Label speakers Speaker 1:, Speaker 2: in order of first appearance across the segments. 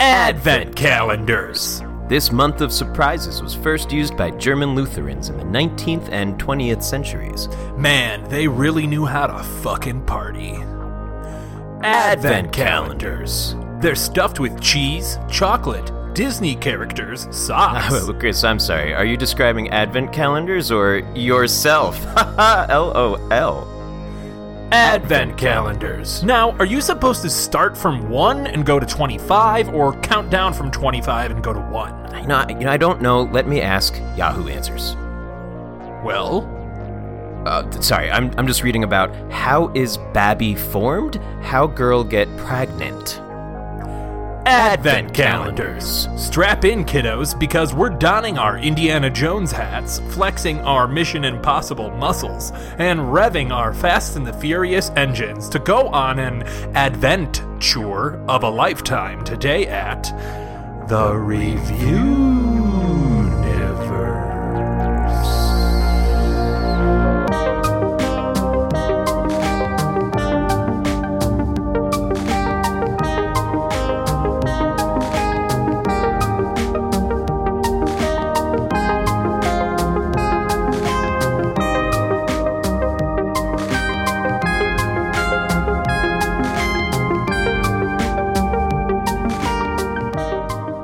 Speaker 1: Advent calendars.
Speaker 2: This month of surprises was first used by German Lutherans in the 19th and 20th centuries.
Speaker 1: Man, they really knew how to fucking party. Advent calendars. They're stuffed with cheese, chocolate, Disney characters, socks.
Speaker 2: Oh, Chris, I'm sorry. Are you describing advent calendars or yourself? L O L.
Speaker 1: Advent calendars. Now, are you supposed to start from 1 and go to 25 or count down from 25 and go to 1?
Speaker 2: You know, I- you know, I don't know. Let me ask Yahoo Answers.
Speaker 1: Well,
Speaker 2: Uh, th- sorry, I'm, I'm just reading about how is Babby formed? How girl get pregnant?
Speaker 1: Advent calendars. Strap in, kiddos, because we're donning our Indiana Jones hats, flexing our Mission Impossible muscles, and revving our Fast and the Furious engines to go on an adventure of a lifetime today at the Review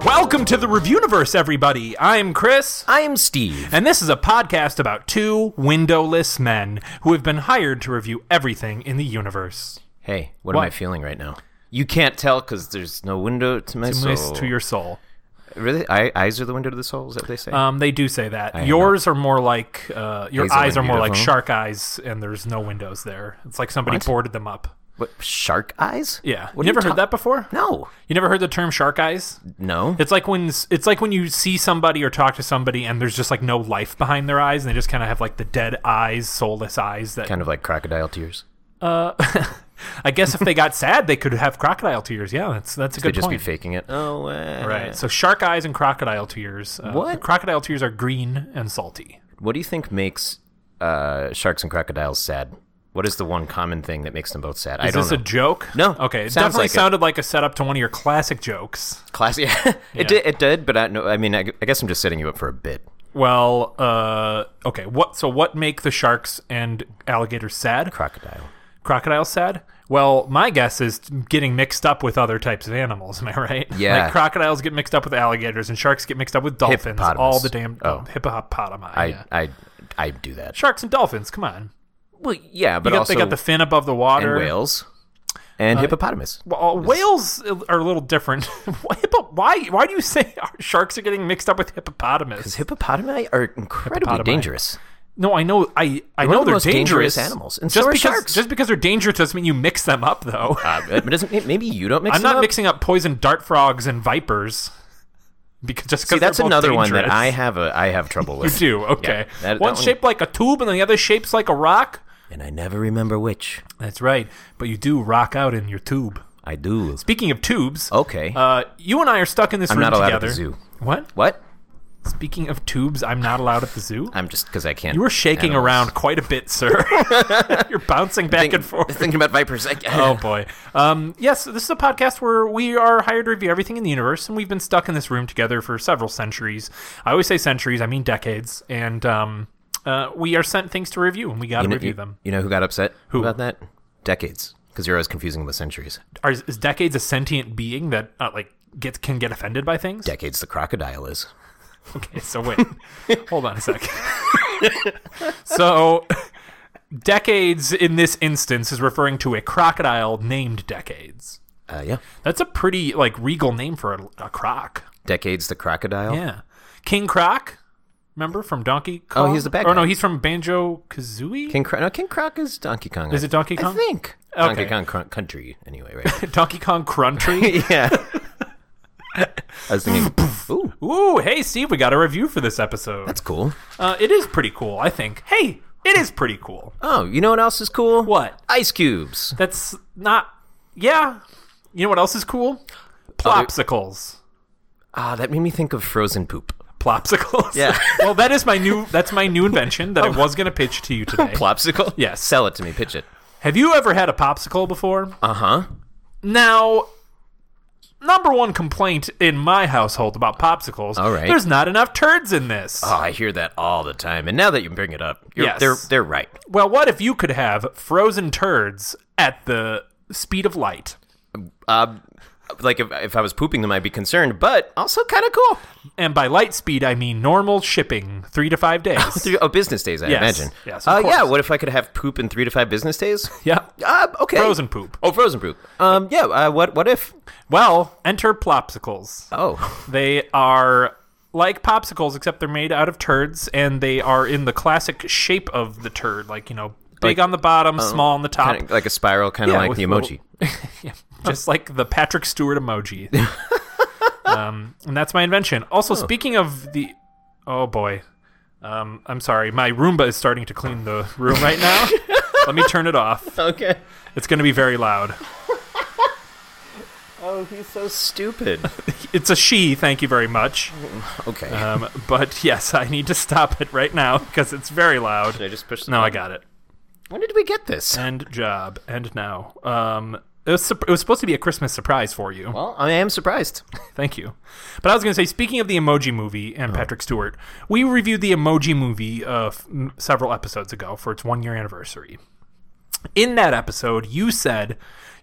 Speaker 1: Welcome to the Reviewniverse, everybody. I'm Chris.
Speaker 2: I am Steve.
Speaker 1: And this is a podcast about two windowless men who have been hired to review everything in the universe.
Speaker 2: Hey, what,
Speaker 1: What?
Speaker 2: am I feeling right now? You can't tell because there's no window to my
Speaker 1: Miss
Speaker 2: soul.
Speaker 1: to your soul.
Speaker 2: Really? I, eyes are the window to the soul? Is that what they say?
Speaker 1: Um, they do say that. Yours are more like uh, your
Speaker 2: Hazel
Speaker 1: eyes are
Speaker 2: and
Speaker 1: more like
Speaker 2: beautiful.
Speaker 1: shark eyes, and there's no windows there. It's like somebody boarded them up.
Speaker 2: what, shark eyes?
Speaker 1: Yeah,
Speaker 2: What
Speaker 1: you
Speaker 2: are
Speaker 1: never heard
Speaker 2: ta-
Speaker 1: that before.
Speaker 2: No.
Speaker 1: You never heard the term shark eyes?
Speaker 2: No.
Speaker 1: It's like when it's like when you see somebody or talk to somebody, and there's just like no life behind their eyes, and they just kind of have like the dead eyes, soulless eyes that
Speaker 2: kind of like crocodile tears.
Speaker 1: Uh, I guess if they got sad, they could have crocodile tears. Yeah, that's that's a
Speaker 2: Could
Speaker 1: good
Speaker 2: just
Speaker 1: point.
Speaker 2: be faking it. Oh, uh,
Speaker 1: Right. So shark eyes and crocodile tears. Uh,
Speaker 2: What?
Speaker 1: the Crocodile tears are green and salty.
Speaker 2: What do you think makes uh, sharks and crocodiles sad? What is the one common thing that makes them both sad? I
Speaker 1: Is
Speaker 2: don't
Speaker 1: this
Speaker 2: know.
Speaker 1: a joke?
Speaker 2: No,
Speaker 1: Okay. It
Speaker 2: sounds
Speaker 1: definitely
Speaker 2: like it.
Speaker 1: sounded like a setup to one of your classic jokes.
Speaker 2: Class, yeah. it did. It did, but I no, I mean, I, I guess I'm just setting you up for a bit.
Speaker 1: Well, uh, okay. What? So what make the sharks and alligators sad?
Speaker 2: Crocodile.
Speaker 1: crocodile sad? Well, my guess is getting mixed up with other types of animals. Am I right?
Speaker 2: Yeah.
Speaker 1: Like crocodiles get mixed up with alligators, and sharks get mixed up with dolphins.
Speaker 2: Hippopotamus.
Speaker 1: All the damn
Speaker 2: Oh.
Speaker 1: hippopotami.
Speaker 2: I,
Speaker 1: yeah.
Speaker 2: I, I do that.
Speaker 1: Sharks and dolphins. Come on.
Speaker 2: Well, yeah, but
Speaker 1: You got,
Speaker 2: also
Speaker 1: they got the fin above the
Speaker 2: and
Speaker 1: water.
Speaker 2: whales and hippopotamus.
Speaker 1: Well, uh, whales are a little different. Why hippo- why? Why do you say sharks are getting mixed up with hippopotamus?
Speaker 2: Hippopotami are incredibly
Speaker 1: Hippopotami.
Speaker 2: dangerous.
Speaker 1: No, I know. I I
Speaker 2: One
Speaker 1: know
Speaker 2: of the
Speaker 1: they're
Speaker 2: most dangerous
Speaker 1: dangerous
Speaker 2: animals, and so
Speaker 1: just
Speaker 2: are
Speaker 1: because
Speaker 2: sharks.
Speaker 1: just because they're dangerous doesn't mean you mix them up, though.
Speaker 2: Uh, but doesn't maybe you don't mix?
Speaker 1: I'm
Speaker 2: them
Speaker 1: not
Speaker 2: up?
Speaker 1: mixing up poison dart frogs and vipers because just
Speaker 2: See,
Speaker 1: because
Speaker 2: that's another
Speaker 1: dangerous.
Speaker 2: one that I have a I have trouble
Speaker 1: you
Speaker 2: with,
Speaker 1: do. Okay,
Speaker 2: that- that
Speaker 1: one's
Speaker 2: one-
Speaker 1: shaped like a tube and the other shapes like a rock.
Speaker 2: and I never remember which.
Speaker 1: That's right, but you do rock out in your tube.
Speaker 2: I do.
Speaker 1: Speaking of tubes,
Speaker 2: Okay.
Speaker 1: uh, you and I are stuck in this
Speaker 2: Oh. I'm
Speaker 1: room
Speaker 2: not allowed at
Speaker 1: together.
Speaker 2: the zoo.
Speaker 1: What?
Speaker 2: What?
Speaker 1: Speaking of tubes, I'm not allowed at the zoo.
Speaker 2: I'm just because I can't.
Speaker 1: You were shaking
Speaker 2: animals.
Speaker 1: around quite a bit, sir. You're bouncing back
Speaker 2: Think-
Speaker 1: and forth.
Speaker 2: Thinking about vipers. I,
Speaker 1: Oh boy. Um, yes, this is a podcast where we are hired to review everything in the universe, and we've been stuck in this room together for several centuries. I always say centuries, I mean decades, and um, uh, we are sent things to review, and we got to
Speaker 2: You know,
Speaker 1: review
Speaker 2: you-
Speaker 1: them.
Speaker 2: you know who got upset about that? Decades, because you're always confusing them with centuries.
Speaker 1: Are, is decades a sentient being that uh, like gets can get offended by things?
Speaker 2: Decades, the crocodile is.
Speaker 1: Okay, so wait, hold on a sec. so. Decades in this instance is referring to a crocodile named Decades.
Speaker 2: Uh, yeah,
Speaker 1: That's a pretty like regal name for a, a croc.
Speaker 2: decades, the crocodile.
Speaker 1: Yeah, King Croc. Remember from Donkey Kong?
Speaker 2: Oh, he's the bad
Speaker 1: Oh
Speaker 2: guy.
Speaker 1: no, he's from Banjo Kazooie.
Speaker 2: King Croc. No, King Croc is Donkey Kong.
Speaker 1: Is it Donkey
Speaker 2: I
Speaker 1: Kong?
Speaker 2: think
Speaker 1: Okay.
Speaker 2: Donkey Kong Cro- Country. Anyway, right?
Speaker 1: Donkey Kong Country.
Speaker 2: yeah. I was thinking. Ooh,
Speaker 1: Ooh, hey Steve, we got a review for this episode.
Speaker 2: that's cool.
Speaker 1: Uh, it is pretty cool, I think. Hey, it is pretty cool.
Speaker 2: Oh, you know what else is cool?
Speaker 1: What?
Speaker 2: Ice cubes.
Speaker 1: That's not. Yeah. You know what else is cool? Plopsicles.
Speaker 2: Ah, that made me think of frozen poop.
Speaker 1: Plopsicles.
Speaker 2: Yeah.
Speaker 1: well, that is my new. That's my new invention that I was going to pitch to you today.
Speaker 2: Plopsicle.
Speaker 1: Yes.
Speaker 2: Sell it to me. Pitch it.
Speaker 1: Uh-huh. Have you ever had a popsicle before?
Speaker 2: Uh huh.
Speaker 1: Now, number one complaint in my household about popsicles.
Speaker 2: All right.
Speaker 1: There's not enough turds in this.
Speaker 2: Oh, I hear that all the time. And now that you bring it up, you're,
Speaker 1: Yes.
Speaker 2: they're they're right.
Speaker 1: Well, what if you could have frozen turds at the speed of light?
Speaker 2: Um, like if, if I was pooping them, I'd be concerned, but also kind of cool.
Speaker 1: And by light speed, I mean normal shipping, three to five days.
Speaker 2: Three, oh, business days, I
Speaker 1: Yes.
Speaker 2: imagine.
Speaker 1: Yes, of
Speaker 2: Uh, yeah.
Speaker 1: course.
Speaker 2: What if I could have poop in three to five business days?
Speaker 1: yeah.
Speaker 2: Uh, okay.
Speaker 1: Frozen poop.
Speaker 2: Oh, frozen poop. Um, yeah. Uh, what? What if?
Speaker 1: Well, enter plopsicles.
Speaker 2: Oh,
Speaker 1: They are like popsicles, except they're made out of turds, and they are in the classic shape of the turd, like you know, big
Speaker 2: Like- uh-huh.
Speaker 1: on the bottom, small on the top,
Speaker 2: kinda like a spiral, kind of
Speaker 1: Yeah,
Speaker 2: like
Speaker 1: with
Speaker 2: the emoji.
Speaker 1: yeah, just like the Patrick Stewart emoji. um, and that's my invention. Also, speaking of the, oh boy, um, I'm sorry, my Roomba is starting to clean the room right now. Let me turn it off.
Speaker 2: Okay.
Speaker 1: It's going to be very loud.
Speaker 2: Oh, he's so stupid.
Speaker 1: It's a she. Thank you very much.
Speaker 2: okay.
Speaker 1: Um, but yes, I need to stop it right now because it's very loud.
Speaker 2: Should I just push? The
Speaker 1: No, I got Uh, it.
Speaker 2: When did we get this?
Speaker 1: End job. End now. Um, it was sup- it was supposed to be a Christmas surprise for you.
Speaker 2: Well, I am surprised.
Speaker 1: Thank you. But I was going to say, speaking of the Emoji Movie
Speaker 2: Oh.
Speaker 1: and Patrick Stewart, we reviewed the Emoji Movie uh, f- m- several episodes ago for its one year anniversary. In that episode, you said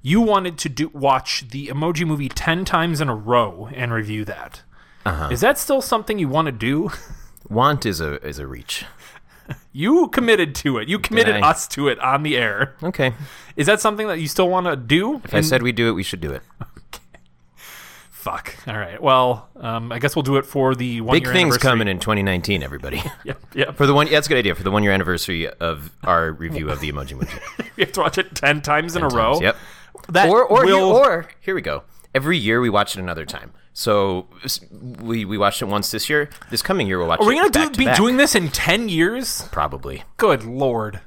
Speaker 1: you wanted to do- watch the Emoji Movie ten times in a row and review that. Is
Speaker 2: Uh-huh.
Speaker 1: that still something you want to do?
Speaker 2: Want is a is a reach.
Speaker 1: You committed to it. You committed
Speaker 2: I?
Speaker 1: us to it on the air.
Speaker 2: Okay. If
Speaker 1: Is that something that you still want to do?
Speaker 2: I
Speaker 1: And-
Speaker 2: said we do it, we should do it.
Speaker 1: fuck. All right. Well, um, I guess we'll do it for the one
Speaker 2: Big
Speaker 1: year
Speaker 2: things
Speaker 1: anniversary.
Speaker 2: coming in 2019, everybody.
Speaker 1: Yep. Yep.
Speaker 2: For the one, yeah, that's a good idea. For the one year anniversary of our review of the Emoji Movie,
Speaker 1: You have to watch it ten times in a row.
Speaker 2: Yep.
Speaker 1: That
Speaker 2: or or
Speaker 1: will,
Speaker 2: or here we go. Every year we watch it another time. So s- we we watched it once this year. This coming year we'll watch.
Speaker 1: are we
Speaker 2: it
Speaker 1: gonna do,
Speaker 2: back
Speaker 1: be
Speaker 2: back.
Speaker 1: doing this in ten years?
Speaker 2: probably.
Speaker 1: Good lord,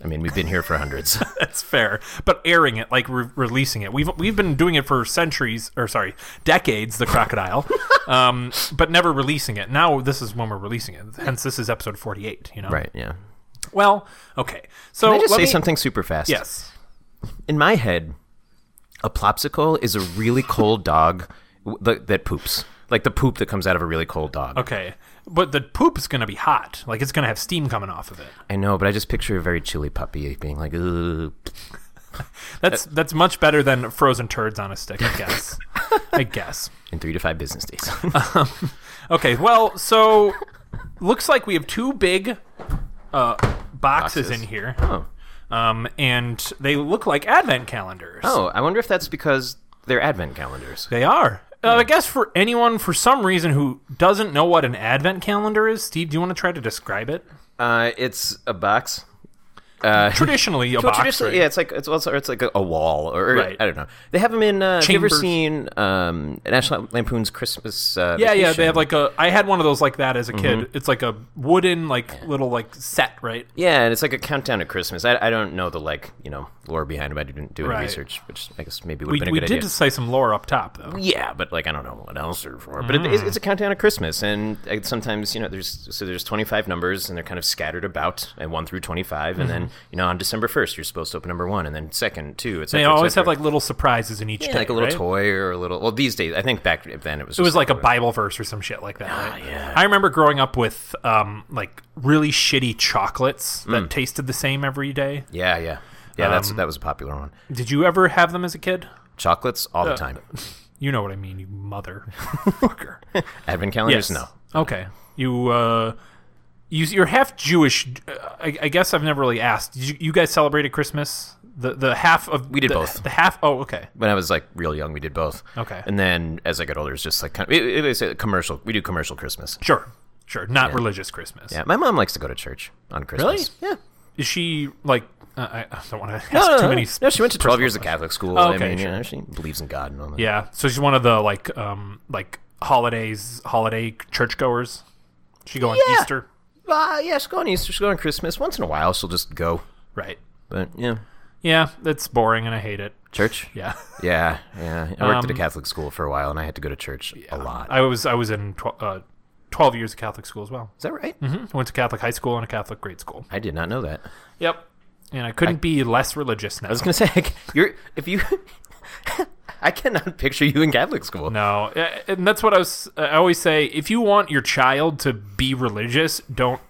Speaker 2: I mean, we've been here for hundreds.
Speaker 1: that's fair. But airing it, like re- releasing it, we've we've been doing it for centuries, or sorry, decades. The crocodile, um, but never releasing it. Now this is when we're releasing it. Hence, this is episode forty-eight. You know,
Speaker 2: right? Yeah.
Speaker 1: Well, okay. So
Speaker 2: Can I just
Speaker 1: let
Speaker 2: say
Speaker 1: me-
Speaker 2: something super fast?
Speaker 1: Yes.
Speaker 2: In my head, a plopsicle is a really cold dog w- that, that poops, like the poop that comes out of a really cold dog.
Speaker 1: Okay. But the poop is gonna be hot. Like it's gonna have steam coming off of it.
Speaker 2: I know, but I just picture a very chilly puppy being like, "Ugh." Uh,
Speaker 1: That's that's much better than frozen turds on a stick. I guess. I guess.
Speaker 2: in three to five business days.
Speaker 1: Okay, well, so looks like we have two big uh, boxes,
Speaker 2: Boxes.
Speaker 1: in here,
Speaker 2: oh.
Speaker 1: um, and they look like advent calendars.
Speaker 2: oh, I wonder if that's because they're advent calendars.
Speaker 1: They are.
Speaker 2: Hmm.
Speaker 1: Uh, I guess for anyone, for some reason, who doesn't know what an advent calendar is, Steve, do you want to try to describe it?
Speaker 2: Uh, it's a box.
Speaker 1: Traditionally, a
Speaker 2: Well,
Speaker 1: box.
Speaker 2: Uh, traditionally,
Speaker 1: right?
Speaker 2: yeah, it's like it's also it's like a, a wall or or-
Speaker 1: Right.
Speaker 2: I don't know. They have them in. Uh, have you ever
Speaker 1: Chambers.
Speaker 2: seen um, National Lampoon's Christmas? Uh,
Speaker 1: Yeah, yeah,
Speaker 2: Vacation?
Speaker 1: they have like a. I had one of those like that as a kid.
Speaker 2: Mm-hmm.
Speaker 1: It's like a wooden, like little, like set, right?
Speaker 2: Yeah, and it's like a countdown to Christmas. I, I don't know the like you know lore behind it. I didn't do any
Speaker 1: Right.
Speaker 2: research, which I guess maybe would
Speaker 1: We,
Speaker 2: have been a
Speaker 1: we
Speaker 2: good
Speaker 1: did
Speaker 2: idea. Mm-hmm.
Speaker 1: just say some lore up top, though.
Speaker 2: Yeah, but like I don't know what else they're for. But it, it's, it's a countdown to Christmas, and uh, sometimes you know there's so there's 25 numbers, and they're kind of scattered about, and one through 25, and then you know on December 1st you're supposed to open number one, and then second, two, etc.
Speaker 1: They always have like little surprises in each.
Speaker 2: yeah,
Speaker 1: day,
Speaker 2: like a little
Speaker 1: right?
Speaker 2: toy or a little. Well, these days I think back then it was.
Speaker 1: It was like a Bible verse or some shit like that. Right?
Speaker 2: Ah, yeah.
Speaker 1: I remember growing up with um, like really shitty chocolates
Speaker 2: Mm.
Speaker 1: that tasted the same every day.
Speaker 2: yeah, yeah, yeah. that's that was a popular one.
Speaker 1: Did you ever have them as a kid?
Speaker 2: Chocolates all the time.
Speaker 1: You know what I mean, you mother fucker.
Speaker 2: Advent calendars, no.
Speaker 1: Okay. You uh, you you're half Jewish. Uh, I, I guess I've never really asked. Did you, you guys celebrated Christmas? The the half of
Speaker 2: We did
Speaker 1: the-
Speaker 2: both.
Speaker 1: The half. Oh, okay.
Speaker 2: when I was like real young, we did both.
Speaker 1: Okay.
Speaker 2: And then as I got older, it's just like kind of, it, it was a commercial. We do commercial Christmas.
Speaker 1: Sure. Sure. Not religious Christmas.
Speaker 2: Yeah, my mom likes to go to church on Christmas. Yeah.
Speaker 1: Is she like? Uh, I I don't want to ask
Speaker 2: No,
Speaker 1: too
Speaker 2: no,
Speaker 1: many.
Speaker 2: no.
Speaker 1: s-
Speaker 2: No, she went to twelve years of Catholic school.
Speaker 1: Oh,
Speaker 2: I
Speaker 1: okay,
Speaker 2: mean,
Speaker 1: sure.
Speaker 2: you know, she believes in God and all that.
Speaker 1: Yeah, so she's one of the like um like holidays holiday churchgoers. She go on
Speaker 2: Yeah.
Speaker 1: Easter,
Speaker 2: Uh, yeah, she'll go on Easter. She'll go on Christmas. Once in a while, she'll just go.
Speaker 1: right?
Speaker 2: But yeah,
Speaker 1: Yeah, that's boring and I hate it.
Speaker 2: church.
Speaker 1: Yeah,
Speaker 2: Yeah, yeah. I worked at a
Speaker 1: Um,
Speaker 2: Catholic school for a while, and I had to go to church a lot.
Speaker 1: I was I was in tw- uh, twelve years of Catholic school as well.
Speaker 2: Is that right?
Speaker 1: hmm Went to Catholic high school and a Catholic grade school.
Speaker 2: I did not know that.
Speaker 1: Yep, and I couldn't be less religious now.
Speaker 2: I was gonna say, like, you're if you. I cannot picture you in Catholic school.
Speaker 1: No, eh, and that's what I was. I always say, if you want your child to be religious, don't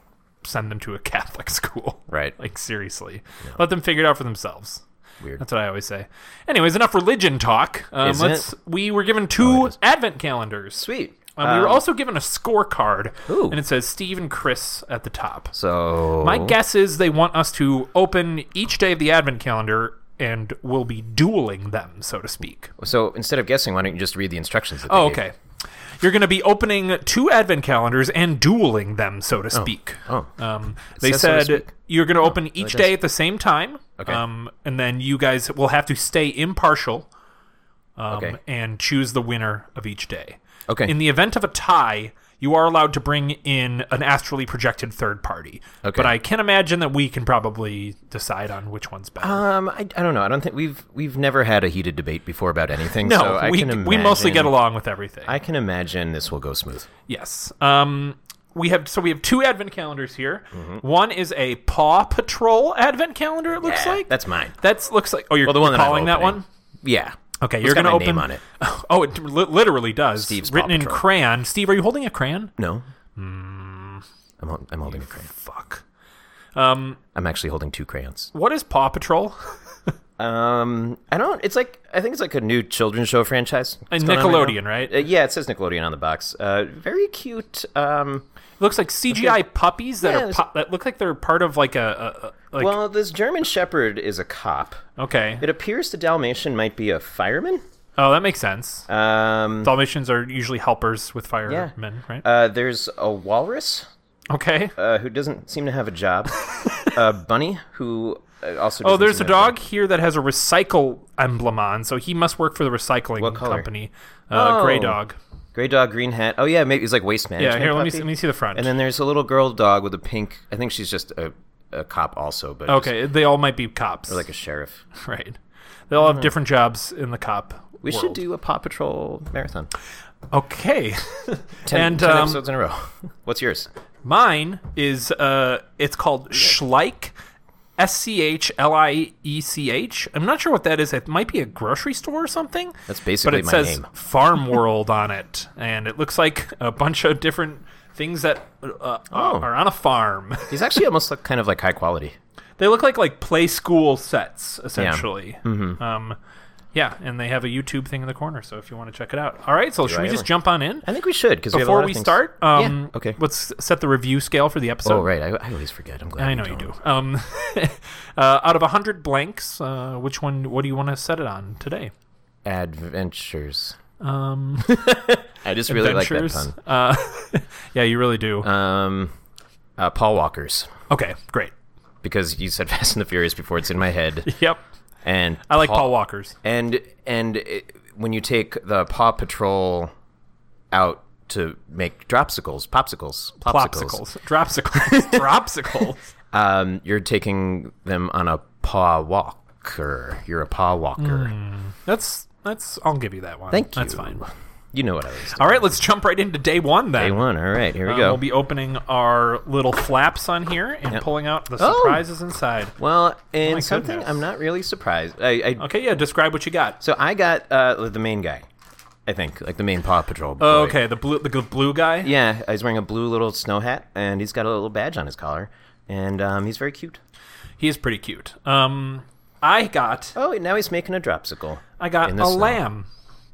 Speaker 1: send them to a Catholic school.
Speaker 2: Right.
Speaker 1: Like seriously, let them figure it out for themselves.
Speaker 2: Weird.
Speaker 1: That's what I always say. Anyways, enough religion talk. Um,
Speaker 2: Is
Speaker 1: let's.
Speaker 2: it? Oh,
Speaker 1: We were given two
Speaker 2: it is.
Speaker 1: Advent calendars.
Speaker 2: Sweet.
Speaker 1: Um, we were also given a scorecard,
Speaker 2: Ooh.
Speaker 1: and it says Steve and Chris at the top.
Speaker 2: So
Speaker 1: My guess is they want us to open each day of the advent calendar and we'll be dueling them, so to speak.
Speaker 2: So instead of guessing, why don't you just read the instructions? That they
Speaker 1: Oh,
Speaker 2: gave?
Speaker 1: okay. You're going to be opening two advent calendars and dueling them, so to speak.
Speaker 2: Oh.
Speaker 1: Um, they
Speaker 2: says so to
Speaker 1: said
Speaker 2: speak.
Speaker 1: you're going to open each
Speaker 2: does.
Speaker 1: day at the same time.
Speaker 2: Okay.
Speaker 1: Um, and then you guys will have to stay impartial um,
Speaker 2: Okay.
Speaker 1: and choose the winner of each day.
Speaker 2: Okay.
Speaker 1: In the event of a tie, you are allowed to bring in an astrally projected third party.
Speaker 2: Okay.
Speaker 1: But I can imagine that we can probably decide on which one's better.
Speaker 2: Um, I, I don't know. I don't think we've we've never had a heated debate before about anything.
Speaker 1: no,
Speaker 2: so I
Speaker 1: we,
Speaker 2: can imagine,
Speaker 1: we mostly get along with everything.
Speaker 2: I can imagine this will go smooth.
Speaker 1: yes. Um, we have so we have two advent calendars here.
Speaker 2: Mm-hmm.
Speaker 1: One is a Paw Patrol advent calendar. It looks like
Speaker 2: that's mine.
Speaker 1: That's looks like oh you're,
Speaker 2: Well, the one
Speaker 1: you're
Speaker 2: that I'm
Speaker 1: calling that
Speaker 2: opening.
Speaker 1: one.
Speaker 2: Yeah.
Speaker 1: Okay,
Speaker 2: It's
Speaker 1: you're
Speaker 2: got
Speaker 1: gonna
Speaker 2: my
Speaker 1: open
Speaker 2: name on it.
Speaker 1: Oh, it li- literally does.
Speaker 2: Steve's Paw
Speaker 1: written in
Speaker 2: Patrol.
Speaker 1: crayon. Steve, are you holding a crayon?
Speaker 2: No.
Speaker 1: Hmm.
Speaker 2: I'm, hol- I'm holding a crayon.
Speaker 1: Fuck.
Speaker 2: I'm actually holding two crayons.
Speaker 1: What is Paw Patrol?
Speaker 2: Um, I don't. It's like I think it's like a new children's show franchise.
Speaker 1: A
Speaker 2: that's going on now.
Speaker 1: Nickelodeon, right?
Speaker 2: Uh, yeah, it says Nickelodeon on the box. Uh, very cute. Um,
Speaker 1: looks like CGI puppies that
Speaker 2: Yeah,
Speaker 1: are
Speaker 2: there's-
Speaker 1: pu- that look like they're part of like a, a, a like
Speaker 2: well, this German Shepherd is a cop.
Speaker 1: okay.
Speaker 2: It appears the Dalmatian might be a fireman.
Speaker 1: Oh, that makes sense.
Speaker 2: Um,
Speaker 1: Dalmatians are usually helpers with firemen, right?
Speaker 2: uh, there's a walrus
Speaker 1: okay.
Speaker 2: uh, who doesn't seem to have a job. a bunny who uh, also.
Speaker 1: Oh,
Speaker 2: doesn't
Speaker 1: there's a
Speaker 2: seem to have
Speaker 1: dog here that has a recycle emblem on, so he must work for the recycling
Speaker 2: color?
Speaker 1: company. Uh, Gray
Speaker 2: Oh.
Speaker 1: dog.
Speaker 2: Gray dog, green hat. Oh yeah, maybe he's like waste
Speaker 1: Yeah,
Speaker 2: management.
Speaker 1: here let me
Speaker 2: puppy.
Speaker 1: see, let me see the front.
Speaker 2: And then there's a little girl dog with a pink. I think she's just a, a cop also, but just
Speaker 1: okay, they all might be cops,
Speaker 2: like a sheriff.
Speaker 1: right? They all have different jobs in the cop.
Speaker 2: We should do a Paw Patrol marathon.
Speaker 1: okay.
Speaker 2: Ten,
Speaker 1: And,
Speaker 2: ten
Speaker 1: um,
Speaker 2: episodes in a row. What's yours?
Speaker 1: Mine is uh, it's called Schleich, S C H L I E C H. I'm not sure what that is. It might be a grocery store or something.
Speaker 2: That's basically
Speaker 1: but it
Speaker 2: my
Speaker 1: says
Speaker 2: name.
Speaker 1: Farm World on it, and it looks like a bunch of different things that uh,
Speaker 2: Oh.
Speaker 1: are on a farm.
Speaker 2: He's actually almost like, kind of like high quality.
Speaker 1: they look like like play school sets essentially. Yeah.
Speaker 2: Mm-hmm.
Speaker 1: Um, yeah, and they have a YouTube thing in the corner, so if you want to check it out. All right, so should
Speaker 2: I
Speaker 1: we just
Speaker 2: ever.
Speaker 1: jump on in?
Speaker 2: I think we should because
Speaker 1: Before we start, um,
Speaker 2: Yeah, okay.
Speaker 1: let's set the review scale for the episode.
Speaker 2: Oh right, I, I always forget. I'm glad.
Speaker 1: I know you do. Um, uh, out of a hundred blanks, uh, which one? What do you want to set it on today?
Speaker 2: Adventures.
Speaker 1: Um,
Speaker 2: I just really
Speaker 1: adventures.
Speaker 2: like that
Speaker 1: Uh, yeah, you really do.
Speaker 2: pun. Um, uh, Paul Walker's
Speaker 1: okay, great.
Speaker 2: because you said Fast and the Furious before it's in my head,
Speaker 1: Yep,
Speaker 2: and
Speaker 1: I like Paul, Walker's.
Speaker 2: and and it, when you take the Paw Patrol out to make dropsicles, popsicles, popsicles,
Speaker 1: Plopsicles, dropsicles, dropsicles.
Speaker 2: um, you're taking them on a paw walker. You're a paw walker.
Speaker 1: Hmm. That's that's. I'll give you that one.
Speaker 2: Thank you.
Speaker 1: That's fine.
Speaker 2: You know what I was.
Speaker 1: All right, let's jump right into day one then.
Speaker 2: Day one. All right, here we
Speaker 1: Um,
Speaker 2: go.
Speaker 1: We'll be opening our little flaps on here and pulling out the
Speaker 2: Oh.
Speaker 1: surprises inside.
Speaker 2: well, and something
Speaker 1: Oh goodness.
Speaker 2: I'm not really surprised. I, I
Speaker 1: Okay, yeah. Describe what you got.
Speaker 2: so I got uh, the main guy. I think like the main Paw Patrol. Boy.
Speaker 1: Oh, Okay, the blue the g- blue guy.
Speaker 2: Yeah, he's wearing a blue little snow hat, and he's got a little badge on his collar, and um, he's very cute.
Speaker 1: He is pretty cute. Um, I got
Speaker 2: Oh, and now he's making a dropsicle.
Speaker 1: I got
Speaker 2: In uh, oh.
Speaker 1: a
Speaker 2: the snow.
Speaker 1: lamb,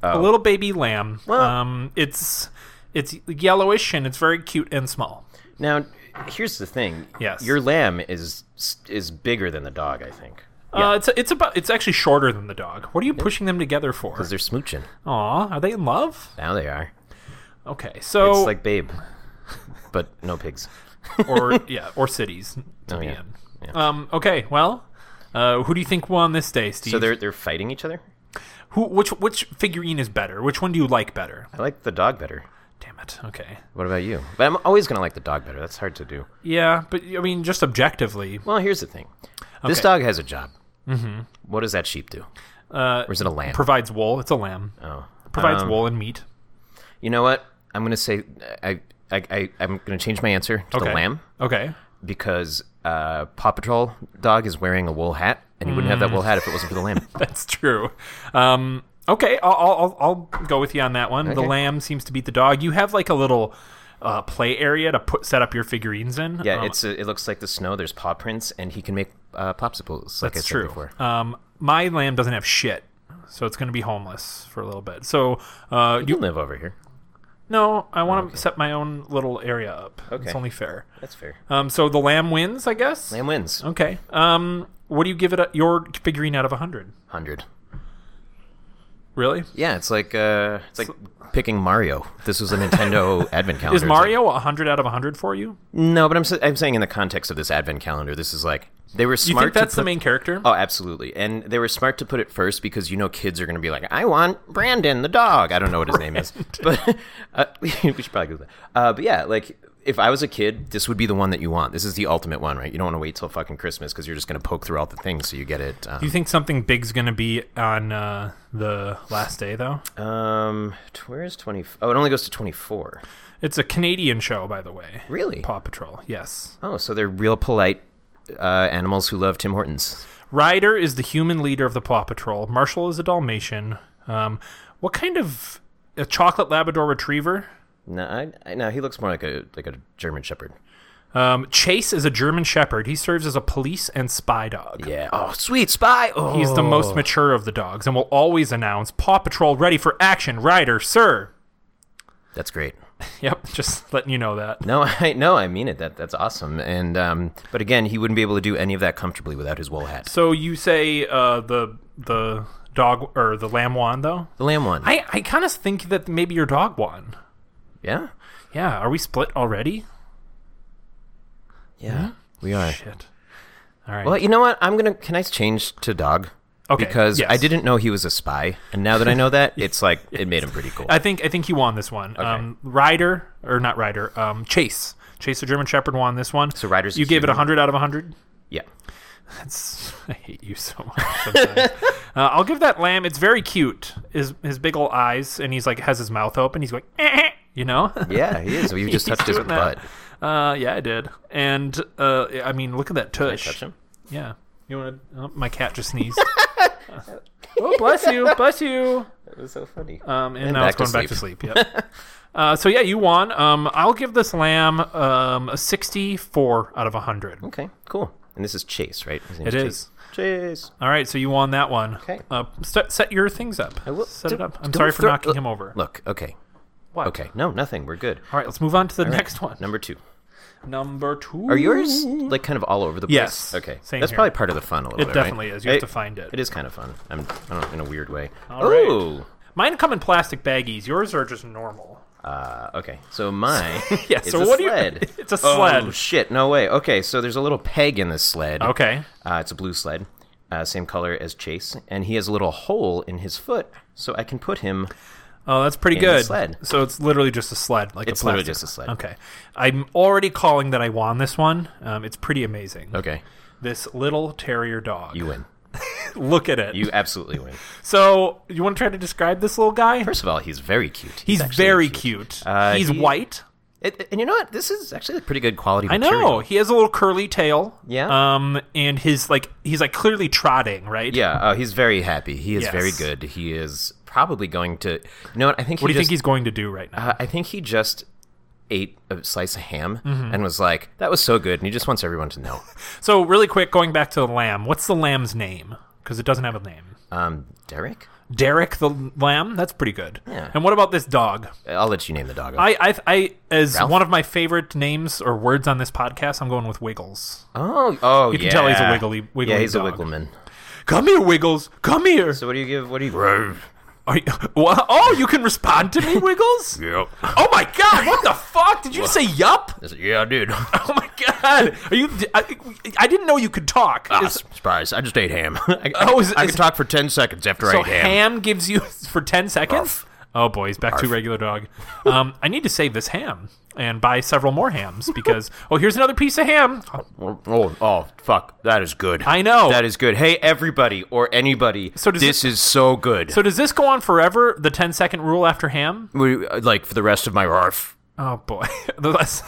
Speaker 1: a little baby lamb. um, it's it's yellowish and it's very cute and small.
Speaker 2: Now, here's the thing.
Speaker 1: Yes.
Speaker 2: your lamb is is bigger than the dog. I think
Speaker 1: Uh, it's it's about it's actually shorter than the dog. What are you pushing them together for?
Speaker 2: because they're smooching.
Speaker 1: Aw, are they in love?
Speaker 2: Now they are.
Speaker 1: Okay, so
Speaker 2: It's like Babe, but no pigs.
Speaker 1: or yeah, or cities to
Speaker 2: Oh,
Speaker 1: be
Speaker 2: yeah.
Speaker 1: in. Um, okay, well, uh, who do you think won this day, Steve?
Speaker 2: So they're they're fighting each other.
Speaker 1: who which which figurine is better? Which one do you like better?
Speaker 2: I like the dog better.
Speaker 1: Damn it. Okay.
Speaker 2: What about you? But I'm always gonna like the dog better. That's hard to do.
Speaker 1: Yeah, but I mean, just objectively,
Speaker 2: Well, here's the thing. This
Speaker 1: Okay.
Speaker 2: dog has a job. Mm-hmm. What does that sheep do? Uh, or is it a lamb?
Speaker 1: provides wool. It's a lamb.
Speaker 2: oh.
Speaker 1: provides wool and meat.
Speaker 2: You know what? I'm gonna say I I, I I'm gonna change my answer to the lamb
Speaker 1: Okay.
Speaker 2: because uh, Paw Patrol
Speaker 1: Mm.
Speaker 2: dog is wearing a wool hat, and he wouldn't have that wool hat if it wasn't for the lamb.
Speaker 1: That's true. Um, Okay, I'll, I'll, I'll I'll go with you on that one. The
Speaker 2: Okay.
Speaker 1: lamb seems to beat the dog. You have like a little uh, play area to put set up your figurines in.
Speaker 2: Yeah,
Speaker 1: Um,
Speaker 2: it's uh, it looks like the snow. There's paw prints, and he can make uh, popsicles. Like I
Speaker 1: that's
Speaker 2: said
Speaker 1: true.
Speaker 2: Before.
Speaker 1: Um, my lamb doesn't have shit, so it's going to be homeless for a little bit. So uh,
Speaker 2: You live over here.
Speaker 1: no, I want to set my own little area up.
Speaker 2: Okay.
Speaker 1: it's only fair.
Speaker 2: That's fair.
Speaker 1: Um, so the lamb wins, I guess.
Speaker 2: Lamb wins.
Speaker 1: Okay. Um, what do you give it? A, your figurine out of hundred?
Speaker 2: Hundred.
Speaker 1: Really?
Speaker 2: Yeah, it's like uh, it's like picking Mario. This was a Nintendo advent calendar.
Speaker 1: Is
Speaker 2: It's
Speaker 1: Mario a hundred out of hundred for you?
Speaker 2: like- no, but I'm s- I'm saying in the context of this advent calendar, this is like they were
Speaker 1: Do you
Speaker 2: smart.
Speaker 1: think that's
Speaker 2: to
Speaker 1: the
Speaker 2: put-
Speaker 1: main character?
Speaker 2: Oh, absolutely. And they were smart to put it first because you know kids are going to be like, I want Brandon the dog. I don't know what his name is. But uh, we should probably go with that. Uh, but yeah, like if I was a kid, this would be the one that you want. This is the ultimate one, right? You don't want to wait till fucking Christmas because you're just going to poke through all the things so you get it.
Speaker 1: Do you
Speaker 2: Um,
Speaker 1: think something big's gonna be on uh, the last day though?
Speaker 2: um, t- where is 20? Oh, it only goes to 24.
Speaker 1: It's a Canadian show, by the way.
Speaker 2: Really?
Speaker 1: Paw Patrol. Yes.
Speaker 2: Oh, so they're real polite uh, animals who love Tim Hortons.
Speaker 1: Ryder is the human leader of the Paw Patrol. Marshall is a Dalmatian. Um, what kind of a chocolate Labrador Retriever?
Speaker 2: No, I, I, no, he looks more like a like a German Shepherd.
Speaker 1: Um, Chase is a German Shepherd. He serves as a police and spy dog.
Speaker 2: Yeah. Oh, sweet spy. Oh,
Speaker 1: He's the most mature of the dogs and will always announce Paw Patrol ready for action, Ryder, sir.
Speaker 2: That's great.
Speaker 1: Yep, just letting you know that.
Speaker 2: No, I no, I mean it. That that's awesome. And um, but again, he wouldn't be able to do any of that comfortably without his wool hat.
Speaker 1: So you say uh, the the dog or the lamb won though?
Speaker 2: The lamb one.
Speaker 1: I, I kind of think that maybe your dog won.
Speaker 2: yeah?
Speaker 1: Yeah, are we split already?
Speaker 2: yeah, We are.
Speaker 1: Shit. All right.
Speaker 2: Well, you know what? I'm gonna. Can I change to dog?
Speaker 1: Okay,
Speaker 2: Because I
Speaker 1: yes.
Speaker 2: didn't know he was a spy, and now that I know that, it's like it made him pretty cool.
Speaker 1: I think I think he won this one. Um, Ryder or not Ryder? Um, Chase. Chase the German Shepherd won this one. So
Speaker 2: Ryder's
Speaker 1: you
Speaker 2: a
Speaker 1: gave it
Speaker 2: human.
Speaker 1: hundred out of hundred.
Speaker 2: yeah.
Speaker 1: That's I hate you so much. Sometimes. uh, I'll give that lamb. It's very cute. His his big old eyes, and he's like has his mouth open. He's going, "Eh, eh," you know.
Speaker 2: Yeah, he is. You just
Speaker 1: He's
Speaker 2: touched his
Speaker 1: doing
Speaker 2: butt.
Speaker 1: that. Uh, yeah, I did. And uh, I mean, look at that tush.
Speaker 2: Touch him.
Speaker 1: Yeah. You want to? Oh, my cat just sneezed. oh, bless you, bless you.
Speaker 2: That was so funny.
Speaker 1: Um, and,
Speaker 2: And
Speaker 1: now it's
Speaker 2: back to
Speaker 1: going back to sleep. Yep. uh, so yeah, you won. Um, I'll give this lamb um, a sixty-four out of hundred.
Speaker 2: okay, cool. And this is Chase, right? His name
Speaker 1: It is.
Speaker 2: Chase. Chase.
Speaker 1: All right, so you won that one.
Speaker 2: Okay.
Speaker 1: Uh, set, set your things up.
Speaker 2: I will-
Speaker 1: set it
Speaker 2: don't-
Speaker 1: up. I'm
Speaker 2: don't
Speaker 1: sorry for
Speaker 2: throw- uh,
Speaker 1: knocking him over.
Speaker 2: Look. Okay.
Speaker 1: What?
Speaker 2: Okay. No, nothing. We're good.
Speaker 1: All right, let's move on to the next one.
Speaker 2: Number two.
Speaker 1: Number two.
Speaker 2: Are yours like kind of all over the place?
Speaker 1: Yes.
Speaker 2: Okay.
Speaker 1: Same
Speaker 2: That's
Speaker 1: here.
Speaker 2: probably part of the fun a little
Speaker 1: It
Speaker 2: bit.
Speaker 1: definitely
Speaker 2: right?
Speaker 1: is. You have to
Speaker 2: It-
Speaker 1: find it.
Speaker 2: It is kind of fun. I'm I don't, in a weird way.
Speaker 1: All right.
Speaker 2: oh.
Speaker 1: Mine come in plastic baggies. Yours are just normal.
Speaker 2: Uh, okay. So my
Speaker 1: Yeah,
Speaker 2: is
Speaker 1: so
Speaker 2: a
Speaker 1: what do you-
Speaker 2: sled.
Speaker 1: It's a
Speaker 2: Oh
Speaker 1: sled.
Speaker 2: shit! No way. Okay. So there's a little peg in this sled.
Speaker 1: Okay.
Speaker 2: Uh, it's a blue sled. Uh, same color as Chase, and he has a little hole in his foot, so I can put him.
Speaker 1: Oh, that's pretty
Speaker 2: And a
Speaker 1: good.
Speaker 2: sled.
Speaker 1: So it's literally just a sled, like
Speaker 2: It's
Speaker 1: a
Speaker 2: literally
Speaker 1: plastic-
Speaker 2: just a sled.
Speaker 1: Okay, I'm already calling that I won this one. Um, it's pretty amazing.
Speaker 2: Okay,
Speaker 1: This little terrier dog.
Speaker 2: you win.
Speaker 1: Look at it.
Speaker 2: You absolutely win.
Speaker 1: so you want to try to describe this little guy?
Speaker 2: First of all, he's very cute.
Speaker 1: He's
Speaker 2: actually
Speaker 1: very cute.
Speaker 2: Uh,
Speaker 1: He's
Speaker 2: he-
Speaker 1: white.
Speaker 2: It- and you know what? This is actually pretty good quality.
Speaker 1: I know. He has a little curly tail.
Speaker 2: Yeah.
Speaker 1: Um, and his like he's like clearly trotting, right?
Speaker 2: Yeah, uh, he's very happy. He is
Speaker 1: Yes.
Speaker 2: very good. He is probably going to. You know what? I think. He
Speaker 1: What do you
Speaker 2: just,
Speaker 1: think he's going to do right now?
Speaker 2: Uh, I think he just ate a slice of ham
Speaker 1: Mm-hmm.
Speaker 2: and was like, "That was so good," and he just wants everyone to know.
Speaker 1: So really quick, going back to the lamb. What's the lamb's name? Because it doesn't have a name.
Speaker 2: Um, Derek,
Speaker 1: Derek the lamb. That's pretty good.
Speaker 2: Yeah.
Speaker 1: And what about this dog?
Speaker 2: I'll let you name the dog.
Speaker 1: I, I, I as
Speaker 2: Ralph?
Speaker 1: one of my favorite names or words on this podcast, I'm going with Wiggles.
Speaker 2: oh, oh, you
Speaker 1: can tell he's a wiggly- wiggly
Speaker 2: Yeah, he's
Speaker 1: dog.
Speaker 2: a wiggleman.
Speaker 1: Come here, Wiggles. Come here.
Speaker 2: So what do you give? What do you?
Speaker 1: Are you, what? Oh, you can respond to me, Wiggles.
Speaker 2: Yep.
Speaker 1: Oh my God! What the fuck? Did you say yup?
Speaker 2: Yeah, dude.
Speaker 1: Oh my God! Are you? I, I didn't know you could talk.
Speaker 2: Ah,
Speaker 1: Is-
Speaker 2: surprise! I just ate ham. I,
Speaker 1: Oh, is-
Speaker 2: I
Speaker 1: is-
Speaker 2: could talk for ten seconds after I
Speaker 1: so
Speaker 2: ate ham.
Speaker 1: ham gives you for ten seconds. Oh boy, he's back to regular dog. Um, I need to save this ham and buy several more hams because oh, here's another piece of ham.
Speaker 2: Oh, oh, fuck! That is good.
Speaker 1: I know.
Speaker 2: That is good. Hey, everybody or anybody,
Speaker 1: So does
Speaker 2: this is Oh. so good.
Speaker 1: So does this go on forever? The 10 second rule after ham?
Speaker 2: We- uh, like for the rest of my life.
Speaker 1: Oh boy, The less-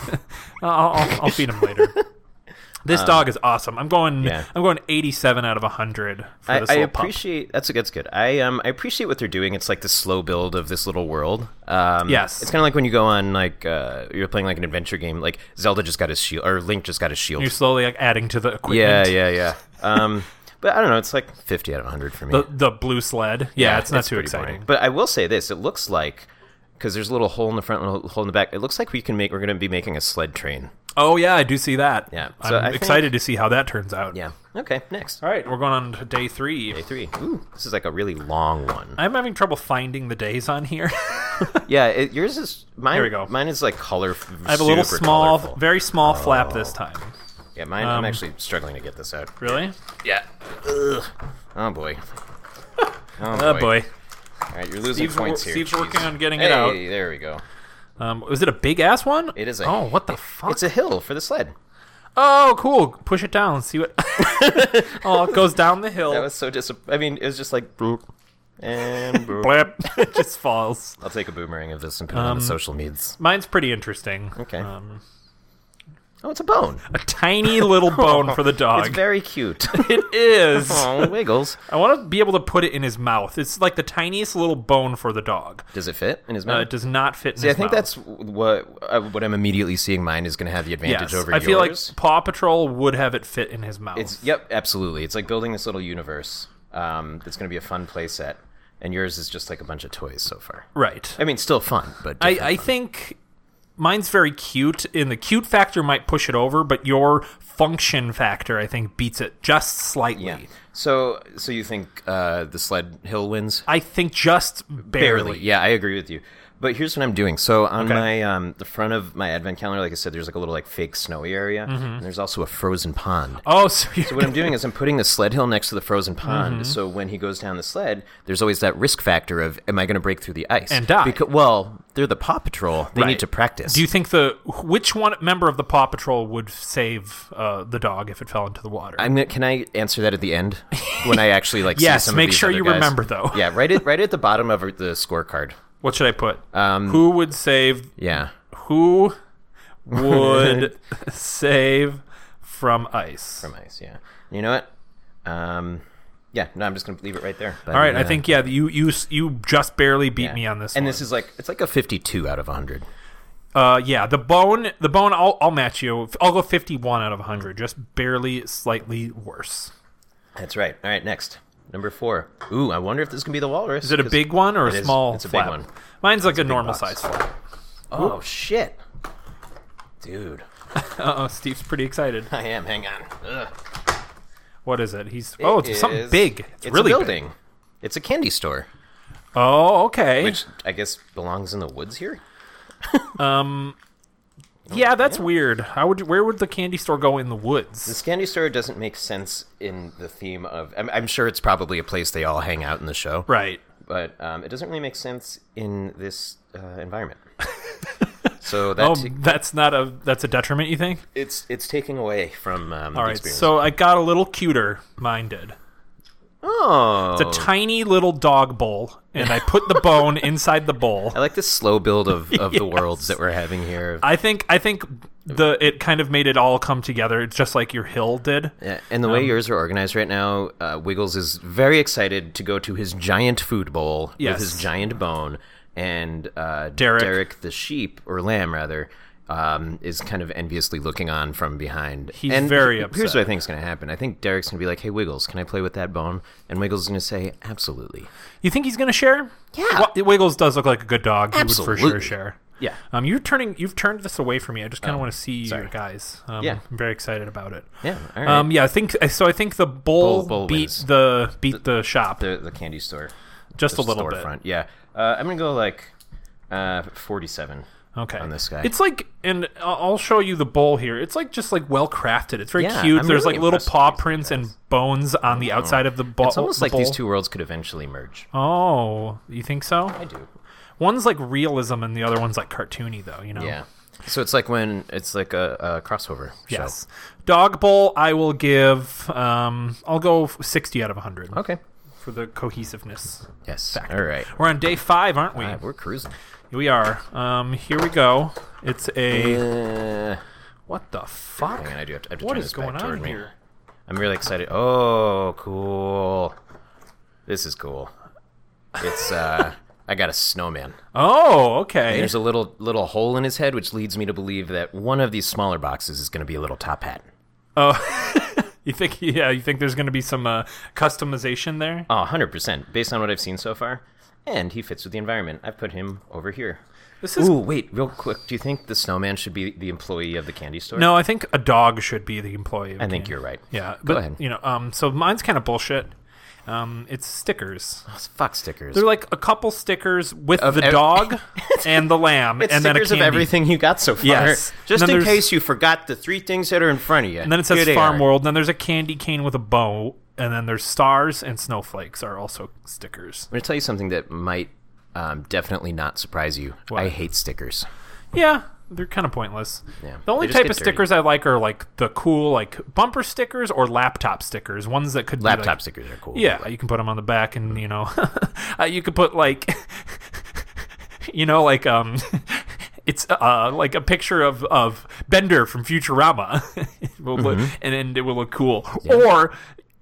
Speaker 1: I'll, I'll, I'll feed him later. This dog is awesome. I'm going.
Speaker 2: Um, yeah.
Speaker 1: I'm going 87 out of 100 for
Speaker 2: I,
Speaker 1: this
Speaker 2: I
Speaker 1: little pup.
Speaker 2: appreciate that's that's good. I um I appreciate what they're doing. It's like the slow build of this little world. Um,
Speaker 1: Yes.
Speaker 2: it's kind of like when you go on like uh, you're playing like an adventure game. Like Zelda just got his shield or Link just got his shield.
Speaker 1: You're slowly like adding to the
Speaker 2: yeah,
Speaker 1: equipment.
Speaker 2: yeah, yeah. Um, but I don't know. It's like fifty out of hundred for me.
Speaker 1: The, the blue sled. Yeah, it's not too
Speaker 2: pretty
Speaker 1: exciting.
Speaker 2: boring. But I will say this: it looks like because there's a little hole in the front, and a little hole in the back. It looks like we can make. We're going to be making a sled train.
Speaker 1: Oh yeah, I do see that.
Speaker 2: Yeah,
Speaker 1: I'm
Speaker 2: so I think-
Speaker 1: excited to see how that turns out.
Speaker 2: Yeah. Okay. Next.
Speaker 1: All right, we're going on to day three.
Speaker 2: Day three. Ooh, this is like a really long one.
Speaker 1: I'm having trouble finding the days on here.
Speaker 2: Yeah, it, yours is mine.
Speaker 1: There we go.
Speaker 2: Mine is like color.
Speaker 1: I have a little small, um, very small flap this
Speaker 2: Oh.
Speaker 1: time.
Speaker 2: Yeah, mine. I'm actually struggling to get this out.
Speaker 1: Really?
Speaker 2: Yeah. Ugh. Oh boy. Oh boy.
Speaker 1: Oh boy.
Speaker 2: All right, you're losing
Speaker 1: Steve's
Speaker 2: points
Speaker 1: wor-
Speaker 2: here.
Speaker 1: Steve's
Speaker 2: jeez.
Speaker 1: working on getting
Speaker 2: hey,
Speaker 1: it out.
Speaker 2: There we go.
Speaker 1: Um, was it a big ass one?
Speaker 2: It is a-
Speaker 1: Oh, what the fuck?
Speaker 2: It's a hill for the sled.
Speaker 1: oh, cool. Push it down. See what? oh, it goes down the hill.
Speaker 2: That was so disappointing. I mean, it was just like boop and boop.
Speaker 1: Blip. it just falls.
Speaker 2: I'll take a boomerang of this and put it on the social meds.
Speaker 1: Mine's pretty interesting.
Speaker 2: Okay.
Speaker 1: Um,
Speaker 2: Oh, it's a bone.
Speaker 1: a tiny little bone for the dog.
Speaker 2: It's very cute.
Speaker 1: it is.
Speaker 2: oh, wiggles.
Speaker 1: I want to be able to put it in his mouth. It's like the tiniest little bone for the dog.
Speaker 2: Does it fit in his
Speaker 1: Uh,
Speaker 2: mouth?
Speaker 1: it does not fit in
Speaker 2: See, I
Speaker 1: his
Speaker 2: think
Speaker 1: mouth.
Speaker 2: that's what uh, what I'm immediately seeing. Mine is going to have the advantage
Speaker 1: yes.
Speaker 2: over
Speaker 1: I
Speaker 2: yours.
Speaker 1: feel like Paw Patrol would have it fit in his mouth.
Speaker 2: it's yep, absolutely. It's like building this little universe. Um, that's going to be a fun play set, and yours is just like a bunch of toys so far.
Speaker 1: right.
Speaker 2: I mean, still fun, but
Speaker 1: I,
Speaker 2: different.
Speaker 1: I think mine's very cute, and the cute factor might push it over, but your function factor, I think, beats it just slightly.
Speaker 2: yeah. So, so you think uh, the sled hill wins?
Speaker 1: I think just barely.
Speaker 2: Yeah, I agree with you. But here's what I'm doing. So on
Speaker 1: Okay.
Speaker 2: my um, the front of my advent calendar, like I said, there's like a little like fake snowy area,
Speaker 1: Mm-hmm.
Speaker 2: and there's also a frozen pond.
Speaker 1: Oh, so you're
Speaker 2: So what I'm doing is I'm putting the sled hill next to the frozen pond.
Speaker 1: Mm-hmm.
Speaker 2: So when he goes down the sled, there's always that risk factor of am I going to break through the ice
Speaker 1: And die.
Speaker 2: Becau- well, they're the Paw Patrol. They
Speaker 1: Right.
Speaker 2: need to practice.
Speaker 1: Do you think the which one member of the Paw Patrol would save uh, the dog if it fell into the water?
Speaker 2: I'm gonna, can I answer that at the end when I actually like?
Speaker 1: Yes,
Speaker 2: See some of
Speaker 1: make
Speaker 2: these
Speaker 1: sure
Speaker 2: other
Speaker 1: you
Speaker 2: guys?
Speaker 1: remember, though.
Speaker 2: yeah, right at right at the bottom of the scorecard.
Speaker 1: what should I put?
Speaker 2: Um,
Speaker 1: who would save?
Speaker 2: Yeah.
Speaker 1: Who would save from ice?
Speaker 2: From ice, yeah. You know what? Um, yeah, no, I'm just gonna leave it right there.
Speaker 1: All right, I think yeah, you you s- you just barely beat me on this.
Speaker 2: And
Speaker 1: one.
Speaker 2: this is like it's like a 52 out of 100.
Speaker 1: Uh, yeah, the bone, the bone. I'll, I'll match you. I'll go fifty-one out of hundred, just barely, slightly worse.
Speaker 2: That's right. All right, next number four. Ooh, I wonder if this can be the walrus.
Speaker 1: Is it a big one or a
Speaker 2: It is-
Speaker 1: small?
Speaker 2: it's a big
Speaker 1: flap?
Speaker 2: one.
Speaker 1: Mine's like a, normal
Speaker 2: box.
Speaker 1: size flap.
Speaker 2: Oh shit, dude.
Speaker 1: Uh oh, Steve's pretty excited.
Speaker 2: I am. Hang on. Ugh.
Speaker 1: What is it? He's oh, it's
Speaker 2: It
Speaker 1: something
Speaker 2: is-
Speaker 1: big. It's,
Speaker 2: It's,
Speaker 1: really
Speaker 2: a
Speaker 1: big.
Speaker 2: building. It's a candy store,
Speaker 1: Oh, okay.
Speaker 2: which I guess belongs in the woods here.
Speaker 1: yeah, that's weird. How would you, where would the candy store go in the woods?
Speaker 2: This candy store doesn't make sense in the theme of. I'm, I'm sure it's probably a place they all hang out in the show,
Speaker 1: Right.
Speaker 2: but um, it doesn't really make sense in this uh, environment. so that
Speaker 1: Oh,
Speaker 2: t-
Speaker 1: that's not a that's a detriment. You think?
Speaker 2: it's it's taking away from um,
Speaker 1: All
Speaker 2: the
Speaker 1: right.
Speaker 2: experience.
Speaker 1: So I got a little cuter. Mine did.
Speaker 2: oh,
Speaker 1: It's a tiny little dog bowl, and I put the bone inside the bowl.
Speaker 2: I like this slow build of, of the worlds that we're having here.
Speaker 1: I think I think the it kind of made it all come together. It's just like your hill did.
Speaker 2: Yeah, and the
Speaker 1: Um,
Speaker 2: way yours are organized right now, uh, Wiggles is very excited to go to his giant food bowl
Speaker 1: Yes.
Speaker 2: with his giant bone, and uh,
Speaker 1: Derek.
Speaker 2: the sheep or lamb rather, um, is kind of enviously looking on from behind.
Speaker 1: He's
Speaker 2: and
Speaker 1: very
Speaker 2: he- Here's what I
Speaker 1: upset.
Speaker 2: think is going to happen. I think Derek's going to be like, "Hey, Wiggles, can I play with that bone?" And Wiggles is going to say, "Absolutely."
Speaker 1: You think he's gonna share?
Speaker 2: Yeah.
Speaker 1: Wi- Wiggles does look like a good dog. He would for sure
Speaker 2: Absolutely.
Speaker 1: share.
Speaker 2: Yeah. Oh,
Speaker 1: Um, you're turning. You've turned this away from me. I just kind of want to see your guys. Um,
Speaker 2: Yeah.
Speaker 1: I'm very excited about it.
Speaker 2: Yeah, all right.
Speaker 1: Um, yeah. I think so. I think the bowl,
Speaker 2: Bowl- bowl
Speaker 1: beat
Speaker 2: wins.
Speaker 1: the beat the, shop
Speaker 2: The the candy store,
Speaker 1: just a
Speaker 2: the
Speaker 1: little bit.
Speaker 2: storefront. Yeah, uh, I'm going to go like uh, 47.
Speaker 1: Okay.
Speaker 2: on this guy.
Speaker 1: It's like, and I- I'll show you the bowl here. It's like just like well crafted. It's very
Speaker 2: Yeah,
Speaker 1: cute.
Speaker 2: I'm
Speaker 1: There's
Speaker 2: really
Speaker 1: like little
Speaker 2: impressed
Speaker 1: paw prints and bones on the outside of the bo- the bowl.
Speaker 2: Uh-huh. It's almost like these two worlds could eventually merge.
Speaker 1: Oh, you think so?
Speaker 2: I do.
Speaker 1: One's like realism, and the other one's like cartoony, though. You know.
Speaker 2: Yeah. So it's like when it's like a, a crossover.
Speaker 1: Yes. Dog bowl. I will give. Um, I'll go f- sixty out of hundred
Speaker 2: Show. Okay.
Speaker 1: for the cohesiveness.
Speaker 2: Yes. All right.
Speaker 1: We're on day five, aren't we?
Speaker 2: All right, We're cruising.
Speaker 1: We are. Um, here we go. It's a.
Speaker 2: Uh,
Speaker 1: What the fuck?
Speaker 2: Hang on, I do have to, I have to
Speaker 1: What
Speaker 2: turn
Speaker 1: is
Speaker 2: this back
Speaker 1: going
Speaker 2: toward
Speaker 1: on
Speaker 2: me.
Speaker 1: here?
Speaker 2: I'm really excited. Oh, cool. This is cool. It's uh I got a snowman.
Speaker 1: Oh, okay.
Speaker 2: There's a little little hole in his head which leads me to believe that one of these smaller boxes is going to be a little top hat.
Speaker 1: Oh. You think? Yeah, you think there's going to be some uh, customization there?
Speaker 2: Oh, 100% based on what I've seen so far. And he fits with the environment. I've put him over here.
Speaker 1: This is-
Speaker 2: Ooh, wait, real quick. Do you think the snowman should be the employee of the candy store?
Speaker 1: No, I think a dog should be the employee. Of
Speaker 2: I think you're right.
Speaker 1: Yeah, but
Speaker 2: Go ahead.
Speaker 1: you know, um, so mine's kind of bullshit. Um, it's stickers.
Speaker 2: Oh, fuck stickers.
Speaker 1: They're like a couple stickers with the
Speaker 2: ev-
Speaker 1: dog and the lamb,
Speaker 2: It's
Speaker 1: and then a
Speaker 2: stickers
Speaker 1: candy.
Speaker 2: of everything you got so far.
Speaker 1: Yes.
Speaker 2: Just
Speaker 1: And then
Speaker 2: in
Speaker 1: there's-
Speaker 2: case you forgot the three things that are in front of you.
Speaker 1: And then it says
Speaker 2: Here they
Speaker 1: Farm
Speaker 2: are.
Speaker 1: World. And then there's a candy cane with a bow. And then there's stars and snowflakes are also stickers.
Speaker 2: I'm going to tell you something that might um, definitely not surprise you. I hate stickers.
Speaker 1: Yeah, they're kind of pointless.
Speaker 2: Yeah.
Speaker 1: The only
Speaker 2: They just
Speaker 1: type
Speaker 2: get
Speaker 1: of
Speaker 2: dirty.
Speaker 1: stickers I like are like the cool like bumper stickers or laptop stickers, ones that could
Speaker 2: Laptop
Speaker 1: be like,
Speaker 2: stickers are cool.
Speaker 1: Yeah, you can put them on the back, and you know, uh, you could put like, you know, like um, it's uh like a picture of of Bender from Futurama, It will look-
Speaker 2: Mm-hmm.
Speaker 1: and then it will look cool, or.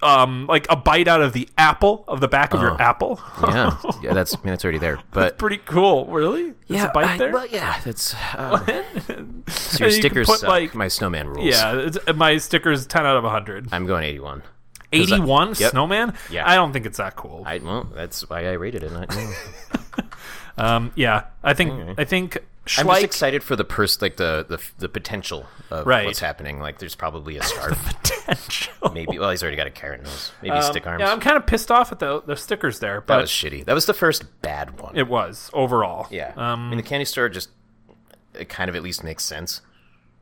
Speaker 1: Um, like a bite out of the apple of the back of your apple.
Speaker 2: Oh. Yeah. yeah, that's I mean, that's already there. But
Speaker 1: pretty cool. Really? There's
Speaker 2: yeah,
Speaker 1: a bite
Speaker 2: I-
Speaker 1: there.
Speaker 2: well, yeah, that's uh, so your
Speaker 1: And you can
Speaker 2: stickers
Speaker 1: put,
Speaker 2: suck.
Speaker 1: like-
Speaker 2: my snowman rules.
Speaker 1: yeah, it's, uh, my sticker's ten out of hundred.
Speaker 2: I'm going 81. 'Cause I-
Speaker 1: Eighty-one
Speaker 2: Yep.
Speaker 1: snowman.
Speaker 2: Yeah.
Speaker 1: I don't think it's that cool.
Speaker 2: I well, that's why I rated it. I, yeah.
Speaker 1: Um, yeah, I think I think
Speaker 2: I'm just
Speaker 1: Schleich
Speaker 2: excited for the pers- like the, the the potential of
Speaker 1: Right.
Speaker 2: what's happening. Like, there's probably a scarf.
Speaker 1: potential.
Speaker 2: maybe. Well, he's already got a carrot nose. Maybe stick arms.
Speaker 1: Um, Yeah, I'm kind of pissed off at the the stickers there,
Speaker 2: that
Speaker 1: but
Speaker 2: was shitty. That was the first bad one.
Speaker 1: it was overall.
Speaker 2: yeah.
Speaker 1: Um.
Speaker 2: I mean, the candy store just it kind of at least makes sense.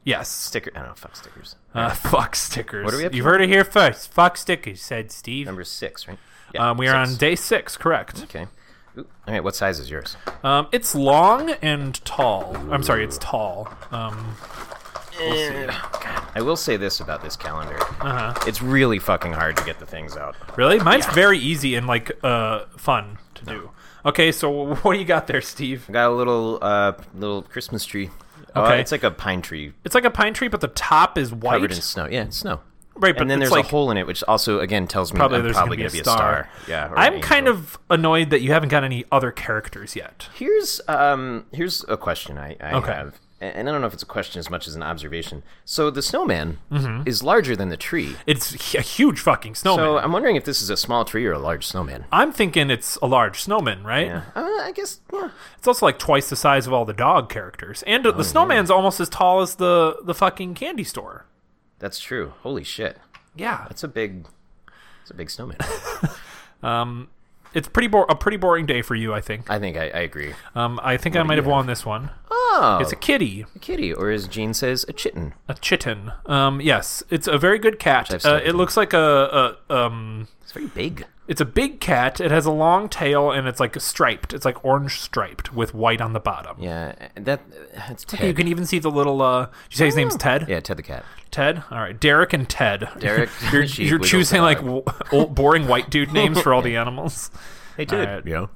Speaker 1: Yes.
Speaker 2: Sticker. I don't know. Fuck stickers.
Speaker 1: Uh, fuck stickers.
Speaker 2: What are we up to?
Speaker 1: You've heard it here first. Fuck stickers, said Steve.
Speaker 2: Number six, right? Yeah,
Speaker 1: um, we are
Speaker 2: six.
Speaker 1: on day six, correct?
Speaker 2: Okay. Ooh, All right. What size is yours?
Speaker 1: Um, it's long and tall. I'm sorry, it's tall. Um,
Speaker 2: I will say this about this calendar.
Speaker 1: uh-huh.
Speaker 2: It's really fucking hard to get the things out.
Speaker 1: Really? Mine's very easy and like uh fun to do. Okay, so what do you got there, Steve?
Speaker 2: I got a little uh little Christmas tree. Uh,
Speaker 1: Okay.
Speaker 2: it's like a pine tree
Speaker 1: It's like a pine tree, but the top is white.
Speaker 2: covered in snow. Yeah, it's snow.
Speaker 1: Right, but
Speaker 2: and then
Speaker 1: it's
Speaker 2: there's
Speaker 1: like-
Speaker 2: a hole in it, which also again tells me
Speaker 1: probably
Speaker 2: I'm
Speaker 1: there's
Speaker 2: probably
Speaker 1: gonna, be,
Speaker 2: a star. Yeah. or an
Speaker 1: I'm kind
Speaker 2: angel.
Speaker 1: of annoyed that you haven't got any other characters yet.
Speaker 2: Here's um here's a question I, I
Speaker 1: Okay.
Speaker 2: have, and and I don't know if it's a question as much as an observation. So the snowman is larger than the tree.
Speaker 1: It's a huge fucking Mm-hmm. snowman. Uh,
Speaker 2: So I'm wondering if this is a small tree or a large snowman.
Speaker 1: I'm thinking it's a large snowman, right?
Speaker 2: Yeah. Uh, I guess. Yeah.
Speaker 1: It's also like twice the size of all the dog characters, and
Speaker 2: Oh,
Speaker 1: the snowman's almost as tall as the the fucking candy store.
Speaker 2: That's true. Holy shit.
Speaker 1: Yeah,
Speaker 2: That's a big it's a big snowman.
Speaker 1: it's pretty bo- a pretty boring day for you, I think.
Speaker 2: I think I, I agree.
Speaker 1: Um, I think I might have won this one.
Speaker 2: Oh
Speaker 1: It's a kitty,
Speaker 2: a kitty, or as Gene says, a chitin.
Speaker 1: a chitin. Um, yes, it's a very good cat.
Speaker 2: I've
Speaker 1: Uh,
Speaker 2: studied.
Speaker 1: it looks like a, a um,
Speaker 2: It's very big.
Speaker 1: It's a big cat. It has a long tail and it's like striped. It's like orange striped with white on the bottom.
Speaker 2: Yeah, and that it's Ted.
Speaker 1: You can even see the little. Uh, did you say his name's Ted?
Speaker 2: Oh. yeah, Ted the cat.
Speaker 1: Ted. All right, Derek and Ted.
Speaker 2: Derek,
Speaker 1: you're,
Speaker 2: she
Speaker 1: you're
Speaker 2: wiggles
Speaker 1: choosing
Speaker 2: the
Speaker 1: like w-
Speaker 2: dog.
Speaker 1: old, boring white dude names for all the animals.
Speaker 2: They
Speaker 1: did. Alright.
Speaker 2: Yeah.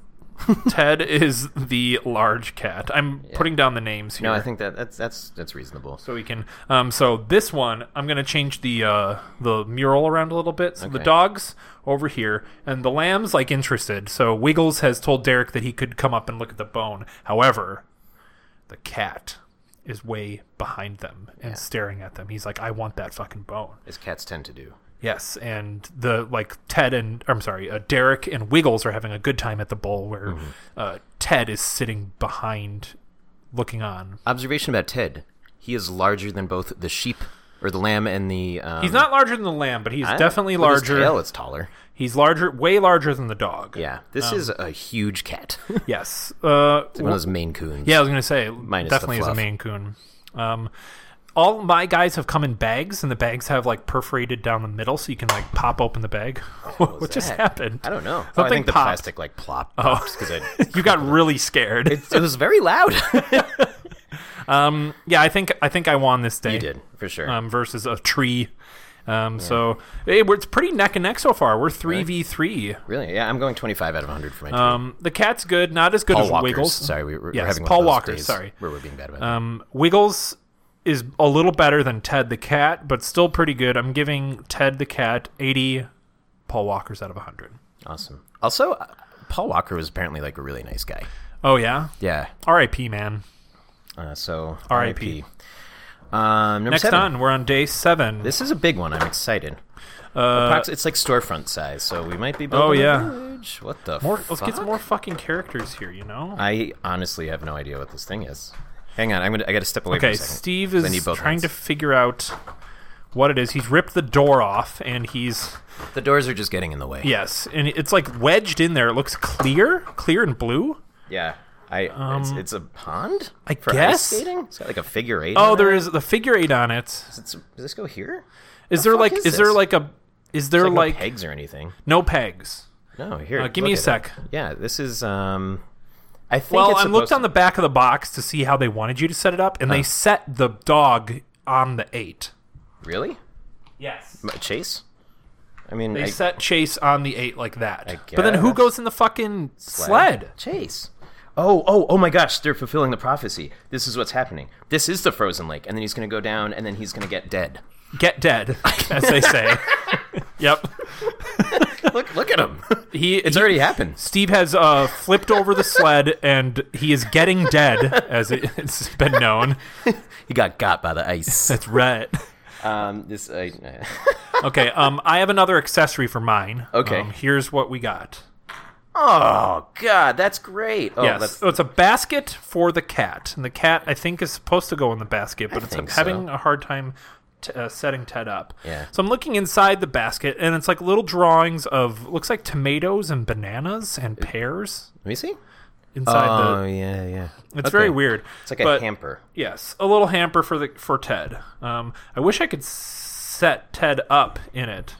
Speaker 1: Ted is the large cat. I'm putting down the names here.
Speaker 2: No, I think that that's that's that's reasonable.
Speaker 1: so we can. Um, so this one, I'm gonna change the uh, the mural around a little bit. So the
Speaker 2: Okay.
Speaker 1: dogs over here, and the lamb's like interested. So Wiggles has told Derek that he could come up and look at the bone. However, the cat is way behind them and staring at them. He's like, "I want that fucking bone."
Speaker 2: As cats tend to do.
Speaker 1: Yes, and the like Ted and I'm sorry, uh, Derek and Wiggles are having a good time at the bowl where
Speaker 2: Mm-hmm.
Speaker 1: uh, Ted is sitting behind, looking on.
Speaker 2: Mm-hmm. Observation about Ted: He is larger than both the sheep or the lamb and the. Um,
Speaker 1: He's not larger than the lamb, but he's
Speaker 2: I-
Speaker 1: definitely
Speaker 2: with his
Speaker 1: larger.
Speaker 2: tail, it's taller.
Speaker 1: He's larger, way larger than the dog.
Speaker 2: Yeah, this
Speaker 1: Oh.
Speaker 2: is a huge cat.
Speaker 1: Yes. Uh,
Speaker 2: One of those Maine Coons.
Speaker 1: yeah, I was gonna say
Speaker 2: the
Speaker 1: definitely is a
Speaker 2: fluff.
Speaker 1: Maine Coon. Um, all my guys have come in bags, and the bags have like perforated down the middle, so you can like pop open the bag. what just
Speaker 2: that?
Speaker 1: happened?
Speaker 2: I don't know. Oh, I
Speaker 1: Something
Speaker 2: think the
Speaker 1: popped.
Speaker 2: plastic like plopped. Oh, because it,
Speaker 1: You got really scared.
Speaker 2: it was very loud.
Speaker 1: Um, yeah, I think I think I won this day.
Speaker 2: you did for sure.
Speaker 1: um, versus a tree. Um, So hey, we're- it's pretty neck and neck so far. We're three v three.
Speaker 2: really? Yeah, I'm going 25 out of 100 for my. Um,
Speaker 1: Um, the cat's good, not as good
Speaker 2: Paul
Speaker 1: as
Speaker 2: Walker's.
Speaker 1: Wiggles.
Speaker 2: Sorry, we, we're, we're
Speaker 1: Yes,
Speaker 2: having one
Speaker 1: Paul
Speaker 2: of those
Speaker 1: Walker's,
Speaker 2: days
Speaker 1: sorry.
Speaker 2: where we're being bad about. it.
Speaker 1: Um, Wiggles is a little better than Ted the Cat, but still pretty good. I'm giving Ted the Cat 80 Paul Walkers out of 100.
Speaker 2: Awesome. Also, uh, Paul Walker was apparently like a really nice guy.
Speaker 1: Oh, yeah?
Speaker 2: Yeah.
Speaker 1: R.I.P., man.
Speaker 2: Uh, so
Speaker 1: R.I.P..
Speaker 2: Um, number
Speaker 1: Next
Speaker 2: seven.
Speaker 1: on, we're on day seven.
Speaker 2: This is a big one. I'm excited. Approx- it's like storefront size, so we might be
Speaker 1: Uh, Oh,
Speaker 2: building. a
Speaker 1: yeah.
Speaker 2: village. What the?
Speaker 1: more,
Speaker 2: fuck?
Speaker 1: let's get some more fucking characters here, you know?
Speaker 2: I honestly have no idea what this thing is. Hang on, I'm gonna. I gotta step away. for
Speaker 1: Okay,
Speaker 2: a second,
Speaker 1: Steve
Speaker 2: 'cause I
Speaker 1: is
Speaker 2: need both
Speaker 1: trying
Speaker 2: hands.
Speaker 1: to figure out what it is. He's ripped the door off, and he's
Speaker 2: the doors are just getting in the way.
Speaker 1: yes, and it's like wedged in there. It looks clear, clear and blue.
Speaker 2: Yeah. I. it's, it's a pond.
Speaker 1: Um, I
Speaker 2: for ice
Speaker 1: guess?
Speaker 2: skating. It's got like a figure eight.
Speaker 1: Oh,
Speaker 2: on it.
Speaker 1: there is the figure eight on it.
Speaker 2: Does, it- does this go here?
Speaker 1: Is there
Speaker 2: fuck
Speaker 1: like
Speaker 2: is
Speaker 1: is, there
Speaker 2: this?
Speaker 1: like a is there
Speaker 2: There's like,
Speaker 1: like,
Speaker 2: no pegs or anything.
Speaker 1: no pegs?
Speaker 2: No, here.
Speaker 1: Uh, give me
Speaker 2: look
Speaker 1: a
Speaker 2: at
Speaker 1: sec.
Speaker 2: it. Yeah, this is. Um, I think
Speaker 1: Well,
Speaker 2: it's
Speaker 1: I looked
Speaker 2: supposed
Speaker 1: on the back of the box to see how they wanted you to set it up, and they set the dog on the eight.
Speaker 2: to- really
Speaker 1: Yes.
Speaker 2: M- chase. I mean,
Speaker 1: They
Speaker 2: I,
Speaker 1: set Chase on the eight like that.
Speaker 2: I
Speaker 1: But then who
Speaker 2: guess.
Speaker 1: goes in the fucking sled?
Speaker 2: Chase. Oh, oh, oh my gosh, they're fulfilling the prophecy. This is what's happening. This is the frozen lake, and then he's gonna go down and then he's gonna get dead.
Speaker 1: Get dead, as they say. yep.
Speaker 2: Look look at him.
Speaker 1: He
Speaker 2: It's already happened.
Speaker 1: Steve has uh, flipped over the sled and he is getting dead, as it, it's been known.
Speaker 2: He got got by the ice.
Speaker 1: That's right.
Speaker 2: um this I
Speaker 1: Okay, um, I have another accessory for mine.
Speaker 2: Okay.
Speaker 1: Um, here's what we got.
Speaker 2: Oh god, that's great. Oh
Speaker 1: yes.
Speaker 2: that's
Speaker 1: Oh, it's a basket for the cat. And the cat, I think, is supposed to go in the basket, but it's
Speaker 2: think
Speaker 1: having
Speaker 2: so.
Speaker 1: a hard time t- uh, setting Ted up.
Speaker 2: Yeah.
Speaker 1: So I'm looking inside the basket, and it's like little drawings of, looks like tomatoes and bananas and pears
Speaker 2: let me see.
Speaker 1: inside the.
Speaker 2: oh yeah, yeah.
Speaker 1: It's
Speaker 2: Okay.
Speaker 1: very weird.
Speaker 2: It's like a
Speaker 1: but-
Speaker 2: hamper.
Speaker 1: Yes, a little hamper for the for Ted. Um, I wish I could set Ted up in it,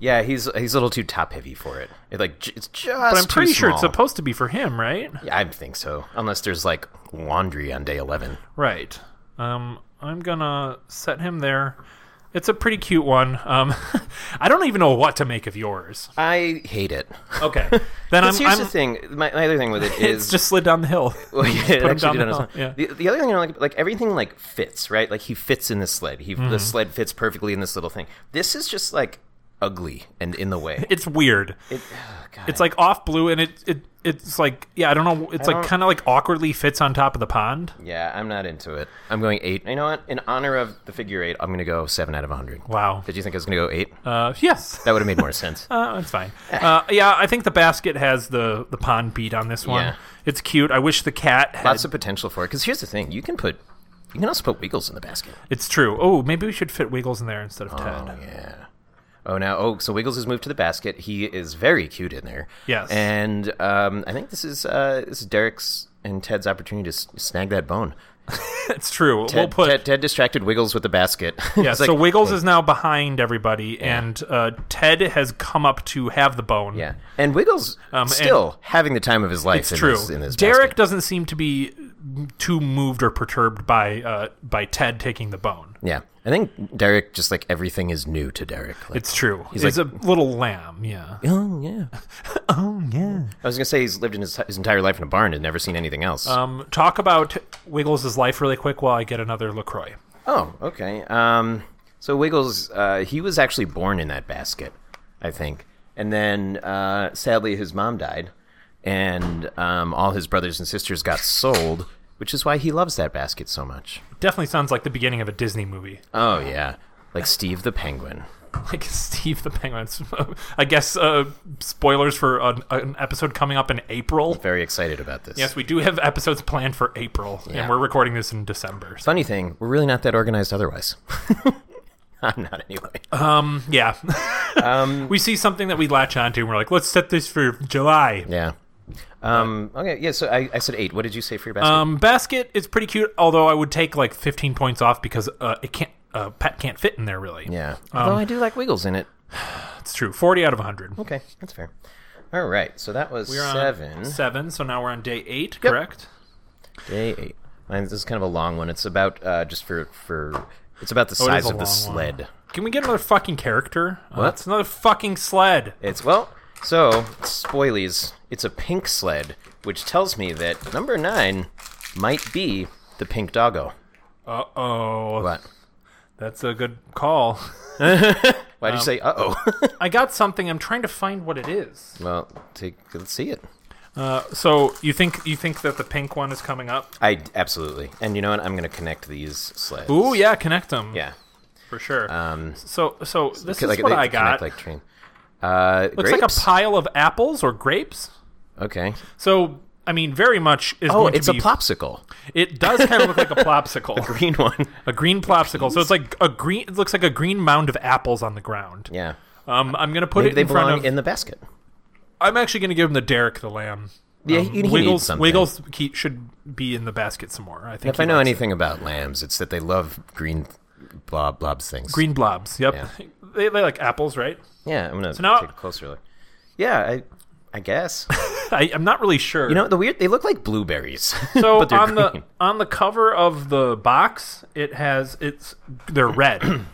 Speaker 2: Yeah, he's he's a little too top heavy for it. It like j- it's just
Speaker 1: but I'm pretty sure it's
Speaker 2: small.
Speaker 1: supposed to be for him, right?
Speaker 2: Yeah, I think so. Unless there's like laundry on day eleven.
Speaker 1: Right. Um, I'm gonna set him there. It's a pretty cute one. Um, I don't even know what to make of yours.
Speaker 2: I hate it.
Speaker 1: Okay, then I'm.
Speaker 2: Because here's
Speaker 1: I'm
Speaker 2: the thing. My, my other thing with it
Speaker 1: it's
Speaker 2: is
Speaker 1: just slid down the hill.
Speaker 2: Well, yeah, it
Speaker 1: him
Speaker 2: actually
Speaker 1: down
Speaker 2: did
Speaker 1: the
Speaker 2: on his
Speaker 1: hill,
Speaker 2: own. The, the other thing I like, like everything like fits, right? Like he fits in this sled. He
Speaker 1: Mm-hmm.
Speaker 2: the sled fits perfectly in this little thing. This is just like ugly and in the way.
Speaker 1: It's weird.
Speaker 2: It, oh, God.
Speaker 1: It's like off blue, and it it it's like yeah, I don't know. It's like
Speaker 2: don't-
Speaker 1: kind of like awkwardly fits on top of the pond.
Speaker 2: yeah, I'm not into it. I'm going eight. You know what? In honor of the figure eight, I'm gonna go seven out of hundred.
Speaker 1: Wow.
Speaker 2: Did you think I was gonna go eight?
Speaker 1: Uh, yes.
Speaker 2: that would have made more sense.
Speaker 1: Uh, that's fine. Uh, yeah, I think the basket has the the pond beat on this one.
Speaker 2: Yeah.
Speaker 1: It's cute. I wish the cat had.
Speaker 2: Lots of potential for it. Because here's the thing: you can put, you can also put Wiggles in the basket. Oh,
Speaker 1: it's true. Oh, maybe we should fit Wiggles in there instead of Ted.
Speaker 2: Yeah. Oh now, oh so Wiggles has moved to the basket. He is very cute in there.
Speaker 1: Yes.
Speaker 2: And um, I think this is uh, this is Derek's and Ted's opportunity to s- snag that bone.
Speaker 1: It's true.
Speaker 2: Oh. Ted,
Speaker 1: we'll put.
Speaker 2: Ted, Ted distracted Wiggles with the basket.
Speaker 1: yeah, so Wiggles is now behind everybody, and uh, Ted has come up to have the bone.
Speaker 2: yeah, and Wiggles
Speaker 1: Um, and-
Speaker 2: still having the time of his life.
Speaker 1: it's
Speaker 2: in
Speaker 1: true.
Speaker 2: This, in this
Speaker 1: Derek
Speaker 2: basket.
Speaker 1: doesn't seem to be too moved or perturbed by uh, by Ted taking the bone.
Speaker 2: Yeah, I think Derek just like everything is new to Derek. Like,
Speaker 1: It's true. He's, a little lamb. Yeah.
Speaker 2: oh yeah, oh yeah. I was gonna say he's lived in his, his entire life in a barn and never seen anything else.
Speaker 1: Um, talk about Wiggles' life really quick while I get another Lacroix.
Speaker 2: Oh, okay. Um, so Wiggles, uh, he was actually born in that basket, I think, and then uh, sadly his mom died, and um, all his brothers and sisters got sold, which is why he loves that basket so much.
Speaker 1: Definitely sounds like the beginning of a Disney movie,
Speaker 2: Oh yeah, like Steve the Penguin.
Speaker 1: like Steve the Penguin. I guess uh, spoilers for an, an episode coming up in April.
Speaker 2: Very excited about this.
Speaker 1: Yes, we do have episodes planned for April,
Speaker 2: Yeah.
Speaker 1: and we're recording this in December. So,
Speaker 2: Funny thing, we're really not that organized otherwise. I'm not anyway. Um,
Speaker 1: yeah, we see something that we latch onto, and we're like, let's set this for July.
Speaker 2: yeah. Um, okay. Yeah. So I, I said eight. What did you say for your basket?
Speaker 1: Um, basket is pretty cute, although I would take like 15 points off because uh, it can't. Uh, Pat can't fit in there, really.
Speaker 2: yeah. Although I do like Wiggles in it.
Speaker 1: It's true. 40 out of 100.
Speaker 2: Okay, that's fair. All right, so that was
Speaker 1: We're on
Speaker 2: seven.
Speaker 1: Seven. So now we're on day eight,
Speaker 2: Yep.
Speaker 1: correct?
Speaker 2: Day eight. Mine, this is kind of a long one. It's about uh, just for for it's about the
Speaker 1: Oh, it is
Speaker 2: size
Speaker 1: a
Speaker 2: of the
Speaker 1: long one.
Speaker 2: sled.
Speaker 1: Can we get another fucking character? Uh,
Speaker 2: What?
Speaker 1: it's another fucking sled.
Speaker 2: It's well, so spoilies. It's a pink sled, which tells me that number nine might be the pink doggo.
Speaker 1: Uh oh.
Speaker 2: What?
Speaker 1: That's a good call.
Speaker 2: Why'd
Speaker 1: Um,
Speaker 2: you say, uh oh?
Speaker 1: I got something. I'm trying to find what it is.
Speaker 2: well, take, let's see it.
Speaker 1: Uh, so you think you think that the pink one is coming up?
Speaker 2: I absolutely. And you know what? I'm going to connect these sleds.
Speaker 1: Ooh, yeah, connect them.
Speaker 2: Yeah.
Speaker 1: for sure.
Speaker 2: Um,
Speaker 1: so so this
Speaker 2: Okay,
Speaker 1: is what
Speaker 2: they
Speaker 1: I
Speaker 2: connect
Speaker 1: got.
Speaker 2: Like train. Uh,
Speaker 1: Looks like a pile of apples or grapes.
Speaker 2: Okay.
Speaker 1: So I mean, very much is
Speaker 2: Oh,
Speaker 1: going to
Speaker 2: it's a
Speaker 1: be-
Speaker 2: popsicle.
Speaker 1: It does kind of look like a plopsicle,
Speaker 2: Green one.
Speaker 1: a green plopsicle. So it's like a green. It looks like a green mound of apples on the ground.
Speaker 2: Yeah.
Speaker 1: Um, I'm gonna put
Speaker 2: Maybe
Speaker 1: it
Speaker 2: they
Speaker 1: in front
Speaker 2: belong
Speaker 1: of.
Speaker 2: in the basket.
Speaker 1: I'm actually gonna give him the Derek the Lamb.
Speaker 2: Yeah,
Speaker 1: Um,
Speaker 2: he- he needs
Speaker 1: Wiggles
Speaker 2: something.
Speaker 1: Wiggles he should be in the basket some more. I think.
Speaker 2: If
Speaker 1: he
Speaker 2: I know
Speaker 1: likes it.
Speaker 2: anything about lambs, it's that they love green blob blobs things.
Speaker 1: green blobs. Yep,
Speaker 2: Yeah.
Speaker 1: they, they like apples, right?
Speaker 2: Yeah, I'm gonna
Speaker 1: now-
Speaker 2: take a closer look. Yeah, I, I guess.
Speaker 1: I, I'm not really sure.
Speaker 2: you know the weird. They look like blueberries.
Speaker 1: so
Speaker 2: but they're
Speaker 1: on the
Speaker 2: green.
Speaker 1: on the cover of the box, it has it's they're red.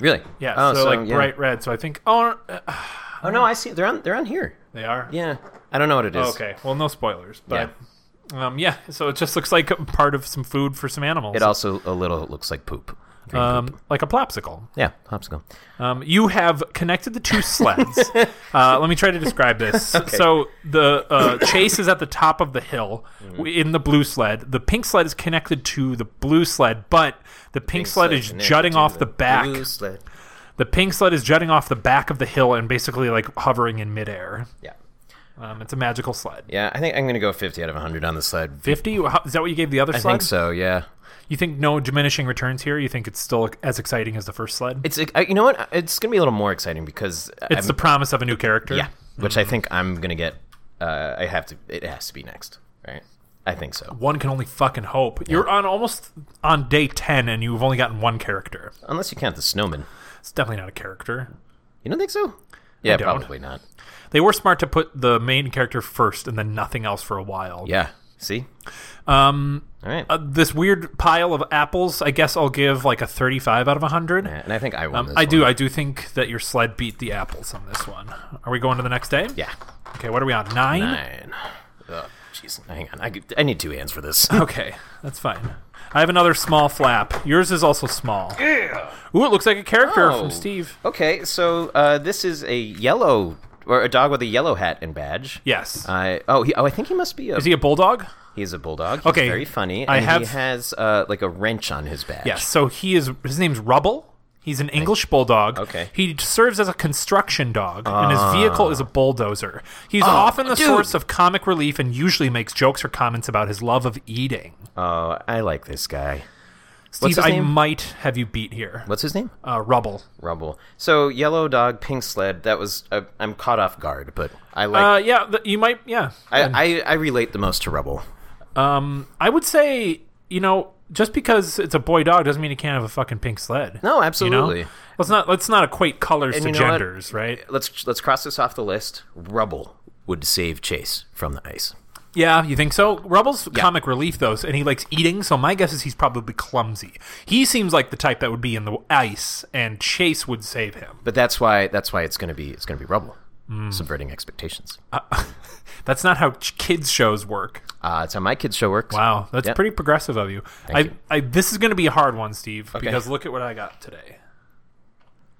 Speaker 2: really
Speaker 1: Yeah,
Speaker 2: Oh,
Speaker 1: so, like
Speaker 2: yeah.
Speaker 1: bright red. So I think oh uh,
Speaker 2: Oh no, I see. They're on. They're on here.
Speaker 1: they are.
Speaker 2: Yeah. I don't know what it is.
Speaker 1: Okay. Well, no spoilers, but um, yeah. So it just looks like a part of some food for some animals.
Speaker 2: It also a little looks like poop. Green poop.
Speaker 1: um, like a plopsicle.
Speaker 2: Yeah, popsicle.
Speaker 1: Um, you have connected the two sleds. uh, let me try to describe this. So the uh, chase is at the top of the hill
Speaker 2: Mm-hmm.
Speaker 1: w in the blue sled. The pink sled is connected to the blue sled, but the pink, sled, is jutting off the, back.
Speaker 2: Blue sled.
Speaker 1: The pink sled is jutting off the back of the hill and basically like hovering in midair.
Speaker 2: Yeah.
Speaker 1: Um, it's a magical sled.
Speaker 2: Yeah, I think I'm gonna go 50 out of 100 on the sled.
Speaker 1: Fifty? How- Is that what you gave the other
Speaker 2: I
Speaker 1: sled?
Speaker 2: think so. Yeah.
Speaker 1: You think no diminishing returns here? You think it's still as exciting as the first sled?
Speaker 2: It's I- you know what? It's gonna be a little more exciting because
Speaker 1: It's
Speaker 2: I'm-
Speaker 1: the promise of a new character.
Speaker 2: yeah, which I think I'm gonna get. Uh, I have to. It has to be next, right? I think so.
Speaker 1: one can only fucking hope. You're on almost on day 10 and you've only gotten one character.
Speaker 2: Unless you count the snowman.
Speaker 1: It's definitely not a character.
Speaker 2: You don't think so? Yeah,
Speaker 1: don't.
Speaker 2: probably not.
Speaker 1: They were smart to put the main character first and then nothing else for a while.
Speaker 2: Yeah. See.
Speaker 1: Um
Speaker 2: All right.
Speaker 1: uh, this weird pile of apples, I guess I'll give like a 35 out of 100.
Speaker 2: and I think I won. this
Speaker 1: um, I do
Speaker 2: one.
Speaker 1: I do think that your sled beat the apples on this one. Are we going to the next day?
Speaker 2: Yeah.
Speaker 1: Okay, what are we on? 9?
Speaker 2: Nine. Oh, jeez. Hang on. I, could- I need two hands for this.
Speaker 1: Okay, that's fine. I have another small flap. Yours is also small. Yeah. Ooh, it looks like a character
Speaker 2: Oh.
Speaker 1: from Steve.
Speaker 2: okay. So uh, this is a yellow or a dog with a yellow hat and badge.
Speaker 1: Yes.
Speaker 2: I oh he, oh I think he must be a
Speaker 1: is he a bulldog?
Speaker 2: he's a bulldog. He's
Speaker 1: Okay,
Speaker 2: very funny. And
Speaker 1: I
Speaker 2: he
Speaker 1: have-
Speaker 2: has uh, like a wrench on his badge.
Speaker 1: Yes. So he is. His name's Rubble. He's an English bulldog.
Speaker 2: Okay.
Speaker 1: He serves as a construction dog, and his vehicle is a bulldozer. He's often the
Speaker 2: Ah. Oh, dude.
Speaker 1: source of comic relief and usually makes jokes or comments about his love of eating.
Speaker 2: Oh, I like this guy.
Speaker 1: Steve,
Speaker 2: his
Speaker 1: I
Speaker 2: name?
Speaker 1: might have you beat here.
Speaker 2: What's his name?
Speaker 1: Uh, Rubble.
Speaker 2: Rubble. So yellow dog, pink sled. That was uh, I'm caught off guard, but I like.
Speaker 1: Uh, yeah, th- you might. Yeah.
Speaker 2: I, I I relate the most to Rubble.
Speaker 1: Um, I would say you know just because it's a boy dog doesn't mean he can't have a fucking pink sled.
Speaker 2: No,
Speaker 1: You know?
Speaker 2: absolutely.
Speaker 1: Let's not let's not equate colors to
Speaker 2: you know what?
Speaker 1: genders, right?
Speaker 2: Let's let's cross this off the list. Rubble would save Chase from the ice.
Speaker 1: Yeah, you think so? Rubble's comic relief though, and he likes eating, so my guess is he's probably clumsy. He seems like the type that would be in the ice, and Chase would save him.
Speaker 2: But that's why that's why it's gonna be it's gonna be Rubble.
Speaker 1: Mm.
Speaker 2: Subverting expectations. Uh,
Speaker 1: That's not how ch- kids shows work.
Speaker 2: it's how my kids show works.
Speaker 1: Wow, that's
Speaker 2: Yep.
Speaker 1: pretty progressive of you. I,
Speaker 2: you.
Speaker 1: I this is going to be a hard one, Steve, because look at what I got today.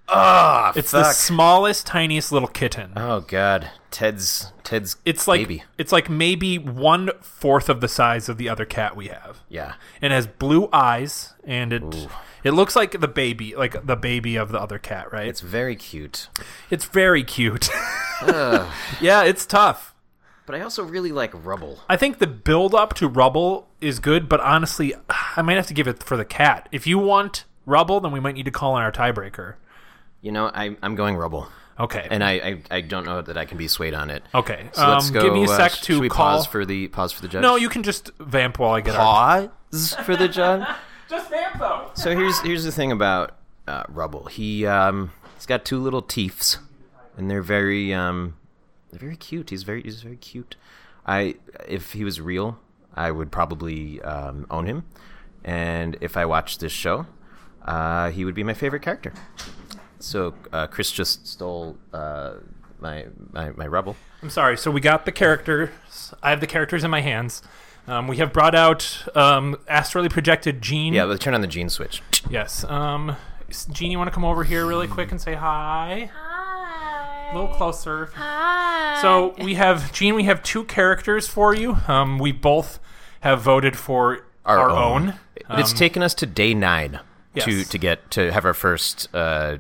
Speaker 2: Ah,
Speaker 1: It's the
Speaker 2: fuck.
Speaker 1: smallest, tiniest little kitten.
Speaker 2: Oh God, Ted's Ted's.
Speaker 1: It's like
Speaker 2: baby.
Speaker 1: it's like maybe one fourth of the size of the other cat we have.
Speaker 2: Yeah.
Speaker 1: and it has blue eyes, and it it looks like the baby, like the baby of the other cat, right?
Speaker 2: It's very cute,
Speaker 1: It's very cute. yeah, it's tough.
Speaker 2: but I also really like Rubble.
Speaker 1: I think the build up to Rubble is good, but honestly, I might have to give it for the cat. If you want Rubble, then we might need to call in our tiebreaker.
Speaker 2: You know, I, I'm going Rubble,
Speaker 1: Okay.
Speaker 2: and I, I, I don't know that I can be swayed on it.
Speaker 1: okay.
Speaker 2: So let's
Speaker 1: um,
Speaker 2: go.
Speaker 1: give me a
Speaker 2: uh,
Speaker 1: sec
Speaker 2: sh-
Speaker 1: to
Speaker 2: should we
Speaker 1: call.
Speaker 2: pause for the pause for the judge?
Speaker 1: no, you can just vamp while I get our.
Speaker 2: pause for the judge.
Speaker 1: Just vamp though.
Speaker 2: so here's here's the thing about uh, Rubble. He um he's got two little teeths, and they're very um they're very cute. He's very he's very cute. I if he was real, I would probably um, own him, and if I watched this show, uh, he would be my favorite character. So uh, Chris just stole uh, my my, my rubble.
Speaker 1: I'm sorry. So we got the characters. I have the characters in my hands. Um, we have brought out um, astrally projected Gene.
Speaker 2: Yeah, let's turn on the gene switch.
Speaker 1: Yes. Um, s- Gene, you want to come over here really quick and say hi?
Speaker 3: Hi.
Speaker 1: A little closer.
Speaker 3: Hi.
Speaker 1: So we have Gene. We have two characters for you. Um, we both have voted for our, own. Um,
Speaker 2: It's taken us to day nine to
Speaker 1: Yes.
Speaker 2: to get to have our first uh,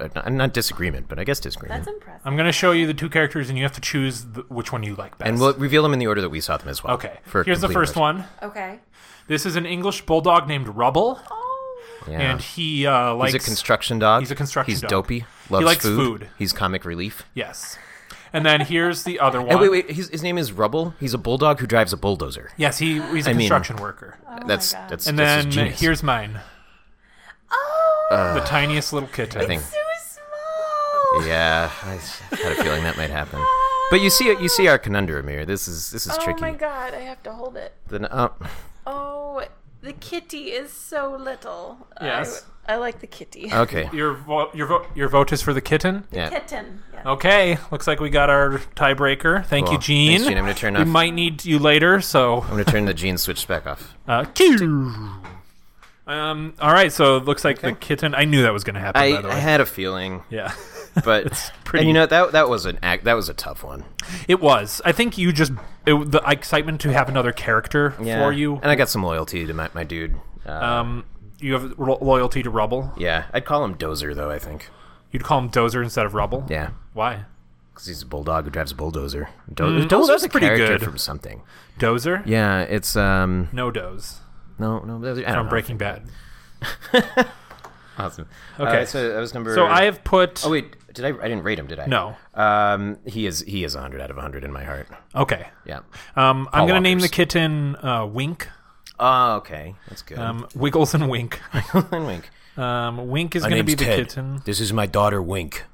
Speaker 2: uh, not- not disagreement, but I guess disagreement.
Speaker 3: That's impressive.
Speaker 1: I'm going to show you the two characters, and you have to choose the, which one you like best.
Speaker 2: and we'll reveal them in the order that we saw them as well.
Speaker 1: okay.
Speaker 2: for
Speaker 1: Here's the
Speaker 2: complete
Speaker 1: first
Speaker 2: immersion.
Speaker 1: one.
Speaker 3: okay.
Speaker 1: This is an English bulldog named Rubble,
Speaker 2: Yeah.
Speaker 1: and he uh, likes
Speaker 2: he's a construction dog.
Speaker 1: he's a construction
Speaker 2: He's
Speaker 1: dog.
Speaker 2: dopey. Loves
Speaker 1: likes
Speaker 2: food.
Speaker 1: food.
Speaker 2: He's comic relief.
Speaker 1: yes. And then here's the other one.
Speaker 2: And wait, wait. His, his name is Rubble. He's a bulldog who drives a bulldozer.
Speaker 1: Yes, he, he's a
Speaker 2: I mean-
Speaker 1: construction worker.
Speaker 2: that's
Speaker 3: Oh God.
Speaker 2: that's
Speaker 1: And
Speaker 2: that's
Speaker 1: then
Speaker 2: his genius. Uh,
Speaker 1: here's mine,
Speaker 3: Oh,
Speaker 1: the tiniest little kitten.
Speaker 2: I think.
Speaker 3: so small.
Speaker 2: Yeah, I s- had a feeling that might happen. But you see, you see our conundrum here. This is this is
Speaker 3: Oh
Speaker 2: tricky.
Speaker 3: my god, I have to hold it.
Speaker 2: Then, uh,
Speaker 3: Oh, the kitty is so little.
Speaker 1: Yes.
Speaker 3: I, I like the kitty.
Speaker 2: okay.
Speaker 1: Your vo- your vo- your vote is for the kitten.
Speaker 2: Yeah.
Speaker 3: Kitten. Yeah.
Speaker 1: Okay, looks like we got our tiebreaker. Thank
Speaker 2: Cool.
Speaker 1: you, Gene.
Speaker 2: Thanks, Gene. I'm gonna turn
Speaker 1: We
Speaker 2: off-
Speaker 1: might need you later, so
Speaker 2: I'm gonna turn the gene switch back off.
Speaker 1: uh, cue. Um. All right. So it looks like the kitten. I knew that was going to happen.
Speaker 2: I,
Speaker 1: by the way.
Speaker 2: I had a feeling,
Speaker 1: yeah.
Speaker 2: but
Speaker 1: pretty-
Speaker 2: and you know that that was an act, that was a tough one
Speaker 1: It was. I think you just it, the excitement to have another character for you.
Speaker 2: And I got some loyalty to my, my dude. Uh,
Speaker 1: Um, you have ro- loyalty to Rubble.
Speaker 2: yeah, I'd call him Dozer though. I think.
Speaker 1: You'd call him Dozer instead of Rubble.
Speaker 2: Yeah,
Speaker 1: Why?
Speaker 2: because he's a bulldog who drives a bulldozer. Do-
Speaker 1: oh,
Speaker 2: Dozer's
Speaker 1: that's
Speaker 2: a
Speaker 1: pretty
Speaker 2: character
Speaker 1: good.
Speaker 2: from something.
Speaker 1: Dozer.
Speaker 2: Yeah, it's um
Speaker 1: No doze.
Speaker 2: no no. Dozer- I don't
Speaker 1: From
Speaker 2: know.
Speaker 1: Breaking Bad.
Speaker 2: Awesome.
Speaker 1: Okay.
Speaker 2: Uh, so that was number.
Speaker 1: So I have put.
Speaker 2: Oh wait, did I? I didn't rate him, did I?
Speaker 1: No.
Speaker 2: Um, he is he is 100 out of 100 in my heart.
Speaker 1: Okay.
Speaker 2: Yeah.
Speaker 1: Um, I'm
Speaker 2: Paul
Speaker 1: gonna name the
Speaker 2: Walkers.
Speaker 1: kitten uh, Wink.
Speaker 2: Oh, okay, that's good.
Speaker 1: Um, Wiggles and Wink.
Speaker 2: And Wink.
Speaker 1: Um, Wink is gonna be the kitten.
Speaker 2: This is my daughter Wink.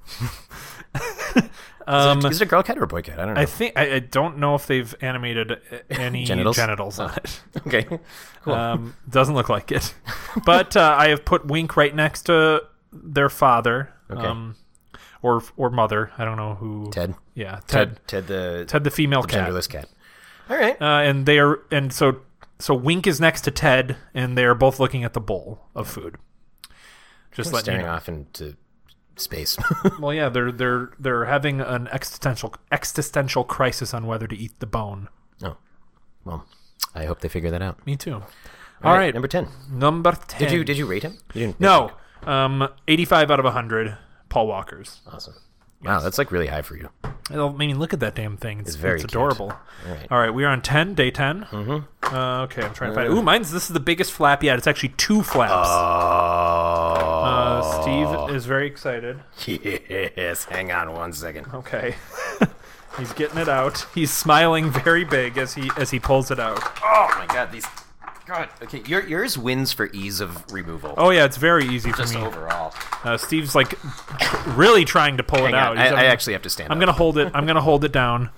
Speaker 2: um, is, it, is it a girl cat or a boy cat? I don't know.
Speaker 1: I think I, I don't know if they've animated uh, any genitals,
Speaker 2: Genitals?
Speaker 1: on it.
Speaker 2: okay. Cool.
Speaker 1: Um, doesn't look like it. But uh, I have put Wink right next to their father.
Speaker 2: Okay.
Speaker 1: Um, or or mother. I don't know who.
Speaker 2: Ted.
Speaker 1: Yeah. Ted.
Speaker 2: Ted. Ted the
Speaker 1: Ted the female cat.
Speaker 2: genderless cat. All right.
Speaker 1: Uh, and they are and so so Wink is next to Ted, and they are both looking at the bowl of food. Just letting you
Speaker 2: Staring
Speaker 1: know.
Speaker 2: off into space.
Speaker 1: Well, yeah, they're they're they're having an existential existential crisis on whether to eat the bone.
Speaker 2: oh, well, I hope they figure that out.
Speaker 1: Me too. All right,
Speaker 2: number ten.
Speaker 1: number ten.
Speaker 2: Did you did you rate him? You didn't.
Speaker 1: No, um, eighty-five out of hundred. Paul Walker's.
Speaker 2: Awesome. Wow, that's like really high for you.
Speaker 1: I mean, look at that damn thing. It's,
Speaker 2: very
Speaker 1: it's
Speaker 2: cute.
Speaker 1: adorable.
Speaker 2: right.
Speaker 1: All right, we are on ten, day 10 Mm-hmm. Uh, okay, I'm trying to find it. Ooh, mine's this is the biggest flap yet. It's actually two flaps.
Speaker 2: Oh.
Speaker 1: uh, Steve is very excited.
Speaker 2: Yes, hang on one second.
Speaker 1: Okay. He's getting it out. He's smiling very big as he as he pulls it out.
Speaker 2: Oh my god, these. God, okay, your, yours wins for ease of removal.
Speaker 1: Oh yeah, it's very easy for
Speaker 2: just
Speaker 1: me.
Speaker 2: overall.
Speaker 1: Uh, Steve's like really trying to pull it
Speaker 2: Hang
Speaker 1: out.
Speaker 2: on,
Speaker 1: He's-
Speaker 2: I,
Speaker 1: I'm-
Speaker 2: I actually have to stand
Speaker 1: I'm
Speaker 2: up.
Speaker 1: gonna hold it. I'm gonna hold it down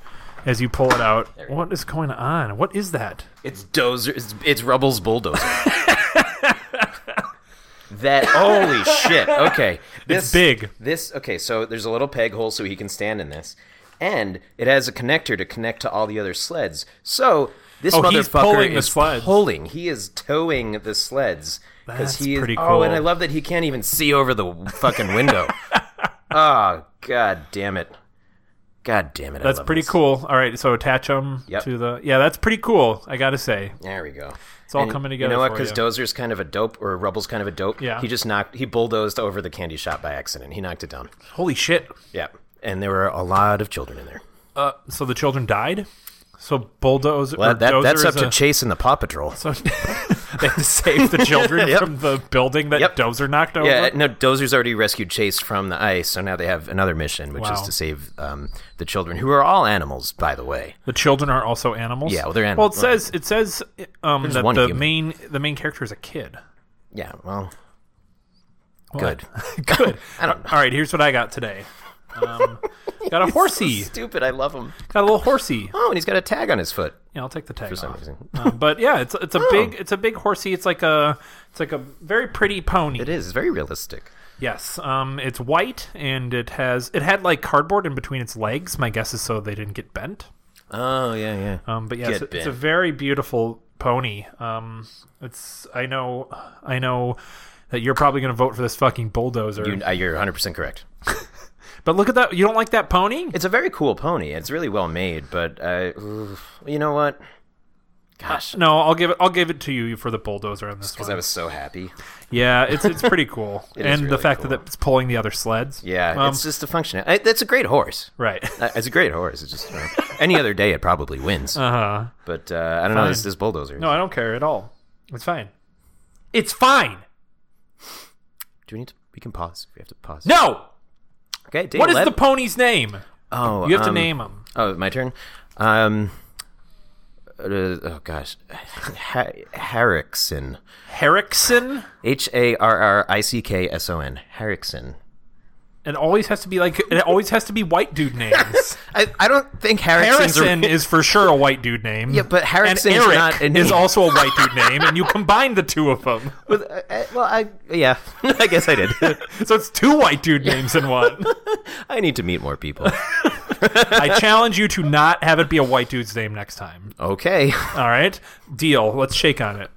Speaker 1: as you pull it out.
Speaker 2: we go.
Speaker 1: What is going on? What is that?
Speaker 2: It's Dozer. It's, it's Rubble's bulldozer. that holy shit. Okay, this
Speaker 1: big.
Speaker 2: This okay. So there's a little peg hole so he can stand in this, and it has a connector to connect to all the other sleds. So this
Speaker 1: Oh,
Speaker 2: motherfucker
Speaker 1: he's pulling the
Speaker 2: is
Speaker 1: sleds.
Speaker 2: pulling. He is towing the sleds
Speaker 1: That's
Speaker 2: he is.
Speaker 1: pretty
Speaker 2: Oh, and
Speaker 1: cool.
Speaker 2: I love that he can't even see over the fucking window. oh god damn it. God damn it! I
Speaker 1: That's
Speaker 2: love
Speaker 1: pretty
Speaker 2: this.
Speaker 1: cool. All right, so attach them
Speaker 2: Yep.
Speaker 1: to the. Yeah, that's pretty cool. I gotta say,
Speaker 2: There we go. It's
Speaker 1: all coming together
Speaker 2: You know what?
Speaker 1: for
Speaker 2: Because
Speaker 1: you.
Speaker 2: Dozer's kind of a dope, or Rubble's kind of a dope.
Speaker 1: Yeah.
Speaker 2: He just knocked, he bulldozed over the candy shop by accident. He knocked it down.
Speaker 1: holy shit.
Speaker 2: Yeah. And there were a lot of children in there.
Speaker 1: Uh, so the children died. So bulldozer.
Speaker 2: Well,
Speaker 1: or
Speaker 2: that,
Speaker 1: dozer
Speaker 2: that's up
Speaker 1: is
Speaker 2: to
Speaker 1: a-
Speaker 2: Chase and the Paw Patrol.
Speaker 1: so they have to save the children
Speaker 2: Yep.
Speaker 1: from the building that
Speaker 2: Yep.
Speaker 1: Dozer knocked over.
Speaker 2: Yeah, no, Dozer's already rescued Chase from the ice, so now they have another mission, which is
Speaker 1: Wow.
Speaker 2: to save um, the children, who are all animals, by the way.
Speaker 1: The children are also animals.
Speaker 2: Yeah, well, they're
Speaker 1: Well, it
Speaker 2: animals.
Speaker 1: says it says um, that
Speaker 2: one
Speaker 1: the
Speaker 2: human.
Speaker 1: main the main character is a kid.
Speaker 2: Yeah, well, good.
Speaker 1: Good.
Speaker 2: I don't know.
Speaker 1: All right, here's what I got today. Um, got a horsey.
Speaker 2: Stupid, I love him.
Speaker 1: Got a little horsey.
Speaker 2: Oh, and he's got a tag on his foot.
Speaker 1: Yeah, I'll take the tag.
Speaker 2: some
Speaker 1: off.
Speaker 2: reason.
Speaker 1: Um, but yeah, it's it's a big it's a big horsey. It's like a it's like a very pretty pony.
Speaker 2: It is very realistic.
Speaker 1: Yes, um, it's white and it has it had like cardboard in between its legs. My guess is so they didn't get bent.
Speaker 2: Oh yeah, yeah.
Speaker 1: Um, but yeah,
Speaker 2: Get
Speaker 1: it's, it's
Speaker 2: bent.
Speaker 1: a very beautiful pony. Um, it's I know I know that you're probably going to vote for this fucking bulldozer.
Speaker 2: You- uh, you're 100 percent correct.
Speaker 1: but look at that! You don't like that pony?
Speaker 2: It's a very cool pony. It's really well made, but uh, oof. you know what? Gosh,
Speaker 1: No, I'll give it. I'll give it to you for the bulldozer on Uh, this
Speaker 2: because
Speaker 1: one.
Speaker 2: I was so happy.
Speaker 1: Yeah, it's it's pretty cool,
Speaker 2: It is
Speaker 1: and the
Speaker 2: really
Speaker 1: fact
Speaker 2: cool.
Speaker 1: that it's pulling the other sleds.
Speaker 2: Yeah,
Speaker 1: Um,
Speaker 2: it's just a function. I, that's a great horse.
Speaker 1: right.
Speaker 2: Uh, It's a great horse. It's just you know, any other day it probably wins.
Speaker 1: Uh huh.
Speaker 2: but uh, I don't know this,
Speaker 1: fine.
Speaker 2: this bulldozer.
Speaker 1: No, I don't care at all. It's fine. It's fine.
Speaker 2: Do we need to? We can pause. We have to pause.
Speaker 1: No.
Speaker 2: Okay. Day
Speaker 1: What is
Speaker 2: 11.
Speaker 1: the pony's name?
Speaker 2: Oh,
Speaker 1: You have to
Speaker 2: um,
Speaker 1: name him.
Speaker 2: Oh, my turn. Um. uh, oh gosh, ha- Harrickson.
Speaker 1: Herrickson.
Speaker 2: H a r r i c k s o n. Harrickson.
Speaker 1: It always has to be like it always has to be white dude names.
Speaker 2: I, I don't think Harrickson's
Speaker 1: Harrison is for sure a white dude name.
Speaker 2: Yeah, but Harrison
Speaker 1: and
Speaker 2: is
Speaker 1: Eric
Speaker 2: not a name.
Speaker 1: is also a white dude name, and you combine the two of them,
Speaker 2: Well, I, Uh, well, I yeah, I guess I did.
Speaker 1: so it's two white dude names in one.
Speaker 2: I need to meet more people.
Speaker 1: I challenge you to not have it be a white dude's name next time.
Speaker 2: Okay,
Speaker 1: All right, deal. Let's shake on it.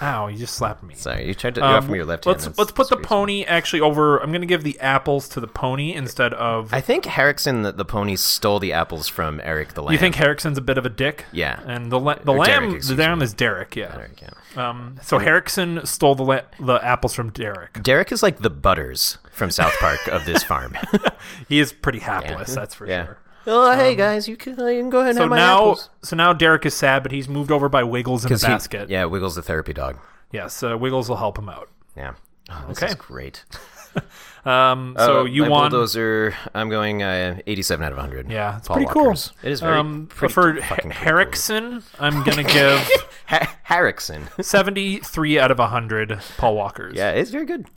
Speaker 1: Ow, you just slapped me.
Speaker 2: sorry, you tried to you offered me Eh. your left
Speaker 1: Um, let's
Speaker 2: hand. That's-
Speaker 1: let's put the
Speaker 2: that's reasonable.
Speaker 1: pony actually over. I'm gonna give the apples to the pony instead of.
Speaker 2: I think Harrickson the, the pony stole the apples from Eric the lamb.
Speaker 1: you think Herrickson's a bit of a dick?
Speaker 2: Yeah.
Speaker 1: And the la- the
Speaker 2: Or Derek,
Speaker 1: lamb the
Speaker 2: excuse
Speaker 1: lamb is Derek. Yeah.
Speaker 2: Eric, yeah.
Speaker 1: Um, so Herrickson stole the la- the apples from Derek.
Speaker 2: Derek is like the butters from South Park of this farm.
Speaker 1: He is pretty hapless, that's for
Speaker 2: yeah.
Speaker 1: sure.
Speaker 2: Oh, hey guys, you can, you can go ahead and
Speaker 1: Um, So
Speaker 2: have my
Speaker 1: now,
Speaker 2: apples.
Speaker 1: so now Derek is sad, but he's moved over by Wiggles in the
Speaker 2: 'Cause he-
Speaker 1: basket.
Speaker 2: yeah, Wiggles the therapy dog.
Speaker 1: Yes, uh, Wiggles will help him out.
Speaker 2: Yeah. Oh, this
Speaker 1: Okay.
Speaker 2: is great.
Speaker 1: Um, so
Speaker 2: Uh,
Speaker 1: you
Speaker 2: my
Speaker 1: won.
Speaker 2: bulldozer. I'm going uh, 87 out of 100.
Speaker 1: Yeah, it's
Speaker 2: Paul
Speaker 1: pretty
Speaker 2: Walker's.
Speaker 1: cool.
Speaker 2: It is very
Speaker 1: um,
Speaker 2: pretty
Speaker 1: for
Speaker 2: fucking
Speaker 1: Her-
Speaker 2: cool.
Speaker 1: Herrickson, I'm gonna give
Speaker 2: Ha- Harrickson.
Speaker 1: 73 out of 100 Paul Walkers.
Speaker 2: Yeah, it's very good.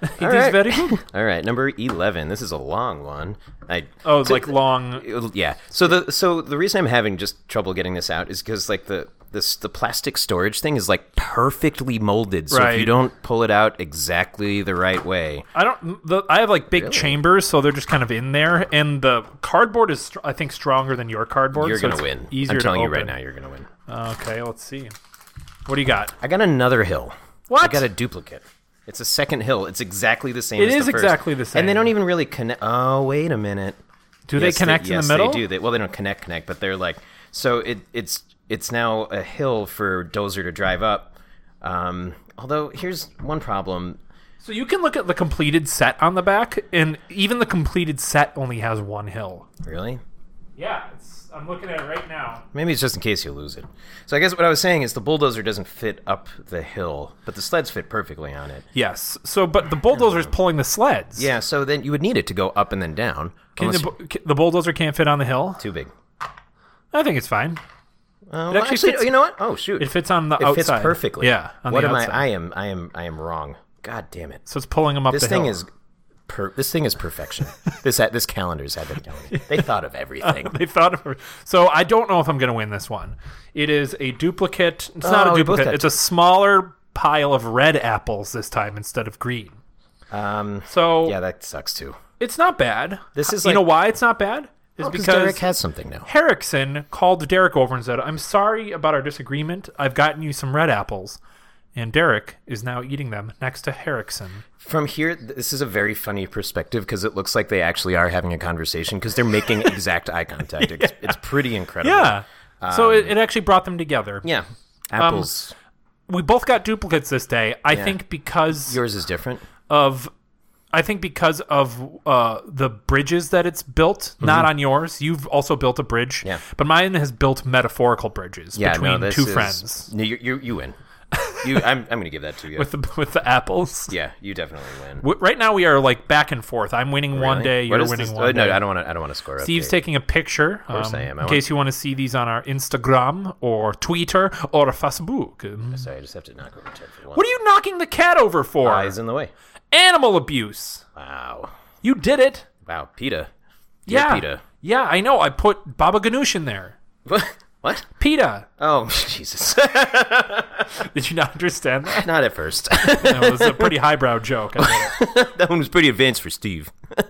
Speaker 1: It
Speaker 2: All
Speaker 1: is
Speaker 2: right.
Speaker 1: very good.
Speaker 2: All right, number eleven. This is a long one. I
Speaker 1: Oh,
Speaker 2: so-
Speaker 1: like long.
Speaker 2: it- yeah. So the so the reason I'm having just trouble getting this out is because like the this the plastic storage thing is like perfectly molded. So if you
Speaker 1: Right.
Speaker 2: don't pull it out exactly the right way,
Speaker 1: I don't. The, I have like big chambers, so they're just kind of in there, and the cardboard is, str- I think, stronger than your cardboard.
Speaker 2: you're
Speaker 1: so
Speaker 2: gonna
Speaker 1: it's
Speaker 2: win.
Speaker 1: Easier
Speaker 2: I'm
Speaker 1: to
Speaker 2: telling you
Speaker 1: open.
Speaker 2: right now, you're gonna win.
Speaker 1: Okay, let's see. What do you got?
Speaker 2: I got another hill.
Speaker 1: What?
Speaker 2: I got a duplicate. It's a second hill. It's exactly the same.
Speaker 1: It
Speaker 2: as
Speaker 1: is
Speaker 2: the first.
Speaker 1: exactly the
Speaker 2: And they
Speaker 1: same.
Speaker 2: don't even really connect. Oh, wait a minute.
Speaker 1: Do they
Speaker 2: Yes,
Speaker 1: connect in
Speaker 2: yes,
Speaker 1: the middle?
Speaker 2: They do. They, well, they don't connect, connect, but they're like so. It, it's it's now a hill for Dozer to drive up. Um, although here's one problem.
Speaker 1: So you can look at the completed set on the back, and even the completed set only has one hill.
Speaker 2: Really?
Speaker 1: Yeah, it's, I'm looking at it right now.
Speaker 2: Maybe it's just in case you lose it. So I guess what I was saying is the bulldozer doesn't fit up the hill, but the sleds fit perfectly on it.
Speaker 1: Yes. So, but the bulldozer's pulling the sleds.
Speaker 2: Yeah. So then you would need it to go up and then down.
Speaker 1: Can the,
Speaker 2: unless-
Speaker 1: bu- can- the bulldozer can't fit on the hill.
Speaker 2: too big.
Speaker 1: I think it's fine.
Speaker 2: Uh, well,
Speaker 1: actually
Speaker 2: actually,
Speaker 1: fits-
Speaker 2: you know what? Oh shoot!
Speaker 1: It fits on the
Speaker 2: It
Speaker 1: outside.
Speaker 2: fits perfectly.
Speaker 1: Yeah. On
Speaker 2: what
Speaker 1: the
Speaker 2: am
Speaker 1: outside.
Speaker 2: I? I am. I am. I am wrong. God damn it!
Speaker 1: So it's pulling them up
Speaker 2: This
Speaker 1: the
Speaker 2: thing
Speaker 1: hill.
Speaker 2: is. Per- this thing is perfection. this this calendar's advent calendar. They thought of everything.
Speaker 1: They thought of So I don't know if I'm going to win this one. It is a duplicate. It's
Speaker 2: Oh,
Speaker 1: not a
Speaker 2: we both
Speaker 1: duplicate.
Speaker 2: got
Speaker 1: It's a smaller pile of red apples this time instead of green.
Speaker 2: Um,
Speaker 1: So
Speaker 2: yeah, that sucks too.
Speaker 1: it's not bad.
Speaker 2: This is
Speaker 1: you
Speaker 2: like-
Speaker 1: know why it's not bad is because
Speaker 2: Because Derek has something now.
Speaker 1: Herrickson called Derek over and said, "I'm sorry about our disagreement. I've gotten you some red apples." And Derek is now eating them next to Herrickson.
Speaker 2: From here, th- this is a very funny perspective because it looks like they actually are having a conversation because they're making exact eye contact. It's, it's pretty incredible.
Speaker 1: Yeah. Um, so it, it actually brought them together.
Speaker 2: Um, Yeah. Apples.
Speaker 1: We both got duplicates this day. I think because
Speaker 2: Yours is different.
Speaker 1: of I think because of uh, the bridges that it's built, not on yours. You've also built a bridge,
Speaker 2: Mm-hmm. Yeah.
Speaker 1: but mine has built metaphorical bridges
Speaker 2: Yeah. no,
Speaker 1: between
Speaker 2: this
Speaker 1: two
Speaker 2: is-
Speaker 1: friends
Speaker 2: No, you, you, you win. You, I'm, I'm going to give that to you.
Speaker 1: with the with the apples.
Speaker 2: yeah, you definitely win.
Speaker 1: W Right now we are like back and forth. I'm winning one
Speaker 2: Really?
Speaker 1: day,
Speaker 2: What
Speaker 1: you're
Speaker 2: is
Speaker 1: winning
Speaker 2: this?
Speaker 1: one
Speaker 2: Oh,
Speaker 1: day.
Speaker 2: No, I don't want to. I don't want to score.
Speaker 1: Steve's
Speaker 2: update.
Speaker 1: taking a picture. Of
Speaker 2: course I am. I
Speaker 1: in
Speaker 2: want-
Speaker 1: case you want to see these on our Instagram or Twitter or Facebook. Um,
Speaker 2: Sorry, I just have to knock over Ted for one.
Speaker 1: What are you knocking the cat over for?
Speaker 2: Eyes in the way.
Speaker 1: Animal abuse.
Speaker 2: Wow.
Speaker 1: You did it.
Speaker 2: Wow. PETA. Dear
Speaker 1: Yeah.
Speaker 2: PETA.
Speaker 1: Yeah, I know. I put Baba Ganoush in there.
Speaker 2: What? What?
Speaker 1: PETA.
Speaker 2: Oh, Jesus.
Speaker 1: Did you not understand that?
Speaker 2: Not at first.
Speaker 1: That was a pretty highbrow joke. I think.
Speaker 2: that one was pretty advanced for Steve.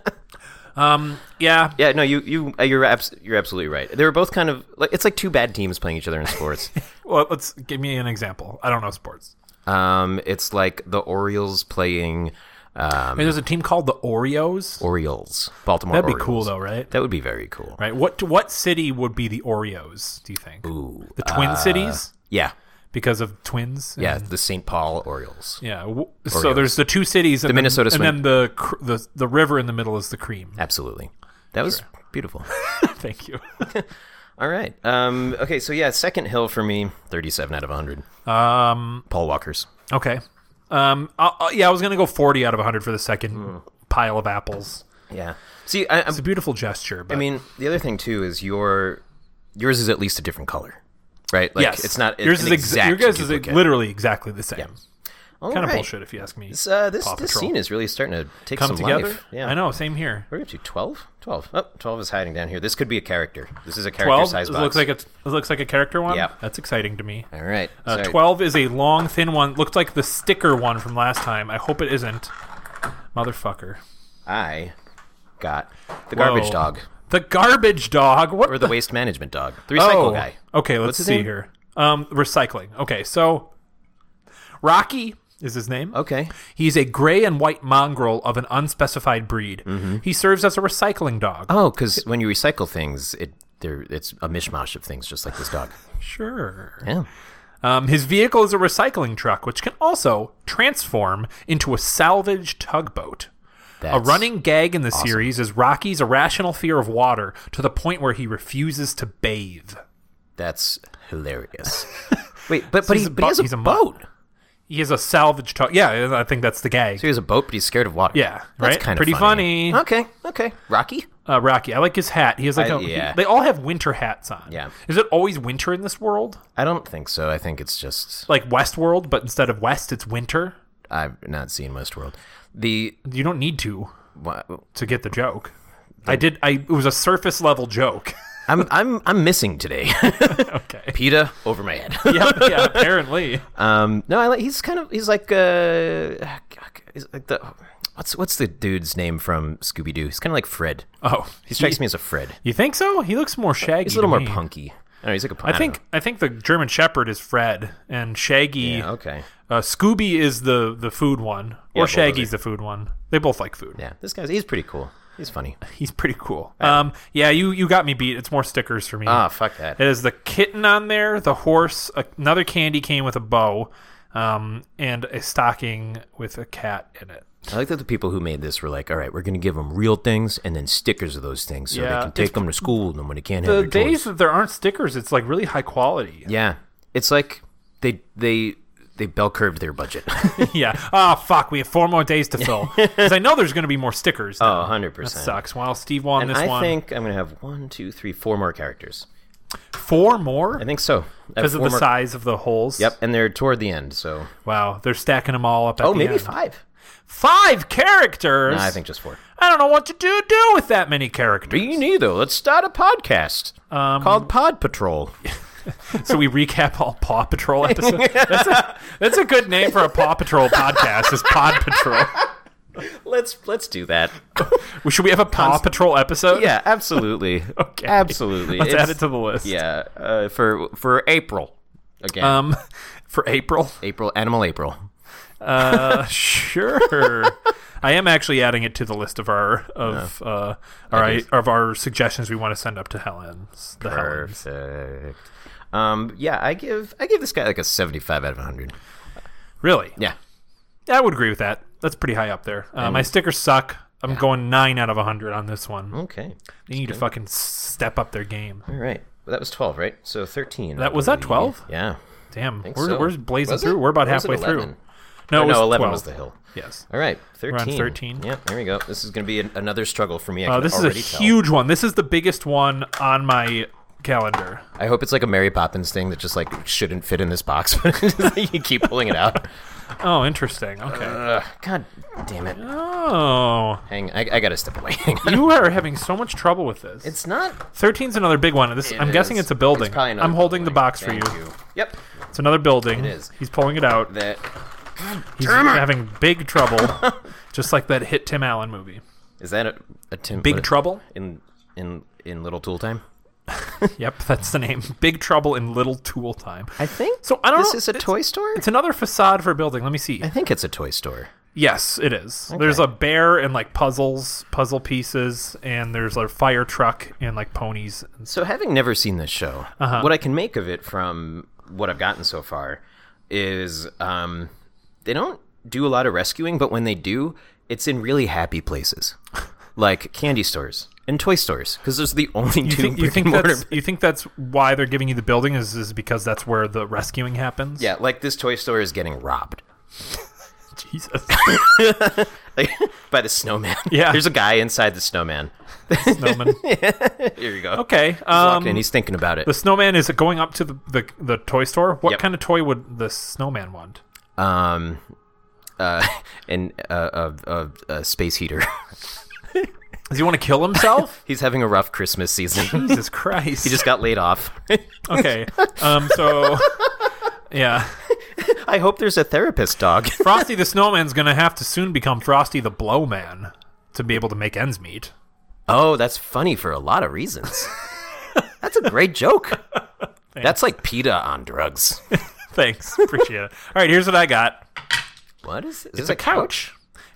Speaker 1: Yeah.
Speaker 2: Yeah, no, you you uh, you're abs- you're absolutely right. They were both kind of like it's like two bad teams playing each other in sports.
Speaker 1: Well, let's give me an example. I don't know sports.
Speaker 2: um, it's like the Orioles playing
Speaker 1: I
Speaker 2: um,
Speaker 1: mean, there's a team called the Oreos.
Speaker 2: Orioles, Baltimore.
Speaker 1: That'd be
Speaker 2: Orioles.
Speaker 1: cool though, right?
Speaker 2: That would be very cool.
Speaker 1: Right. What what city would be the Oreos? Do you think?
Speaker 2: Ooh,
Speaker 1: the Twin Cities
Speaker 2: Yeah,
Speaker 1: because of twins. and-
Speaker 2: yeah, the St. Paul Orioles.
Speaker 1: yeah. W- So there's the two cities, and the
Speaker 2: Minnesota
Speaker 1: then,
Speaker 2: swing.
Speaker 1: and then the cr- the the river in the middle is the cream.
Speaker 2: Absolutely, that was beautiful.
Speaker 1: Thank you.
Speaker 2: All right. Um, okay, so yeah, second hill for me, thirty-seven out of hundred. Um, Paul Walker's.
Speaker 1: Okay. Um. i i yeah, I was gonna go 40 out of 100 for the second
Speaker 2: Hmm.
Speaker 1: pile of apples.
Speaker 2: Yeah. See, I, I'm
Speaker 1: It's a beautiful gesture. But
Speaker 2: I mean, the other thing too is your yours is at least a different color, right? Like,
Speaker 1: yes,
Speaker 2: it's not
Speaker 1: yours
Speaker 2: an
Speaker 1: is ex-
Speaker 2: exact
Speaker 1: your guys is
Speaker 2: duplicate.
Speaker 1: literally exactly the same.
Speaker 2: All
Speaker 1: Kind of
Speaker 2: right.
Speaker 1: bullshit, if you ask me.
Speaker 2: This, uh, this,
Speaker 1: Paw
Speaker 2: this
Speaker 1: Patrol.
Speaker 2: scene is really starting to take
Speaker 1: Come
Speaker 2: some
Speaker 1: together.
Speaker 2: life. Yeah,
Speaker 1: I know. Same here.
Speaker 2: What are we up to? 12? 12. Oh, 12 is hiding down here. This could be a character. This is a character
Speaker 1: 12
Speaker 2: size
Speaker 1: it
Speaker 2: box.
Speaker 1: looks like a it looks like a character one.
Speaker 2: Yep.
Speaker 1: That's exciting to me.
Speaker 2: All right.
Speaker 1: Uh,
Speaker 2: Sorry.
Speaker 1: 12 is a long thin one. Looks like the sticker one from last time. I hope it isn't. Motherfucker.
Speaker 2: I got the garbage
Speaker 1: Whoa.
Speaker 2: dog
Speaker 1: The garbage dog. What
Speaker 2: or
Speaker 1: the
Speaker 2: the waste management dog, the recycle
Speaker 1: Oh.
Speaker 2: guy.
Speaker 1: Okay, let's
Speaker 2: What's his
Speaker 1: see
Speaker 2: name?
Speaker 1: here. Um recycling. Okay, so Rocky is his name.
Speaker 2: Okay.
Speaker 1: He's a gray and white mongrel of an unspecified breed. He serves as a recycling dog.
Speaker 2: Mm-hmm. Oh, because when you recycle things, it there it's a mishmash of things, just like this dog.
Speaker 1: Sure.
Speaker 2: Yeah.
Speaker 1: Um, his vehicle is a recycling truck, which can also transform into a salvage tugboat.
Speaker 2: That's,
Speaker 1: A running gag in the series is Rocky's irrational fear of water to the point where he refuses to bathe.
Speaker 2: That's hilarious. Wait, but but,
Speaker 1: he's
Speaker 2: he,
Speaker 1: a
Speaker 2: but he
Speaker 1: bu-
Speaker 2: has a,
Speaker 1: he's a
Speaker 2: boat.
Speaker 1: monk. He has a salvage tug. Yeah, I think that's the gag.
Speaker 2: So he has a boat, but he's scared of water.
Speaker 1: Yeah,
Speaker 2: That's
Speaker 1: right?
Speaker 2: Kind
Speaker 1: Pretty
Speaker 2: of funny.
Speaker 1: funny.
Speaker 2: Okay. Okay. Rocky.
Speaker 1: Uh, Rocky, I like his hat. He has like a.
Speaker 2: I- yeah.
Speaker 1: he- they all have winter hats on.
Speaker 2: Yeah.
Speaker 1: Is it always winter in this world?
Speaker 2: I don't think so. I think it's just
Speaker 1: Like Westworld, but instead of west, it's winter.
Speaker 2: I've not seen Westworld. The
Speaker 1: You don't need to
Speaker 2: wha-
Speaker 1: to get the joke. I did. I it was a surface level joke.
Speaker 2: I'm I'm I'm missing today.
Speaker 1: okay.
Speaker 2: Peta over my head.
Speaker 1: yeah, yeah, apparently.
Speaker 2: Um, no, I like he's kind of he's like uh, he's like the what's what's the dude's name from Scooby Doo? He's kind of like Fred.
Speaker 1: Oh,
Speaker 2: He strikes me as a Fred.
Speaker 1: You think so? He looks more shaggy.
Speaker 2: He's a little
Speaker 1: to me.
Speaker 2: more punky. I don't know, he's like a punk.
Speaker 1: I think I think the German Shepherd is Fred and Shaggy.
Speaker 2: Yeah, okay.
Speaker 1: Uh, Scooby is the the food one, or
Speaker 2: Yeah, both of
Speaker 1: Shaggy's the food one. They both like food.
Speaker 2: Yeah, this guy's he's pretty cool. He's funny.
Speaker 1: He's pretty cool. Um, yeah, you you got me beat. It's more stickers for me.
Speaker 2: Ah, fuck that.
Speaker 1: It is the kitten on there, the horse, a- another candy cane with a bow, um, and a stocking with a cat in it.
Speaker 2: I like that the people who made this were like, all right, we're gonna give them real things and then stickers of those things so
Speaker 1: Yeah,
Speaker 2: they can take them to school and then when they can't
Speaker 1: The
Speaker 2: have their toys.
Speaker 1: days that there aren't stickers, it's like really high quality.
Speaker 2: Yeah, it's like they they they bell curved their budget.
Speaker 1: yeah. Ah, fuck. We have four more days to fill. Because I know there's going to be more stickers. now.
Speaker 2: Oh, 100
Speaker 1: That
Speaker 2: percent.
Speaker 1: sucks. Well, Steve won
Speaker 2: And
Speaker 1: this
Speaker 2: I
Speaker 1: one.
Speaker 2: think I'm gonna have one, two, three, four more characters.
Speaker 1: Four more
Speaker 2: I think so.
Speaker 1: because of
Speaker 2: Four
Speaker 1: the
Speaker 2: more-
Speaker 1: size of the holes.
Speaker 2: Yep, and they're toward the end. So
Speaker 1: Wow. They're stacking them all up. At
Speaker 2: oh,
Speaker 1: the
Speaker 2: maybe
Speaker 1: end.
Speaker 2: five.
Speaker 1: Five characters.
Speaker 2: Nah, I think just four.
Speaker 1: I don't know what to do do with that many characters.
Speaker 2: Me neither. Let's start a podcast called Pod Patrol.
Speaker 1: so we recap all Paw Patrol episodes. that's, a, that's a good name for a Paw Patrol podcast. Is Pod Patrol?
Speaker 2: let's let's do that.
Speaker 1: Should we have a Paw Patrol episode?
Speaker 2: Yeah, absolutely.
Speaker 1: Okay.
Speaker 2: absolutely.
Speaker 1: Let's add
Speaker 2: It's-
Speaker 1: it to the list.
Speaker 2: yeah uh, for for April again.
Speaker 1: Um, for April.
Speaker 2: April Animal April.
Speaker 1: Uh, sure. I am actually adding it to the list of our of uh, our
Speaker 2: Ideas.
Speaker 1: of our suggestions we want to send up to Helen's. The Helen's.
Speaker 2: Perfect. Um, yeah, I give I give this guy like a seventy-five out of hundred.
Speaker 1: Really?
Speaker 2: Yeah,
Speaker 1: I would agree with that. That's pretty high up there. Uh, my stickers suck. I'm going nine out of hundred on this one.
Speaker 2: Oh, okay.
Speaker 1: They need to fucking step up their game.
Speaker 2: All right. Well, that was 12, right? So 13.
Speaker 1: That- was that
Speaker 2: Really-
Speaker 1: 12?
Speaker 2: Yeah.
Speaker 1: Damn, we're,
Speaker 2: so.
Speaker 1: we're blazing
Speaker 2: Was it?
Speaker 1: through. We're about
Speaker 2: Or was it
Speaker 1: halfway through.
Speaker 2: 11?
Speaker 1: No,
Speaker 2: Or
Speaker 1: it was
Speaker 2: no, 11
Speaker 1: 12.
Speaker 2: was the hill.
Speaker 1: Yes.
Speaker 2: All right, 13.
Speaker 1: on 13.
Speaker 2: Yeah, there we go. This is going to be an, another struggle for me. I
Speaker 1: Uh,
Speaker 2: can
Speaker 1: this is a
Speaker 2: already tell.
Speaker 1: huge one. This is the biggest one on my calendar.
Speaker 2: I hope it's like a Mary Poppins thing that just like shouldn't fit in this box, but you keep pulling it out.
Speaker 1: Oh, interesting. Okay.
Speaker 2: Ugh, God damn it!
Speaker 1: Oh,
Speaker 2: Hang, I, I gotta step away. Hang on.
Speaker 1: you are having so much trouble with this.
Speaker 2: It's not.
Speaker 1: 13's another big one. This,
Speaker 2: it
Speaker 1: I'm guessing
Speaker 2: is.
Speaker 1: it's a building.
Speaker 2: probably another
Speaker 1: I'm holding the
Speaker 2: building.
Speaker 1: box for you.
Speaker 2: Thank Yep.
Speaker 1: It's another building.
Speaker 2: It is.
Speaker 1: He's pulling it out.
Speaker 2: That
Speaker 1: He's having big trouble, just like that hit Tim Allen movie.
Speaker 2: is that a, a Tim,
Speaker 1: Big
Speaker 2: what-
Speaker 1: Trouble?
Speaker 2: in in in Little Tool Time.
Speaker 1: Yep, that's the name. Big Trouble in Little Tool Time.
Speaker 2: I think
Speaker 1: So I don't
Speaker 2: This
Speaker 1: know-
Speaker 2: is a
Speaker 1: it's-
Speaker 2: toy store.
Speaker 1: It's another facade for a building. Let me see.
Speaker 2: I think it's a toy store.
Speaker 1: Yes, it is. There's a bear and like puzzles, puzzle pieces, and there's a fire truck and like ponies.
Speaker 2: So, having never seen this show,
Speaker 1: Uh-huh.
Speaker 2: what I can make of it from what I've gotten so far is um, they don't do a lot of rescuing, but when they do, it's in really happy places, like candy stores and toy stores, because those are the only
Speaker 1: You
Speaker 2: two
Speaker 1: think, you
Speaker 2: brick and
Speaker 1: think
Speaker 2: mortar-
Speaker 1: that's you think that's why they're giving you the building is is because that's where the rescuing happens?
Speaker 2: Yeah, like this toy store is getting robbed.
Speaker 1: Jesus.
Speaker 2: Like, by the snowman.
Speaker 1: Yeah.
Speaker 2: There's a guy inside the snowman.
Speaker 1: Snowman.
Speaker 2: Here you go.
Speaker 1: Okay.
Speaker 2: Walked in,
Speaker 1: Um,
Speaker 2: he's thinking about it.
Speaker 1: the snowman is going up to the the, the toy store. What
Speaker 2: Yep.
Speaker 1: kind of toy would the snowman want?
Speaker 2: Um, uh, and uh, a uh, uh, uh, space heater.
Speaker 1: Does he want to kill himself?
Speaker 2: he's having a rough Christmas season.
Speaker 1: Jesus Christ.
Speaker 2: He just got laid off.
Speaker 1: okay. Um. So. Yeah.
Speaker 2: I hope there's a therapist dog.
Speaker 1: Frosty the Snowman's gonna have to soon become Frosty the Blowman to be able to make ends meet.
Speaker 2: oh, that's funny for a lot of reasons. That's a great joke. That's like PETA on drugs.
Speaker 1: Thanks, appreciate it. All right, here's what I got.
Speaker 2: What is this?
Speaker 1: It's a couch.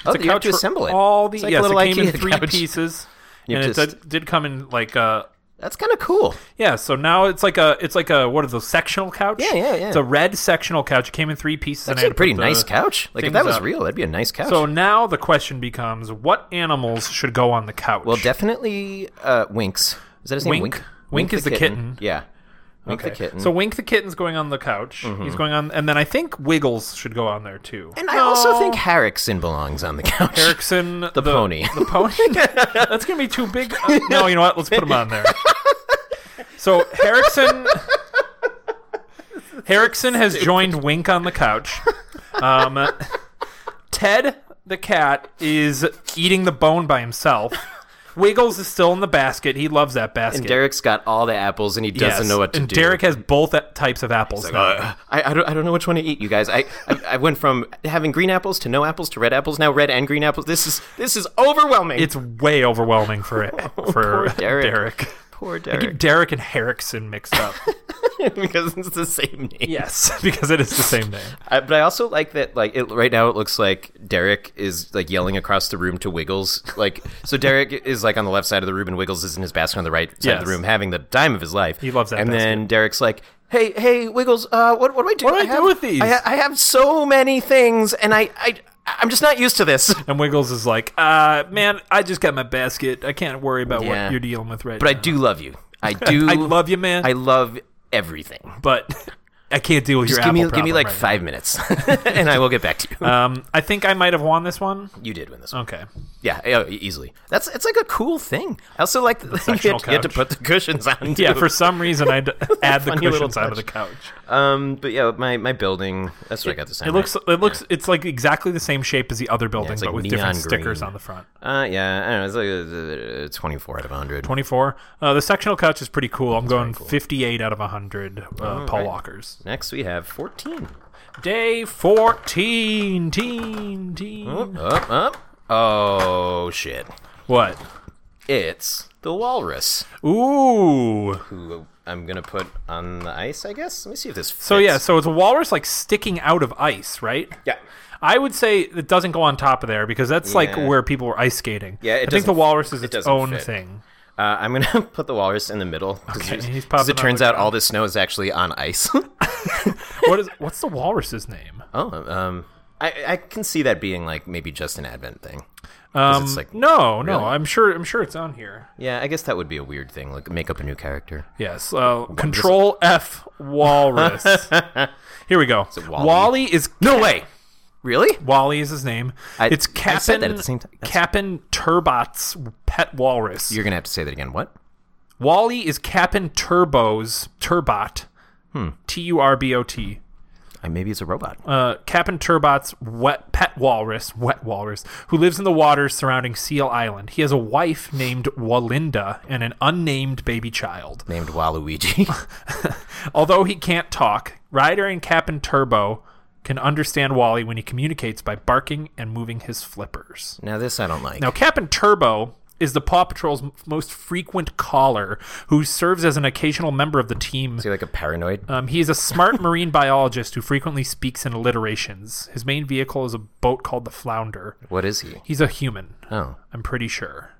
Speaker 2: Oh,
Speaker 1: It's a
Speaker 2: you have
Speaker 1: couch
Speaker 2: to
Speaker 1: for
Speaker 2: assemble it.
Speaker 1: All the
Speaker 2: It's like a
Speaker 1: yes,
Speaker 2: little
Speaker 1: it came in
Speaker 2: IKEA
Speaker 1: three
Speaker 2: couch.
Speaker 1: pieces,
Speaker 2: You
Speaker 1: and it
Speaker 2: just-
Speaker 1: did, did come in like uh
Speaker 2: That's kind of cool.
Speaker 1: yeah. So now it's like a it's like a what are those sectional couch?
Speaker 2: Yeah, yeah, yeah.
Speaker 1: It's a red sectional couch. It came in three pieces. and I
Speaker 2: That's a
Speaker 1: had to
Speaker 2: pretty
Speaker 1: put the-
Speaker 2: nice couch. Like if
Speaker 1: things
Speaker 2: that was
Speaker 1: up.
Speaker 2: real, that'd be a nice couch.
Speaker 1: So now the question becomes, what animals should go on the couch?
Speaker 2: well, definitely uh, Winks. Is that his name?
Speaker 1: Wink?
Speaker 2: Wink.
Speaker 1: Wink is the kitten.
Speaker 2: Yeah. Wink the kitten.
Speaker 1: So Wink the kitten's going on the couch. He's going on, and then I think Wiggles should go on there too.
Speaker 2: Mm-hmm. and I also think Harrickson belongs on the couch.
Speaker 1: Erickson, the,
Speaker 2: pony.
Speaker 1: the pony. That's gonna be too big. Uh, no, you know what? Let's put him on there. So Erickson, Erickson has joined Wink on the couch. Um, Ted the cat is eating the bone by himself. Wiggles is still in the basket. He loves that basket.
Speaker 2: And Derek's got all the apples, and he
Speaker 1: Yes.
Speaker 2: doesn't know what to
Speaker 1: and
Speaker 2: do.
Speaker 1: Derek has both a- types of apples. now.
Speaker 2: Uh, I, I, don't, I don't know which one to eat, you guys. I, I I went from having green apples to no apples to red apples. Now red and green apples. This is this is overwhelming.
Speaker 1: it's way overwhelming for for
Speaker 2: Oh, poor Derek.
Speaker 1: Derek.
Speaker 2: poor
Speaker 1: Derek.
Speaker 2: Derek
Speaker 1: and Erickson mixed up.
Speaker 2: because it's the same name.
Speaker 1: yes, because it is the same name.
Speaker 2: I, but I also like that. Like it, right now, it looks like Derek is like yelling across the room to Wiggles. Like so, Derek is like on the left side of the room, and Wiggles is in his basket on the right side of
Speaker 1: Yes.
Speaker 2: the room, having the time of his life. He
Speaker 1: loves that
Speaker 2: And
Speaker 1: basket.
Speaker 2: then Derek's like. Hey, hey, Wiggles! Uh, what, what do I do?
Speaker 1: What do I do
Speaker 2: have-
Speaker 1: with these?"
Speaker 2: I, ha- I have so many things, and I, I, I'm just not used to this.
Speaker 1: And Wiggles is like, uh, man, I just got my basket. I can't worry about
Speaker 2: Yeah.
Speaker 1: what you're dealing with right
Speaker 2: But I
Speaker 1: now.
Speaker 2: do love you. I do.
Speaker 1: I love you, man.
Speaker 2: I love everything.
Speaker 1: but I can't deal with
Speaker 2: Just
Speaker 1: your
Speaker 2: give me,
Speaker 1: apple
Speaker 2: give me
Speaker 1: problem
Speaker 2: like
Speaker 1: right
Speaker 2: five minutes, and I will get back to you.
Speaker 1: now. Um, I think I might have won this one.
Speaker 2: you did win this one.
Speaker 1: Okay.
Speaker 2: Yeah, yeah, e- easily. That's it's like a cool thing. I also like that you,
Speaker 1: sectional
Speaker 2: had- you had to
Speaker 1: couch.
Speaker 2: put the cushions on.
Speaker 1: Yeah,
Speaker 2: too.
Speaker 1: for some reason I'd add the
Speaker 2: Funny little
Speaker 1: cushions out of the
Speaker 2: touch.
Speaker 1: couch.
Speaker 2: um, but yeah, my, my building. That's what I got this time.
Speaker 1: It looks, it looks, it's like exactly the same shape as the other building,
Speaker 2: it's
Speaker 1: but
Speaker 2: like
Speaker 1: with different
Speaker 2: neon
Speaker 1: stickers
Speaker 2: green.
Speaker 1: on the front.
Speaker 2: Uh, yeah, I don't know. It's like uh, twenty four out of hundred.
Speaker 1: 24. Uh, the sectional couch is pretty cool. I'm going 58 out of 100 uh, Paul
Speaker 2: right.
Speaker 1: Walkers.
Speaker 2: Next we have fourteen.
Speaker 1: Day 14. Teen, teen.
Speaker 2: Up, up. Oh shit!
Speaker 1: What?
Speaker 2: It's the walrus.
Speaker 1: Ooh.
Speaker 2: who I'm gonna put on the ice, I guess. Let me see if this. Fits.
Speaker 1: So, yeah, so it's a walrus like sticking out of ice, right?
Speaker 2: yeah,
Speaker 1: I would say it doesn't go on top of there because that's like
Speaker 2: Yeah.
Speaker 1: where people were ice skating.
Speaker 2: Yeah, it
Speaker 1: I think the
Speaker 2: doesn't-
Speaker 1: walrus is
Speaker 2: it
Speaker 1: its
Speaker 2: doesn't
Speaker 1: own
Speaker 2: fit.
Speaker 1: thing.
Speaker 2: uh, I'm gonna put the walrus in the middle
Speaker 1: Okay,
Speaker 2: because
Speaker 1: he's popping
Speaker 2: it
Speaker 1: out
Speaker 2: turns
Speaker 1: like
Speaker 2: out
Speaker 1: that.
Speaker 2: all this snow is actually on ice.
Speaker 1: What is what's the walrus's name?
Speaker 2: oh, um, I I can see that being like maybe just an advent thing. 'Cause
Speaker 1: Um,
Speaker 2: it's like,
Speaker 1: no, no,
Speaker 2: really?
Speaker 1: I'm sure I'm sure it's on here.
Speaker 2: yeah, I guess that would be a weird thing, like make up a new character.
Speaker 1: Yes. Uh, control F walrus. here we go.
Speaker 2: Wally?
Speaker 1: Wally is
Speaker 2: No way, really?
Speaker 1: Wally is his name.
Speaker 2: I-
Speaker 1: it's Captain
Speaker 2: I said that at the same time. That's-
Speaker 1: Captain Turbot's pet walrus.
Speaker 2: You're gonna have to say that again. What?
Speaker 1: Wally is Captain Turbo's Turbot. T U R B O T.
Speaker 2: Uh, maybe it's a robot.
Speaker 1: Uh, Captain Turbot's wet pet walrus, wet walrus, who lives in the waters surrounding Seal Island. He has a wife named Walinda and an unnamed baby child.
Speaker 2: named Waluigi.
Speaker 1: Although he can't talk, Ryder and Captain Turbo can understand Wally when he communicates by barking and moving his flippers.
Speaker 2: now this I don't like.
Speaker 1: Now, Captain Turbo is the Paw Patrol's m- most frequent caller, who serves as an occasional member of the team.
Speaker 2: Is he like a paranoid?
Speaker 1: Um, he is a smart marine biologist who frequently speaks in alliterations. His main vehicle is a boat called the Flounder.
Speaker 2: what is he?
Speaker 1: He's a human,
Speaker 2: Oh,
Speaker 1: I'm pretty sure.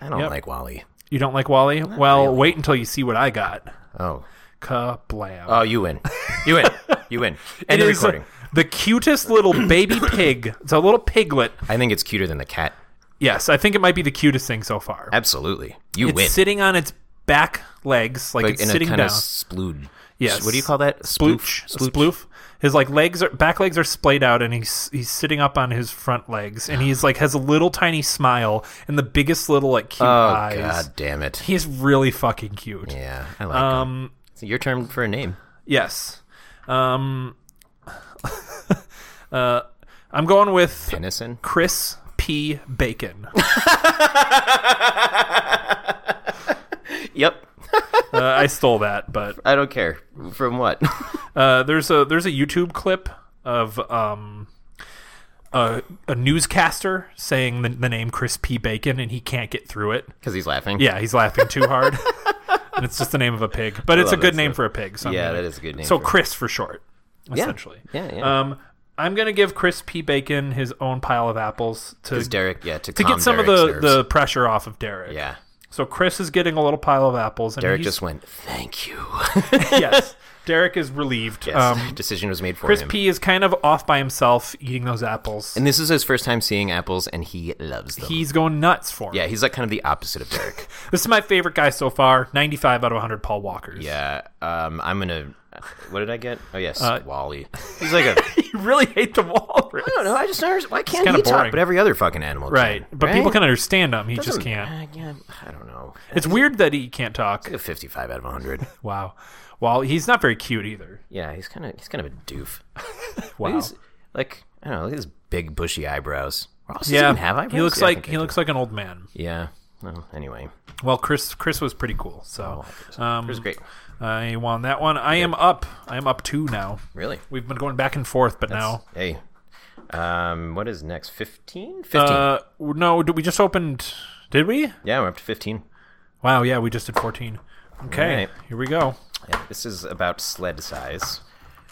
Speaker 2: I don't
Speaker 1: Yep.
Speaker 2: like Wally.
Speaker 1: You don't like Wally? well, wait until you see what I got.
Speaker 2: Oh,
Speaker 1: Kablam.
Speaker 2: oh, you win. You win. You win. End
Speaker 1: It
Speaker 2: of
Speaker 1: is uh,
Speaker 2: recording.
Speaker 1: The cutest little baby pig. It's a little piglet.
Speaker 2: I think it's cuter than the cat.
Speaker 1: Yes, I think it might be the cutest thing so far.
Speaker 2: Absolutely, you
Speaker 1: It's
Speaker 2: win.
Speaker 1: sitting on its back legs, like,
Speaker 2: like
Speaker 1: it's
Speaker 2: in
Speaker 1: sitting
Speaker 2: a kind
Speaker 1: down.
Speaker 2: of splooge.
Speaker 1: Yes.
Speaker 2: What do you call that?
Speaker 1: sploof, sploof. His like legs are back legs are splayed out, and he's he's sitting up on his front legs, and he's like has a little tiny smile and the biggest little like cute
Speaker 2: Oh
Speaker 1: eyes.
Speaker 2: god damn it.
Speaker 1: He's really fucking cute.
Speaker 2: Yeah, I like um, him. It's your term for a name.
Speaker 1: Yes. Um. uh, I'm going with
Speaker 2: Innocent.
Speaker 1: Chris P. Bacon.
Speaker 2: Yep.
Speaker 1: Uh, I stole that, but
Speaker 2: I don't care from what.
Speaker 1: Uh, there's a there's a YouTube clip of um a, a newscaster saying the, the name Chris P Bacon and he can't get through it.
Speaker 2: Because he's laughing.
Speaker 1: Yeah, he's laughing too hard. and it's just the name of a pig, but it's a
Speaker 2: love
Speaker 1: good
Speaker 2: that
Speaker 1: name
Speaker 2: stuff.
Speaker 1: for a pig. So I'm
Speaker 2: Yeah,
Speaker 1: gonna-
Speaker 2: that is a good name
Speaker 1: So
Speaker 2: for it.
Speaker 1: Chris for short, essentially.
Speaker 2: Yeah, yeah.
Speaker 1: Um, I'm gonna give Chris P Bacon his own pile of apples to
Speaker 2: Because Derek, yeah, to,
Speaker 1: to get some of the the pressure off of Derek.
Speaker 2: Yeah.
Speaker 1: So Chris is getting a little pile of apples. And
Speaker 2: Derek
Speaker 1: he's-
Speaker 2: just went, thank you.
Speaker 1: yes. Derek is relieved.
Speaker 2: yes.
Speaker 1: Um,
Speaker 2: Decision was made for
Speaker 1: Chris
Speaker 2: him.
Speaker 1: P is kind of off by himself eating those apples.
Speaker 2: and this is his first time seeing apples, and he loves them.
Speaker 1: He's going nuts for 'em.
Speaker 2: yeah, he's like kind of the opposite of Derek.
Speaker 1: This is my favorite guy so far. 95 out of 100 Paul Walkers.
Speaker 2: yeah. Um, I'm going to. What did I get? Oh, yes.
Speaker 1: Uh,
Speaker 2: Wally. He's like a. I
Speaker 1: You really hate the walrus.
Speaker 2: don't know. I just never. Why can't
Speaker 1: kinda
Speaker 2: he talk?
Speaker 1: boring.
Speaker 2: But every other fucking animal
Speaker 1: Right.
Speaker 2: can,
Speaker 1: But people
Speaker 2: right?
Speaker 1: can understand him. He just
Speaker 2: Doesn't-
Speaker 1: can't.
Speaker 2: uh, yeah, I don't know.
Speaker 1: It's weird that he can't talk.
Speaker 2: A 55 out of 100.
Speaker 1: Wow. Well, he's not very cute either.
Speaker 2: Yeah, he's kind of he's kind of a doof.
Speaker 1: Wow.
Speaker 2: He's like I don't know, look at his big bushy eyebrows. Ross doesn't
Speaker 1: yeah.
Speaker 2: even have eyebrows.
Speaker 1: He looks
Speaker 2: Yeah, I
Speaker 1: like
Speaker 2: think
Speaker 1: he
Speaker 2: I do.
Speaker 1: looks like an old man.
Speaker 2: Yeah. Well, anyway,
Speaker 1: Well, Chris Chris was pretty cool. So um,
Speaker 2: it Oh, was great.
Speaker 1: I won that one. I am up. I am up two now.
Speaker 2: Really.
Speaker 1: We've been going back and forth, but now
Speaker 2: Hey. Um, what is next? 15? 15.
Speaker 1: Uh, no, did we just opened? Did we?
Speaker 2: yeah, we're up to 15.
Speaker 1: Wow, yeah, we just did 14. Okay,
Speaker 2: Alright.
Speaker 1: here we go.
Speaker 2: Yeah, this is about sled size.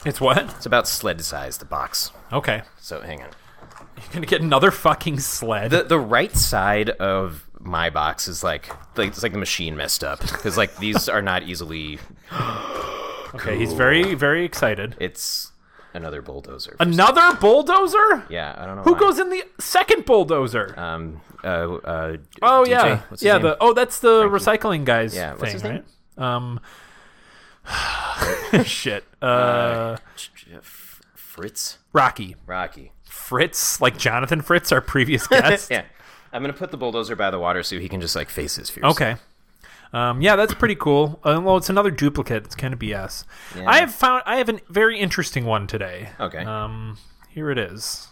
Speaker 1: It's what?
Speaker 2: It's about sled size, the box.
Speaker 1: Okay,
Speaker 2: So hang on.
Speaker 1: you're gonna get another fucking sled.
Speaker 2: The the right side of my box is like like it's like the machine messed up because like these are not easily.
Speaker 1: okay, he's very, very excited.
Speaker 2: It's another bulldozer.
Speaker 1: Another bulldozer?
Speaker 2: yeah, I don't know
Speaker 1: Who
Speaker 2: why.
Speaker 1: goes in the second bulldozer?
Speaker 2: um uh, uh
Speaker 1: oh
Speaker 2: DJ?
Speaker 1: yeah,
Speaker 2: What's his
Speaker 1: yeah.
Speaker 2: name?
Speaker 1: The oh, that's the recycling guys.
Speaker 2: Yeah, what's
Speaker 1: thing,
Speaker 2: his name?
Speaker 1: right? Um, shit. Uh,
Speaker 2: F- Fritz
Speaker 1: Rocky
Speaker 2: Rocky.
Speaker 1: Fritz, like Jonathan Fritz, our previous guest.
Speaker 2: Yeah, I'm gonna put the bulldozer by the water so he can just like face his fears.
Speaker 1: Okay. Um, yeah, that's pretty cool. Uh, well, it's another duplicate. It's kind of BS. I have found I have a very interesting one today.
Speaker 2: Okay.
Speaker 1: Um, here it is.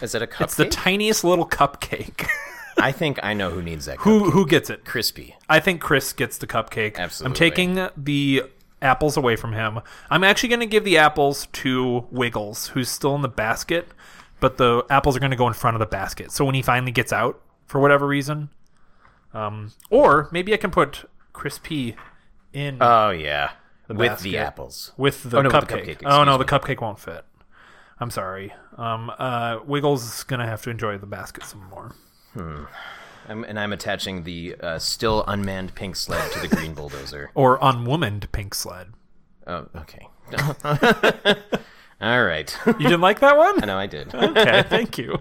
Speaker 2: Is it a cupcake?
Speaker 1: It's the tiniest little cupcake.
Speaker 2: I think I know who needs that. Who?
Speaker 1: who who gets it?
Speaker 2: Crispy.
Speaker 1: I think Chris gets the cupcake. I'm
Speaker 2: Absolutely.
Speaker 1: taking the apples away from him. I'm actually going to give the apples to Wiggles, who's still in the basket, but the apples are going to go in front of the basket. So when he finally gets out, for whatever reason, um, or maybe I can put Chris P in
Speaker 2: Oh yeah. With
Speaker 1: basket.
Speaker 2: the apples.
Speaker 1: with the
Speaker 2: oh, no, with the
Speaker 1: cupcake.
Speaker 2: cupcake,
Speaker 1: oh no,
Speaker 2: excuse
Speaker 1: the cupcake won't fit. I'm sorry. Um, uh, Wiggles is going to have to enjoy the basket some more.
Speaker 2: I'm, and I'm attaching the uh, still unmanned pink sled to the green bulldozer.
Speaker 1: Or unwomaned pink sled.
Speaker 2: Oh, okay. All right.
Speaker 1: You didn't like that one?
Speaker 2: no, I did.
Speaker 1: Okay, thank you.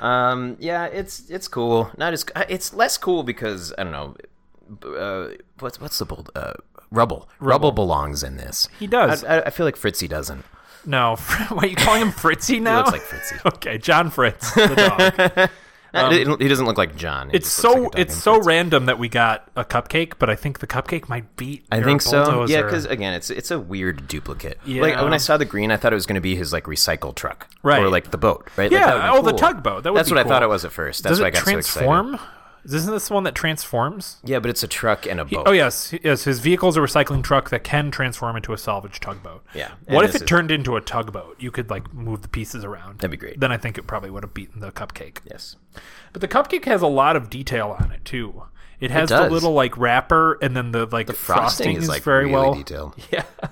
Speaker 2: Um, yeah, it's it's cool. Not as uh, it's less cool because I don't know. b- Uh, what's what's the bold uh, rubble. rubble? belongs in this.
Speaker 1: He does.
Speaker 2: I, I- I feel like Fritzy doesn't.
Speaker 1: No, Fr- why are you calling him Fritzy now?
Speaker 2: looks like Fritzy.
Speaker 1: okay, John Fritz, the dog.
Speaker 2: Uh, it- it- he doesn't look like John. He
Speaker 1: Um, It's
Speaker 2: just looks
Speaker 1: so
Speaker 2: like a dog
Speaker 1: it's
Speaker 2: in
Speaker 1: so
Speaker 2: fits.
Speaker 1: random that we got a cupcake, but I think the cupcake might beat.
Speaker 2: I
Speaker 1: your
Speaker 2: think so. Yeah,
Speaker 1: bulldozer.
Speaker 2: because again, it's it's a weird duplicate.
Speaker 1: Yeah.
Speaker 2: Like when I saw the green, I thought it was going to be his like recycle truck,
Speaker 1: Right.
Speaker 2: Or like the boat, right?
Speaker 1: Yeah,
Speaker 2: Like, that would be
Speaker 1: oh, the
Speaker 2: cool.
Speaker 1: tugboat. That would
Speaker 2: That's
Speaker 1: be
Speaker 2: what
Speaker 1: cool.
Speaker 2: I thought it was at first. That's
Speaker 1: does
Speaker 2: why I
Speaker 1: it
Speaker 2: got so excited.
Speaker 1: transform? Isn't this the one that transforms?
Speaker 2: Yeah, but it's a truck and a boat.
Speaker 1: Oh yes, yes. His vehicle's a recycling truck that can transform into a salvage tugboat.
Speaker 2: Yeah, and
Speaker 1: What if
Speaker 2: this
Speaker 1: it
Speaker 2: is-
Speaker 1: turned into a tugboat? You could like move the pieces around.
Speaker 2: That'd be great.
Speaker 1: Then I think it probably would have beaten the cupcake.
Speaker 2: Yes.
Speaker 1: But the cupcake has a lot of detail on it too. It has the
Speaker 2: does.
Speaker 1: little like wrapper, and then the like
Speaker 2: Frosting, is like
Speaker 1: very
Speaker 2: really
Speaker 1: well
Speaker 2: detailed.
Speaker 1: Yeah.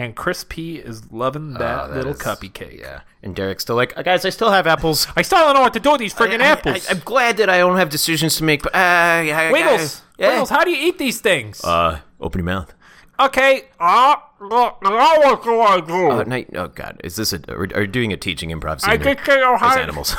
Speaker 1: And Chris P is loving that,
Speaker 2: Oh, that
Speaker 1: little
Speaker 2: is-
Speaker 1: cupcake.
Speaker 2: Yeah. And Derek's still like, "Uh, guys, I still have apples.
Speaker 1: I still don't know what to do with these friggin'
Speaker 2: I- I-
Speaker 1: apples.
Speaker 2: I, am glad that I don't have decisions to make, but uh, I, I-
Speaker 1: Wiggles,
Speaker 2: yeah.
Speaker 1: Wiggles, how do you eat these things?
Speaker 2: Uh, open your mouth.
Speaker 1: okay. Ah, look, now what do I do?
Speaker 2: Oh, night. Oh, God. Is this a. Are are you doing a teaching improv scene?
Speaker 1: I
Speaker 2: here?
Speaker 1: just don't know how
Speaker 2: As
Speaker 1: to-
Speaker 2: animals.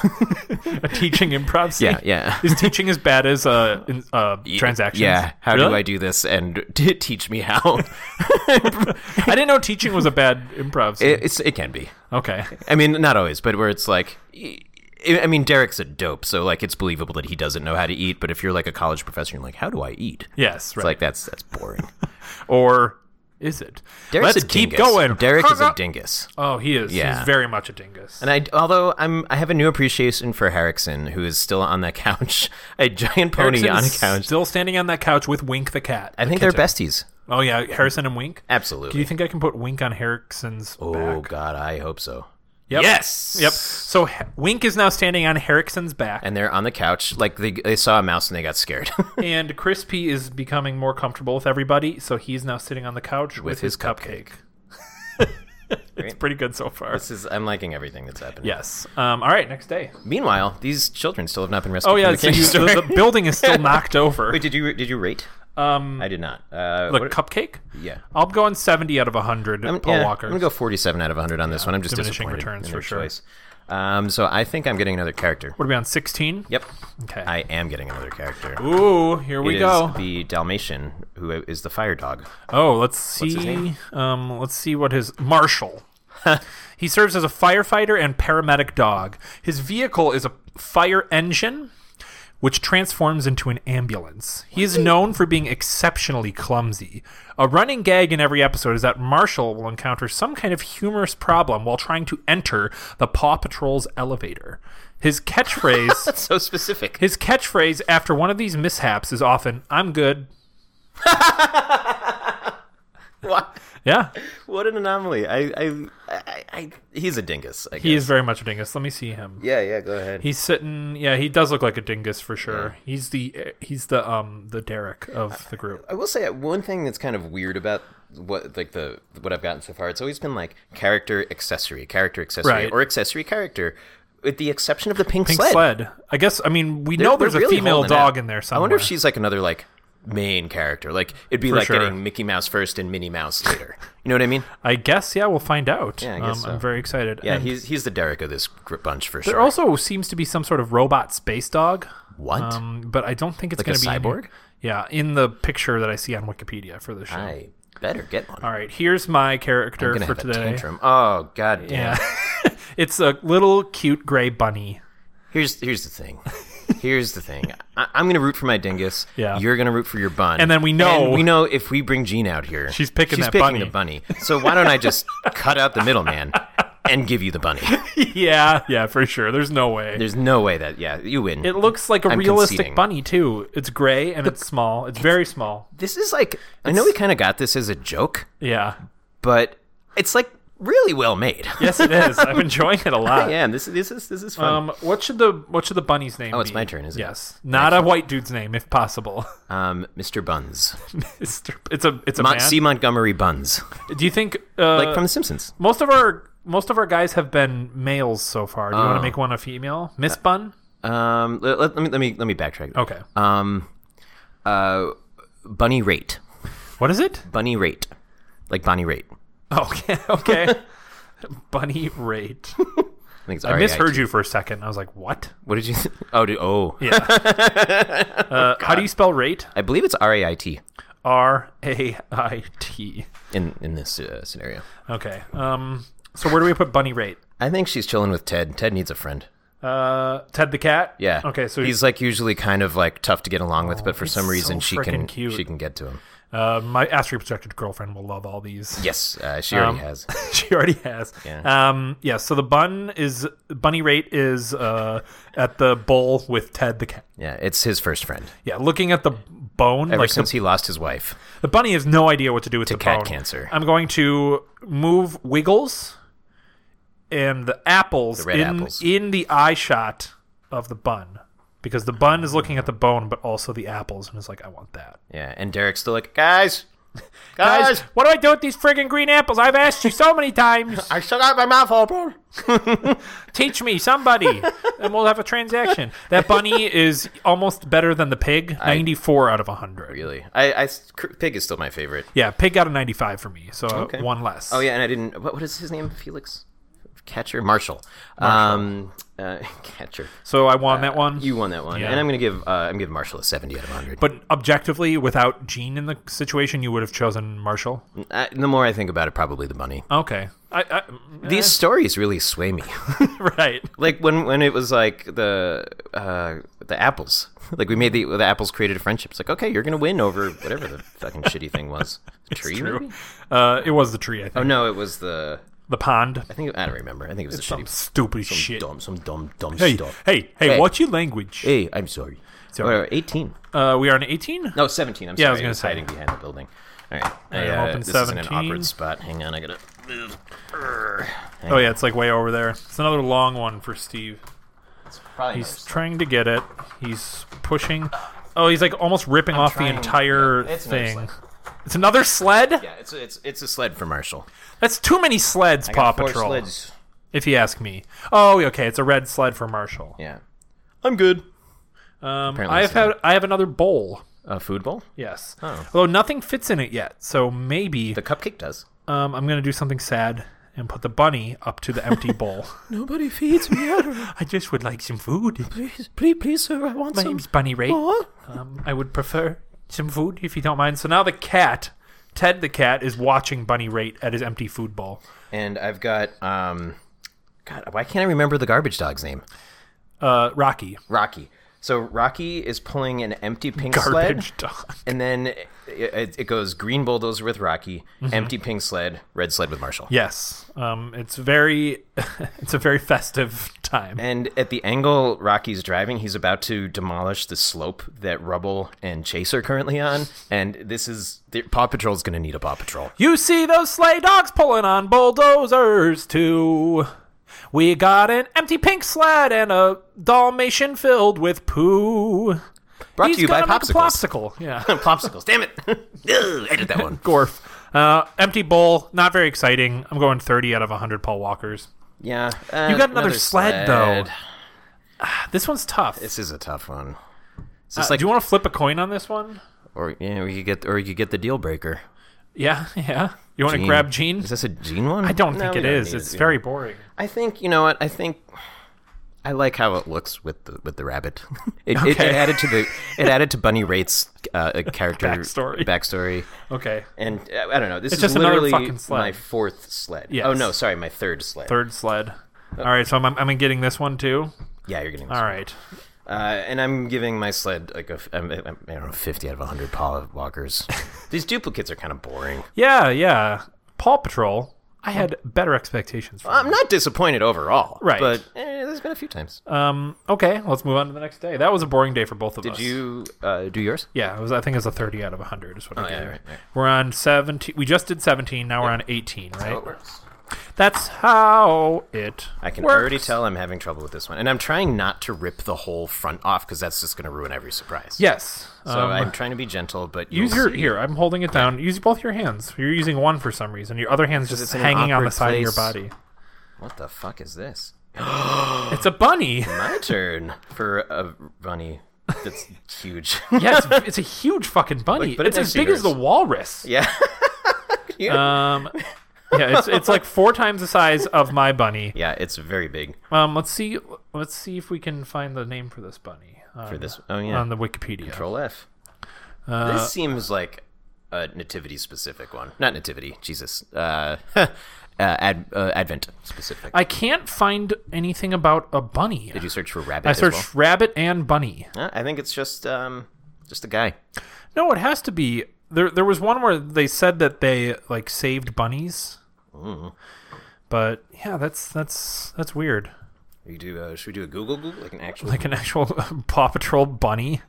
Speaker 1: A teaching improv scene.
Speaker 2: Yeah, yeah.
Speaker 1: Is teaching as bad as uh, in, uh transactions?
Speaker 2: Yeah. How do
Speaker 1: Really?
Speaker 2: I do this and t- teach me how?
Speaker 1: I didn't know teaching was a bad improv scene.
Speaker 2: it, it's, it can be.
Speaker 1: okay.
Speaker 2: I mean, not always, but where it's like. I I mean, Derek's a dope, so like it's believable that he doesn't know how to eat. But if you're like a college professor, you're like, "How do I eat?"
Speaker 1: Yes,
Speaker 2: It's
Speaker 1: right.
Speaker 2: like that's that's boring.
Speaker 1: or is it?
Speaker 2: Derek's
Speaker 1: Let's
Speaker 2: a
Speaker 1: keep
Speaker 2: dingus.
Speaker 1: going.
Speaker 2: Derek is a dingus.
Speaker 1: Oh, he is.
Speaker 2: Yeah.
Speaker 1: He's very much a dingus.
Speaker 2: And I, although I'm, I have a new appreciation for Harrickson, who is still on that couch, a giant pony
Speaker 1: Erickson
Speaker 2: on a
Speaker 1: is
Speaker 2: couch.
Speaker 1: Still standing on that couch with Wink the cat.
Speaker 2: I think they're besties.
Speaker 1: Oh yeah, Harrison and Wink.
Speaker 2: Absolutely.
Speaker 1: Do you think I can put Wink on Harrison's
Speaker 2: oh
Speaker 1: back?
Speaker 2: God, I hope so.
Speaker 1: Yep.
Speaker 2: Yes.
Speaker 1: Yep. So H- Wink is now standing on Harrison's back, and,
Speaker 2: And they're on the couch, like they, they saw a mouse and they got scared with,
Speaker 1: Crispy is becoming more comfortable with everybody, so he's now sitting on the couch with, his, cupcake. it's pretty good so far.
Speaker 2: This is I'm liking everything that's happening.
Speaker 1: yes. Um, all right. Next day.
Speaker 2: Meanwhile, these children still have not been rescued.
Speaker 1: Oh yeah.
Speaker 2: from the
Speaker 1: So you,
Speaker 2: candy store.
Speaker 1: the, the building is still knocked over.
Speaker 2: Wait, did you did you rate? Um, I did not. Uh,
Speaker 1: the
Speaker 2: what-
Speaker 1: cupcake.
Speaker 2: yeah.
Speaker 1: I'll go on seventy out of hundred.
Speaker 2: I'm,
Speaker 1: Paul
Speaker 2: yeah,
Speaker 1: Walker.
Speaker 2: I'm gonna go 47 out of 100 on this one. I'm just
Speaker 1: diminishing
Speaker 2: disappointed
Speaker 1: returns
Speaker 2: in
Speaker 1: for
Speaker 2: their
Speaker 1: sure.
Speaker 2: choice. Um, so I think I'm getting another character.
Speaker 1: What are we on? Sixteen.
Speaker 2: Yep.
Speaker 1: Okay.
Speaker 2: I am getting another character.
Speaker 1: Ooh, here we
Speaker 2: It is
Speaker 1: go.
Speaker 2: the Dalmatian, who is the fire dog.
Speaker 1: Oh, let's
Speaker 2: his
Speaker 1: see.
Speaker 2: name?
Speaker 1: Um, let's see what his Marshall. he serves as a firefighter and paramedic dog. His vehicle is a fire engine, which transforms into an ambulance. He is known for being exceptionally clumsy. A running gag in every episode is that Marshall will encounter some kind of humorous problem while trying to enter the Paw Patrol's elevator. His catchphrase.
Speaker 2: That's so specific.
Speaker 1: His catchphrase after one of these mishaps is often, I'm good.
Speaker 2: What,
Speaker 1: Yeah.
Speaker 2: what an anomaly! I, I, I, I, he's a dingus. I guess.
Speaker 1: He is very much a dingus. Let me see him.
Speaker 2: Yeah, yeah. Go ahead.
Speaker 1: He's sitting. Yeah, he does look like a dingus for sure. He's the he's the um the Derek
Speaker 2: Uh,
Speaker 1: of the group.
Speaker 2: I will say one thing that's kind of weird about what like the what I've gotten so far. It's always been like character accessory, character accessory,
Speaker 1: Right.
Speaker 2: or accessory character, with the exception of the pink,
Speaker 1: Pink sled. I guess. I mean, we know
Speaker 2: They're
Speaker 1: there's
Speaker 2: really
Speaker 1: a female
Speaker 2: holding
Speaker 1: dog
Speaker 2: out.
Speaker 1: in there somewhere.
Speaker 2: I wonder if she's like another like main character. Like it'd be like
Speaker 1: sure.
Speaker 2: getting Mickey Mouse first and Minnie Mouse later. you know what I mean?
Speaker 1: I guess. Yeah, we'll find out.
Speaker 2: Yeah, I
Speaker 1: um,
Speaker 2: guess so.
Speaker 1: I'm very excited.
Speaker 2: Yeah,
Speaker 1: And
Speaker 2: he's he's the Derek of this gr- bunch for
Speaker 1: there
Speaker 2: sure.
Speaker 1: also seems to be some sort of robot space dog.
Speaker 2: what?
Speaker 1: Um, but I don't think it's
Speaker 2: a
Speaker 1: going to be in-
Speaker 2: cyborg?
Speaker 1: yeah, in the picture that I see on Wikipedia for the show.
Speaker 2: I better get one.
Speaker 1: All right, here's my
Speaker 2: I'm
Speaker 1: character
Speaker 2: gonna
Speaker 1: for
Speaker 2: have a
Speaker 1: today.
Speaker 2: tantrum. Oh god damn.
Speaker 1: Yeah, it's a little cute gray bunny.
Speaker 2: Here's here's the thing. Here's the thing. I, I'm gonna root for my dingus.
Speaker 1: Yeah.
Speaker 2: You're gonna root for your bun.
Speaker 1: And then we know-
Speaker 2: And we know if we bring Gene out here,
Speaker 1: She's picking
Speaker 2: she's
Speaker 1: that
Speaker 2: picking
Speaker 1: bunny.
Speaker 2: the bunny. So why don't I just cut out the middleman and give you the bunny?
Speaker 1: yeah, yeah, for sure. There's no way.
Speaker 2: There's no way that yeah, you win.
Speaker 1: It looks like a
Speaker 2: I'm
Speaker 1: realistic
Speaker 2: conceding.
Speaker 1: bunny too. It's gray and it's small. It's very small.
Speaker 2: this is like I know we kind of got this as a joke,
Speaker 1: Yeah.
Speaker 2: but it's like really well made.
Speaker 1: Yes, it is. I'm enjoying it a lot.
Speaker 2: yeah, and this this is this is fun.
Speaker 1: Um, what should the what should the bunny's name?
Speaker 2: Oh, it's
Speaker 1: be?
Speaker 2: my turn, is it?
Speaker 1: Yes, not a white dude's name, if possible.
Speaker 2: Um, Mr. Buns,
Speaker 1: Mr. it's a it's a
Speaker 2: Mon-
Speaker 1: man.
Speaker 2: C. Montgomery Buns,
Speaker 1: Do you think uh,
Speaker 2: like from The Simpsons.
Speaker 1: most of our most of our guys have been males so far? Do you want
Speaker 2: Oh.
Speaker 1: to make one a
Speaker 2: Uh,
Speaker 1: female? Miss Bun.
Speaker 2: Um, let, let, let me let me let me backtrack.
Speaker 1: Okay.
Speaker 2: Um, uh, Bunny Rate.
Speaker 1: what is it?
Speaker 2: Bunny Rate. Like Bonnie Rate.
Speaker 1: Okay. Okay. bunny rate.
Speaker 2: I think it's
Speaker 1: I
Speaker 2: R-A-I-T.
Speaker 1: misheard you for a second. I was like, what?
Speaker 2: What did you? Oh, dude, oh.
Speaker 1: Yeah. Uh, how do you spell rate?
Speaker 2: I believe it's R A I T
Speaker 1: R A I T.
Speaker 2: in in this uh, scenario.
Speaker 1: Okay. Um. So where do we put Bunny Rate?
Speaker 2: I think she's chilling with Ted. Ted needs a friend.
Speaker 1: Uh, Ted the cat.
Speaker 2: Yeah.
Speaker 1: Okay, so
Speaker 2: he's like usually kind of like tough to get along with, but for some
Speaker 1: so
Speaker 2: reason she
Speaker 1: frickin'
Speaker 2: can
Speaker 1: cute.
Speaker 2: she can get to him.
Speaker 1: uh, my astro projected girlfriend will love all these.
Speaker 2: Yes, uh, she
Speaker 1: Um,
Speaker 2: already has.
Speaker 1: she already has.
Speaker 2: Yeah.
Speaker 1: Um, yeah. So the bun is bunny rate is uh, at the bowl with Ted the cat.
Speaker 2: Yeah, it's his first friend.
Speaker 1: Yeah, looking at the bone.
Speaker 2: Ever
Speaker 1: like the
Speaker 2: since he lost his wife,
Speaker 1: The bunny has no idea what to do with the
Speaker 2: cat
Speaker 1: bone.
Speaker 2: cancer.
Speaker 1: I'm going to move Wiggles and the apples,
Speaker 2: The red
Speaker 1: in,
Speaker 2: apples.
Speaker 1: in the eye shot of the bun because the bun is looking at the bone, but also the apples, and is like, I want that.
Speaker 2: yeah, and Derek's still like, guys, guys,
Speaker 1: Guys, what do I do with these friggin' green apples? I've asked you so many times.
Speaker 2: I still got my mouth open.
Speaker 1: Teach me, somebody, and we'll have a transaction. That bunny is almost better than the pig. 94 out of 100.
Speaker 2: Really, I, I pig is still my favorite.
Speaker 1: Yeah, pig got a 95 for me, so uh,
Speaker 2: Okay.
Speaker 1: one less.
Speaker 2: Oh yeah, and I didn't. What, what is his name? Felix, catcher Marshall. Um, uh, catcher.
Speaker 1: So I won that one.
Speaker 2: Uh, You won that one,
Speaker 1: Yeah.
Speaker 2: and I'm gonna give uh, I'm giving Marshall a 70 out of 100.
Speaker 1: But objectively, without Gene in the situation, you would have chosen Marshall.
Speaker 2: uh, the more I think about it, probably the bunny.
Speaker 1: Okay. I, I,
Speaker 2: These stories really sway me.
Speaker 1: right.
Speaker 2: like when when it was like the uh, the apples. Like we made the the apples created a friendship. It's like okay, you're gonna win over whatever the fucking shitty thing was. The tree. maybe?
Speaker 1: Uh, it was the tree, I think.
Speaker 2: Oh no, it was the.
Speaker 1: The pond.
Speaker 2: I think I don't remember. I think it was the
Speaker 1: Some
Speaker 2: shitty.
Speaker 1: stupid
Speaker 2: some
Speaker 1: shit.
Speaker 2: dumb, some dumb, dumb
Speaker 1: Hey,
Speaker 2: stuff.
Speaker 1: hey, hey,
Speaker 2: Hey.
Speaker 1: watch your language.
Speaker 2: Hey, I'm sorry.
Speaker 1: Sorry.
Speaker 2: Uh, 18.
Speaker 1: Uh, we are on 18?
Speaker 2: No, 17. I'm
Speaker 1: Yeah, I
Speaker 2: sorry.
Speaker 1: was gonna
Speaker 2: was
Speaker 1: say.
Speaker 2: hiding behind the building. All right. I,
Speaker 1: I'm
Speaker 2: uh,
Speaker 1: open
Speaker 2: this is in an
Speaker 1: 17.
Speaker 2: awkward spot. Hang on, I gotta move. Err. Hang
Speaker 1: Oh,
Speaker 2: on.
Speaker 1: yeah, it's like way over there. It's another long one for Steve.
Speaker 2: It's probably
Speaker 1: He's
Speaker 2: nice.
Speaker 1: trying to get it. He's pushing. Oh, he's like almost ripping off
Speaker 2: trying.
Speaker 1: the entire
Speaker 2: Yeah, it's another
Speaker 1: thing.
Speaker 2: sled.
Speaker 1: It's another sled?
Speaker 2: yeah, it's it's it's a sled for Marshall.
Speaker 1: That's too many sleds,
Speaker 2: I
Speaker 1: Paw
Speaker 2: got four
Speaker 1: Patrol.
Speaker 2: sleds.
Speaker 1: If you ask me. Oh, okay, it's a red sled for Marshall.
Speaker 2: Yeah, I'm good.
Speaker 1: Um,
Speaker 2: Apparently
Speaker 1: I have
Speaker 2: so.
Speaker 1: had I have another bowl.
Speaker 2: Uh, food bowl.
Speaker 1: Yes.
Speaker 2: Oh.
Speaker 1: Although nothing fits in it yet, so maybe
Speaker 2: The cupcake does.
Speaker 1: um, I'm gonna do something sad and put the bunny up to the empty bowl.
Speaker 2: Nobody feeds me. I don't know.
Speaker 1: I just would like some food.
Speaker 2: Please, please, please, sir, I want
Speaker 1: My name's Bunny Ray.
Speaker 2: Oh,
Speaker 1: Um, I would prefer some food if you don't mind. So now the cat, Ted the cat, is watching Bunny Rate at his empty food bowl.
Speaker 2: And I've got um, God, why can't I remember the garbage dog's name?
Speaker 1: Uh, Rocky,
Speaker 2: Rocky. So Rocky is pulling an empty pink sled.
Speaker 1: garbage dog.
Speaker 2: And then it, it, it goes green bulldozer with Rocky, empty pink sled, red sled with Marshall.
Speaker 1: Yes, um, it's very, it's a very festive time.
Speaker 2: And at the angle Rocky's driving, he's about to demolish the slope that Rubble and Chase are currently on. And this is the, Paw Patrol's going to need a Paw Patrol.
Speaker 1: You see those sleigh dogs pulling on bulldozers too. We got an empty pink sled and a Dalmatian filled with poo.
Speaker 2: Brought
Speaker 1: He's
Speaker 2: to you by
Speaker 1: gonna make a
Speaker 2: Popsicles.
Speaker 1: popsicle. Yeah.
Speaker 2: Popsicles, damn it! Ugh, I did that one.
Speaker 1: Gorf. Uh, empty bowl. Not very exciting. I'm going 30 out of 100 Paul Walkers.
Speaker 2: Yeah,
Speaker 1: You got another sled, though. This one's tough.
Speaker 2: This is a tough one. Is
Speaker 1: Uh,
Speaker 2: this like,
Speaker 1: do you want to flip a coin on this one?
Speaker 2: or yeah, or you get, or you get the deal breaker.
Speaker 1: Yeah, yeah. You want to
Speaker 2: Gene.
Speaker 1: grab Gene?
Speaker 2: Is this a Gene one?
Speaker 1: I don't
Speaker 2: No,
Speaker 1: think
Speaker 2: we
Speaker 1: it
Speaker 2: don't
Speaker 1: is.
Speaker 2: need
Speaker 1: It's
Speaker 2: yeah.
Speaker 1: very boring.
Speaker 2: I think you know what I think. I like how it looks with the with the rabbit. It, it, it
Speaker 1: Okay.
Speaker 2: added to the it added to Bunny Rate's uh, uh, character
Speaker 1: Backstory.
Speaker 2: backstory.
Speaker 1: Okay.
Speaker 2: And uh, I don't know. This is
Speaker 1: just another
Speaker 2: literally
Speaker 1: fucking sled.
Speaker 2: my fourth sled.
Speaker 1: Yes.
Speaker 2: Oh no, sorry, my third sled.
Speaker 1: Third sled.
Speaker 2: Oh.
Speaker 1: All right, so I'm, I'm getting this one too.
Speaker 2: Yeah, you're getting. This.
Speaker 1: All right.
Speaker 2: Uh, and I'm giving my sled like a f- I'm, I'm, I don't know, 50 out of 100 Paul walkers. These duplicates are kind of boring.
Speaker 1: Yeah, yeah. Paw Patrol. I had
Speaker 2: Oh.
Speaker 1: better expectations. For
Speaker 2: I'm not disappointed overall.
Speaker 1: Right.
Speaker 2: But eh, there's been a few times.
Speaker 1: it. Um. Okay, let's move on to the next day. That was a boring day for both of
Speaker 2: Did
Speaker 1: us.
Speaker 2: you uh, do yours?
Speaker 1: Yeah, it was. I think it was a 30 out of 100. Is what I
Speaker 2: Oh, yeah,
Speaker 1: gave.
Speaker 2: right, right.
Speaker 1: We're on 17. We just did 17. Now we're on 18. Right.
Speaker 2: it works.
Speaker 1: That's how it.
Speaker 2: I can
Speaker 1: works.
Speaker 2: already tell I'm having trouble with this one, and I'm trying not to rip the whole front off because that's just going to ruin every surprise.
Speaker 1: Yes.
Speaker 2: So
Speaker 1: um,
Speaker 2: I'm trying to be gentle, but you'll
Speaker 1: use your
Speaker 2: see.
Speaker 1: here. I'm holding it down. Use both your hands. You're using one for some reason. Your other hand's just
Speaker 2: it's in an
Speaker 1: hanging on the
Speaker 2: awkward
Speaker 1: side of your body.
Speaker 2: place. What the fuck is this?
Speaker 1: It's a bunny.
Speaker 2: My turn for a bunny that's huge.
Speaker 1: yeah, it's, it's a huge fucking bunny.
Speaker 2: Like, but it
Speaker 1: it's as
Speaker 2: makes
Speaker 1: big as
Speaker 2: yours.
Speaker 1: the walrus.
Speaker 2: yeah. yeah.
Speaker 1: Um, yeah, it's it's like four times the size of my bunny.
Speaker 2: yeah, it's very big
Speaker 1: Um, let's see, let's see if we can find the name for this bunny on,
Speaker 2: for this. Oh yeah,
Speaker 1: on the Wikipedia.
Speaker 2: Control F. this seems like a nativity specific one, not nativity. Jesus, uh, uh, ad, uh, Advent specific.
Speaker 1: I can't find anything about a bunny.
Speaker 2: Did you search for rabbit?
Speaker 1: I
Speaker 2: as
Speaker 1: searched
Speaker 2: well?
Speaker 1: rabbit and bunny.
Speaker 2: Uh, I think it's just um, just a guy.
Speaker 1: No, it has to be. There, there was one where they said that they like saved bunnies.
Speaker 2: Mm-hmm.
Speaker 1: But yeah, that's that's that's weird.
Speaker 2: We do. Uh, should we do a Google Google like an actual?
Speaker 1: Like an actual Paw Patrol bunny.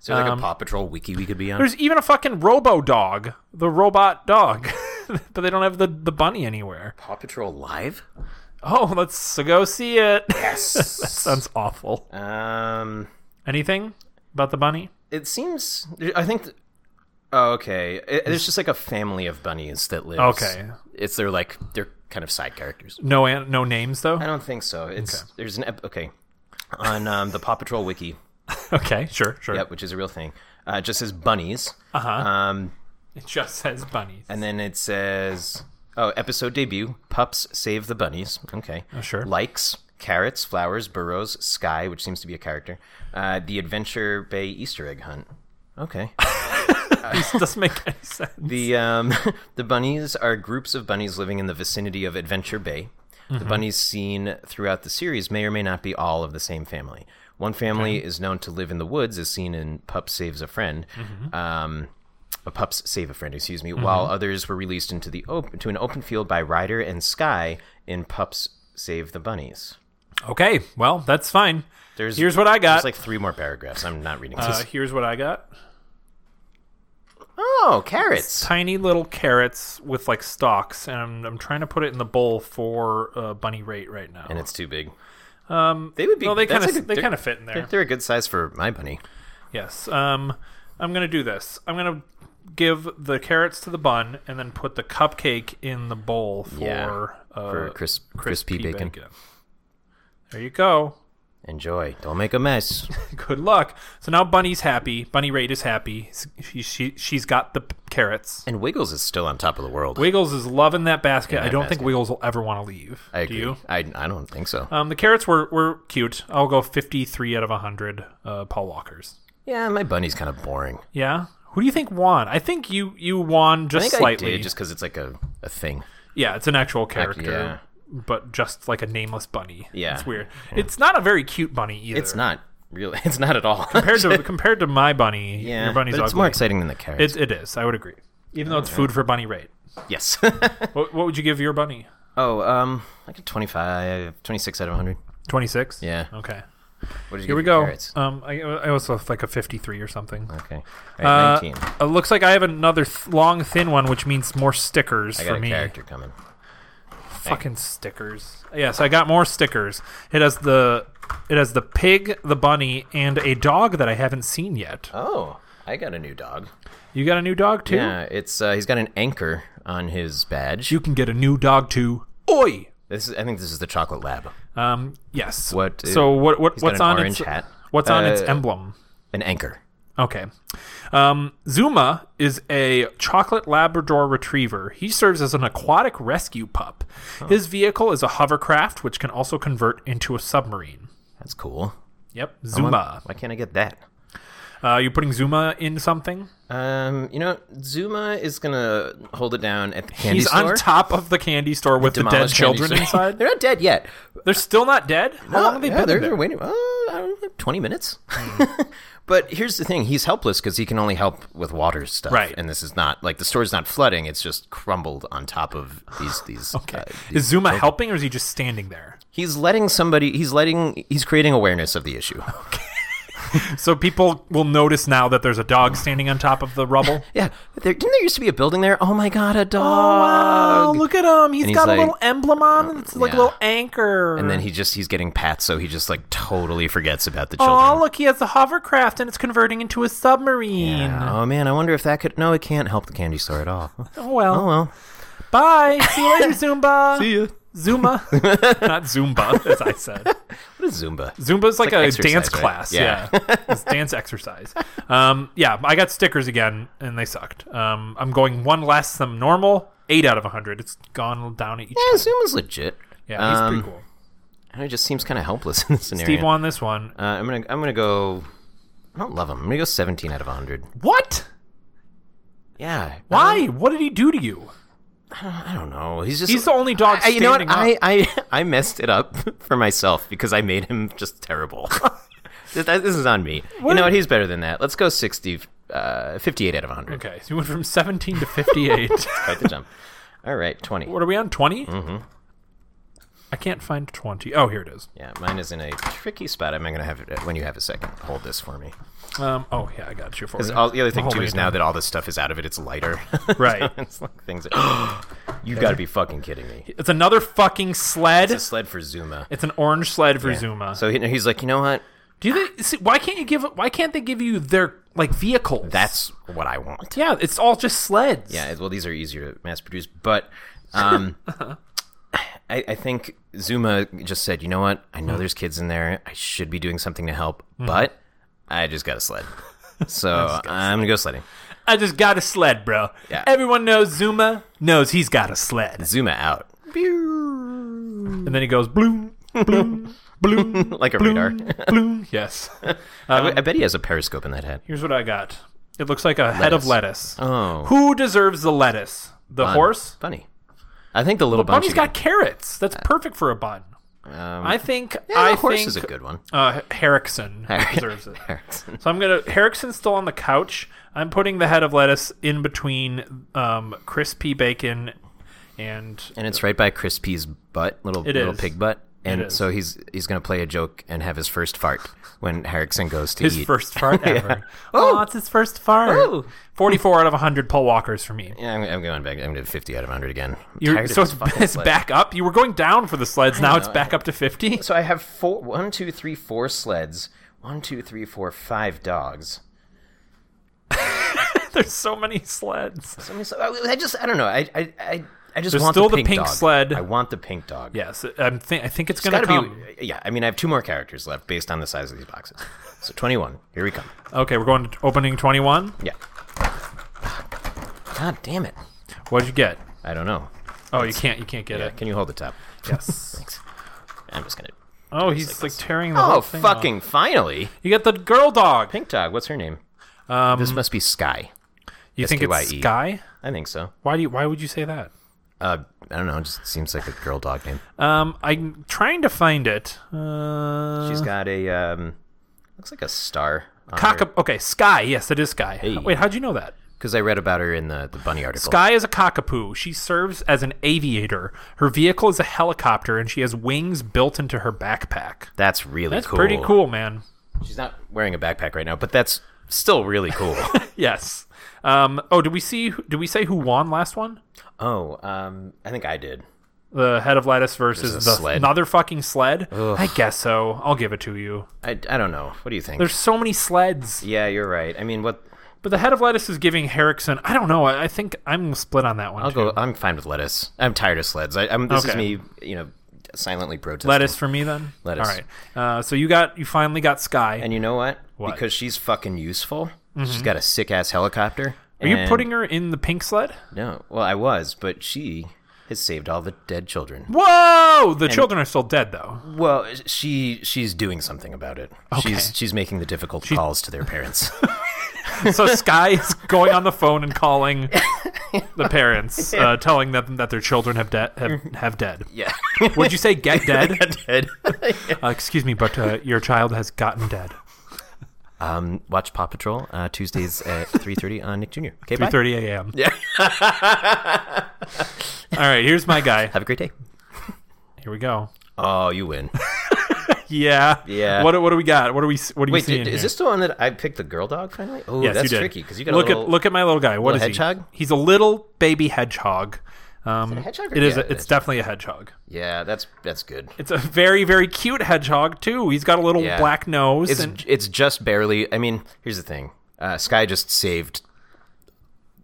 Speaker 2: is there like
Speaker 1: um,
Speaker 2: a Paw Patrol wiki we could be on?
Speaker 1: There's even a fucking Robo Dog, the robot dog, but they don't have the the bunny anywhere.
Speaker 2: Paw Patrol Live?
Speaker 1: Oh, let's go see it. that
Speaker 2: Yes.
Speaker 1: sounds awful.
Speaker 2: um,
Speaker 1: Anything about the bunny?
Speaker 2: it seems. I think. th- oh, okay. It, there's just like a family of bunnies that lives.
Speaker 1: Okay.
Speaker 2: It's their like they're kind of side characters.
Speaker 1: No, an- no names though.
Speaker 2: I don't think so. It's there's an ep- okay on um, the Paw Patrol wiki.
Speaker 1: Okay, sure, sure.
Speaker 2: Yep, which is a real thing. Uh, it just says bunnies.
Speaker 1: Uh-huh.
Speaker 2: Um,
Speaker 1: It just says bunnies.
Speaker 2: and then it says, oh, episode debut, pups save the bunnies. Okay.
Speaker 1: sure.
Speaker 2: Likes, carrots, flowers, burrows, sky, which seems to be a character. Uh, the Adventure Bay Easter egg hunt. Okay.
Speaker 1: This doesn't make any sense.
Speaker 2: The um, the bunnies are groups of bunnies living in the vicinity of Adventure Bay. The
Speaker 1: Mm-hmm.
Speaker 2: bunnies seen throughout the series may or may not be all of the same family. One family is known to live in the woods, as seen in "Pup Saves a Friend."
Speaker 1: Mm-hmm.
Speaker 2: Um, a pups save a friend, excuse me. While others were released into the open to an open field by Ryder and Sky in "Pups Save the Bunnies."
Speaker 1: Okay, well, that's fine.
Speaker 2: There's
Speaker 1: Here's what I got.
Speaker 2: There's like three more paragraphs. I'm not reading
Speaker 1: Uh,
Speaker 2: this.
Speaker 1: here's what I got.
Speaker 2: oh, carrots!
Speaker 1: Tiny little carrots with like stalks, and I'm, I'm trying to put it in the bowl for uh, bunny rate right now.
Speaker 2: And it's too big. Um, they would be.
Speaker 1: no, they
Speaker 2: that's
Speaker 1: kind of
Speaker 2: like a-
Speaker 1: they
Speaker 2: they're-
Speaker 1: kind of fit in there.
Speaker 2: They're, they're a good size for my bunny.
Speaker 1: Yes. Um, I'm gonna do this. I'm gonna give the carrots to the bun, and then put the cupcake in the bowl for
Speaker 2: Yeah,
Speaker 1: uh,
Speaker 2: for crisp, crispy, bacon.
Speaker 1: There you go.
Speaker 2: Enjoy. Don't make a mess.
Speaker 1: Good luck. So now Bunny's happy. Bunny Raid is happy. She, she she's got the p- carrots.
Speaker 2: and Wiggles is still on top of the world.
Speaker 1: Wiggles is loving that basket. I
Speaker 2: that
Speaker 1: don't
Speaker 2: basket.
Speaker 1: think Wiggles will ever want to leave.
Speaker 2: I agree.
Speaker 1: Do you?
Speaker 2: I, I don't think so.
Speaker 1: Um, the carrots were, were cute. I'll go 53 out of 100 uh, Paul Walkers.
Speaker 2: yeah, my bunny's kind of boring.
Speaker 1: Yeah. Who do you think won? I think you you won
Speaker 2: I
Speaker 1: just
Speaker 2: think
Speaker 1: slightly.
Speaker 2: I did just because it's like a, a thing.
Speaker 1: Yeah, it's an actual character,
Speaker 2: yeah.
Speaker 1: but just like a nameless bunny.
Speaker 2: Yeah.
Speaker 1: it's weird. It's not a very cute bunny either.
Speaker 2: It's not really. It's not at all.
Speaker 1: compared to compared to my bunny.
Speaker 2: yeah,
Speaker 1: your bunny's
Speaker 2: but it's
Speaker 1: ugly.
Speaker 2: more exciting than the carrots.
Speaker 1: It, it is. I would agree. Even though it's food for bunny rate.
Speaker 2: yes.
Speaker 1: What, what would you give your bunny?
Speaker 2: oh, um, like a 25, 26 out of 100.
Speaker 1: 26?
Speaker 2: Yeah.
Speaker 1: Okay.
Speaker 2: What did you
Speaker 1: Oh, Here
Speaker 2: give
Speaker 1: we
Speaker 2: your
Speaker 1: go.
Speaker 2: Carrots?
Speaker 1: Um, I, I also have like a 53 or something.
Speaker 2: Okay. All right, 19.
Speaker 1: Uh, it looks like I have another th- long, thin one, which means more stickers
Speaker 2: I
Speaker 1: for
Speaker 2: got a
Speaker 1: me.
Speaker 2: character coming.
Speaker 1: Fucking stickers. Yes, I got more stickers. It has the it has the pig, the bunny, and a dog that I haven't seen yet.
Speaker 2: Oh, I got a new dog.
Speaker 1: You got a new dog too.
Speaker 2: Yeah, it's uh, he's got an anchor on his badge.
Speaker 1: You can get a new dog too. Oi.
Speaker 2: This is, I think this is the chocolate lab.
Speaker 1: Um. Yes.
Speaker 2: What is-
Speaker 1: So what? What?
Speaker 2: he's got
Speaker 1: What's
Speaker 2: an
Speaker 1: on
Speaker 2: orange
Speaker 1: its
Speaker 2: hat.
Speaker 1: What's on its
Speaker 2: Uh,
Speaker 1: emblem?
Speaker 2: An anchor.
Speaker 1: Okay. Um, Zuma is a chocolate Labrador retriever. He serves as an aquatic rescue pup. His vehicle is a hovercraft, which can also convert into a submarine.
Speaker 2: That's cool.
Speaker 1: Yep,
Speaker 2: Why-
Speaker 1: Zuma.
Speaker 2: Why can't I get that?
Speaker 1: Uh, you putting Zuma in something?
Speaker 2: Um, you know, Zuma is gonna hold it down at the candy
Speaker 1: He's
Speaker 2: store.
Speaker 1: on top of the candy store with the dead
Speaker 2: demolish candy
Speaker 1: children
Speaker 2: store.
Speaker 1: inside.
Speaker 2: They're not dead yet.
Speaker 1: They're still not dead. Hmm. How long have they
Speaker 2: yeah,
Speaker 1: been
Speaker 2: They're,
Speaker 1: in
Speaker 2: they're
Speaker 1: there?
Speaker 2: waiting. Uh, I don't know, Twenty minutes. but here's the thing: he's helpless because he can only help with water stuff.
Speaker 1: Right.
Speaker 2: And this is not like the store's not flooding; it's just crumbled on top of these these.
Speaker 1: Okay.
Speaker 2: uh,
Speaker 1: Is Zuma helping or is he just standing there?
Speaker 2: he's letting somebody. He's letting. He's creating awareness of the issue.
Speaker 1: So people will notice now that there's a dog standing on top of the rubble.
Speaker 2: yeah. There, didn't there used to be a building there? Oh my god, a dog!
Speaker 1: Oh, look at him.
Speaker 2: he's
Speaker 1: he's got
Speaker 2: like-
Speaker 1: a little emblem on. him. It's like
Speaker 2: yeah.
Speaker 1: a little anchor.
Speaker 2: And then he just he's getting pat, so he just like totally forgets about the children.
Speaker 1: Oh, look, he has a hovercraft and it's converting into a submarine.
Speaker 2: Yeah. Oh man, I wonder if that could. No, it can't help the candy store at all.
Speaker 1: Oh, well.
Speaker 2: Oh well.
Speaker 1: Bye. See you later, Zumba.
Speaker 2: ya.
Speaker 1: Zuma. Not Zumba, as I said.
Speaker 2: What is Zumba?
Speaker 1: Zumba's like,
Speaker 2: like
Speaker 1: a
Speaker 2: exercise,
Speaker 1: dance
Speaker 2: right?
Speaker 1: class.
Speaker 2: Yeah.
Speaker 1: Yeah. it's dance exercise. Um, yeah, I got stickers again and they sucked. Um, I'm going one less than normal. Eight out of 100. It's gone down each
Speaker 2: Yeah,
Speaker 1: time.
Speaker 2: Zumba's legit.
Speaker 1: Yeah, he's
Speaker 2: Eh. Um,
Speaker 1: pretty cool.
Speaker 2: and It just seems kind of helpless in this scenario.
Speaker 1: Steve won this one.
Speaker 2: Uh, I'm gonna I'm gonna go. I don't love him. I'm gonna go 17 out of 100.
Speaker 1: What?
Speaker 2: Yeah. Um,
Speaker 1: Why? what did he do to you?
Speaker 2: I don't, I don't know. He's just
Speaker 1: He's the only dog
Speaker 2: I, you know what?
Speaker 1: standing
Speaker 2: I, I I messed it up for myself because I made him just terrible. Th- that- this is on me. you know what? He's better than that. Let's go 60, uh, 58 out of 100.
Speaker 1: Okay, so you went from 17 to 58.
Speaker 2: Quite the jump. All right, 20.
Speaker 1: what are we on, 20? Mm-hmm. I can't find 20. Oh, here it is.
Speaker 2: Yeah, mine is in a tricky spot. I'm going to have it when you have a second. Hold this for me.
Speaker 1: Um, oh, yeah, I got you for
Speaker 2: Because
Speaker 1: you.
Speaker 2: all the other thing
Speaker 1: Hold
Speaker 2: too
Speaker 1: me
Speaker 2: is
Speaker 1: down.
Speaker 2: now that all this stuff is out of it, it's lighter.
Speaker 1: Right.
Speaker 2: it's like things. Are, you've got to be fucking kidding me.
Speaker 1: It's another fucking sled.
Speaker 2: It's a sled for Zuma.
Speaker 1: It's an orange sled for Zuma.
Speaker 2: So he, he's like, you know what?
Speaker 1: Do they see, why can't you give why can't they give you their like vehicles?
Speaker 2: That's what I want.
Speaker 1: yeah, it's all just sleds.
Speaker 2: Yeah. Well, these are easier to mass produce, but um, I, I think Zuma just said, you know what? I know there's kids in there. I should be doing something to help, but I just got a sled. So I'm gonna go sledding.
Speaker 1: I just got a sled, bro.
Speaker 2: Yeah.
Speaker 1: Everyone knows Zuma knows he's got a sled.
Speaker 2: Zuma out,
Speaker 1: And then he goes bloom, bloom, bloom,
Speaker 2: like a
Speaker 1: bloom,
Speaker 2: radar.
Speaker 1: bloom. Yes.
Speaker 2: I, I bet he has a periscope in that head.
Speaker 1: Here's what I got. It looks like a head of lettuce.
Speaker 2: Oh,
Speaker 1: Who deserves the lettuce? The horse?
Speaker 2: Bunny. I think the little bunny um,
Speaker 1: Bunny's got carrots. That's perfect for a bun. I think
Speaker 2: I
Speaker 1: I
Speaker 2: Uh, the horse
Speaker 1: think
Speaker 2: is a good one.
Speaker 1: uh Herrickson deserves it. So I'm gonna Herrickson's still on the couch. I'm putting the head of lettuce in between um, crispy bacon and
Speaker 2: and it's right by Crispy's butt, little
Speaker 1: It
Speaker 2: little
Speaker 1: is.
Speaker 2: pig butt. And
Speaker 1: is.
Speaker 2: so he's he's gonna play a joke and have his first fart when Harrickson goes to
Speaker 1: his
Speaker 2: eat.
Speaker 1: first fart ever. Oh, it's his first fart.
Speaker 2: Ooh.
Speaker 1: 44 out of 100 Paul Walkers for me.
Speaker 2: Yeah, I'm, I'm going back. I'm at 50 out of 100 again. I'm
Speaker 1: You're-
Speaker 2: tired of
Speaker 1: so
Speaker 2: this
Speaker 1: it's,
Speaker 2: fucking
Speaker 1: it's
Speaker 2: sled.
Speaker 1: back up. You were going down for the sleds. Now it's
Speaker 2: know,
Speaker 1: back up to 50.
Speaker 2: So I have four, one, two, three, four sleds. One, two, three, four, five dogs.
Speaker 1: There's so many sleds.
Speaker 2: So many sl- I I just I don't know. I I I, I just
Speaker 1: There's
Speaker 2: want
Speaker 1: still
Speaker 2: the
Speaker 1: the
Speaker 2: pink,
Speaker 1: pink
Speaker 2: dog.
Speaker 1: sled.
Speaker 2: I want the pink dog.
Speaker 1: Yes, I'm thi- I think it's
Speaker 2: It's
Speaker 1: gonna
Speaker 2: gotta
Speaker 1: come.
Speaker 2: be. Yeah, I mean, I have two more characters left based on the size of these boxes. So 21. Here we come.
Speaker 1: Okay, we're going to opening 21.
Speaker 2: Yeah. God damn it.
Speaker 1: What'd you get?
Speaker 2: I don't know.
Speaker 1: Oh, you can't. You can't get
Speaker 2: Yeah,
Speaker 1: it.
Speaker 2: can you hold the top?
Speaker 1: Yes.
Speaker 2: I'm just gonna.
Speaker 1: oh, he's like tearing the
Speaker 2: Oh,
Speaker 1: whole thing. off.
Speaker 2: fucking finally!
Speaker 1: You got the girl dog.
Speaker 2: Pink dog. What's her name?
Speaker 1: Um,
Speaker 2: this must be Sky.
Speaker 1: You think it's
Speaker 2: SKYE.
Speaker 1: Sky?
Speaker 2: I think so.
Speaker 1: Why do you, why would you say that?
Speaker 2: Uh, I don't know. It just seems like a girl dog name.
Speaker 1: Um, I'm trying to find it. Uh,
Speaker 2: She's got a um, looks like a star.
Speaker 1: cock. Okay, Sky. Yes, it is Sky.
Speaker 2: Hey.
Speaker 1: Wait, how'd you know that?
Speaker 2: Because I read about her in the the bunny article.
Speaker 1: Sky is a cockapoo. She serves as an aviator. Her vehicle is a helicopter, and she has wings built into her backpack.
Speaker 2: That's really
Speaker 1: That's
Speaker 2: cool.
Speaker 1: pretty cool, man.
Speaker 2: She's not wearing a backpack right now, but that's still really cool.
Speaker 1: Yes. Um, oh, did we see? Did we say who won last one?
Speaker 2: oh, um, I think I did.
Speaker 1: The head of lettuce versus
Speaker 2: Versus
Speaker 1: the
Speaker 2: sled.
Speaker 1: another fucking sled. I guess so. I'll give it to you.
Speaker 2: I, I don't know. What do you think?
Speaker 1: There's so many sleds.
Speaker 2: yeah, you're right. I mean, what?
Speaker 1: But the head of lettuce is giving Herrickson. I don't know. I, I think I'm split on that one.
Speaker 2: I'll
Speaker 1: too.
Speaker 2: go. I'm fine with lettuce. I'm tired of sleds. I, I'm, this is
Speaker 1: Okay.
Speaker 2: me, you know, silently protesting.
Speaker 1: Lettuce for me then.
Speaker 2: Lettuce.
Speaker 1: All right. Uh, so you got you finally got Sky.
Speaker 2: And you know what?
Speaker 1: What? Mm-hmm.
Speaker 2: Because she's fucking useful. She's got a sick ass helicopter.
Speaker 1: Are you putting her in the pink sled?
Speaker 2: No. Well, I was, but she has saved all the dead children.
Speaker 1: Whoa! The children are still dead though.
Speaker 2: Well, she she's doing something about it. She's she's making the difficult calls to their parents.
Speaker 1: So Sky is going on the phone and calling the parents, uh, telling them that their children have dead have, have dead.
Speaker 2: yeah.
Speaker 1: Would you say get dead?
Speaker 2: dead.
Speaker 1: Uh, excuse me, but uh, your child has gotten dead.
Speaker 2: um, watch Paw Patrol uh, Tuesdays at three thirty on Nick Jr. Okay, bye.
Speaker 1: 3:30 a.m. Yeah. All right. Here's my guy.
Speaker 2: Have a great day.
Speaker 1: Here we go.
Speaker 2: Oh, you win.
Speaker 1: Yeah.
Speaker 2: Yeah.
Speaker 1: What do- what do we got? What do we what do you
Speaker 2: Wait,
Speaker 1: see?
Speaker 2: did, is this the one that I picked the girl dog finally? Oh,
Speaker 1: Yes,
Speaker 2: that's
Speaker 1: you did.
Speaker 2: tricky because you got
Speaker 1: look
Speaker 2: a little,
Speaker 1: at look at my little guy. What is
Speaker 2: little
Speaker 1: he?
Speaker 2: hedgehog?
Speaker 1: He's a little baby hedgehog. Um,
Speaker 2: a hedgehog or-
Speaker 1: it is. a-
Speaker 2: yeah,
Speaker 1: it's
Speaker 2: hedgehog.
Speaker 1: definitely a hedgehog.
Speaker 2: Yeah, that's that's good.
Speaker 1: It's a very very cute hedgehog too. He's got a little
Speaker 2: Yeah.
Speaker 1: black nose.
Speaker 2: It's
Speaker 1: and
Speaker 2: it's just barely. I mean, here's the thing. Uh, Sky just saved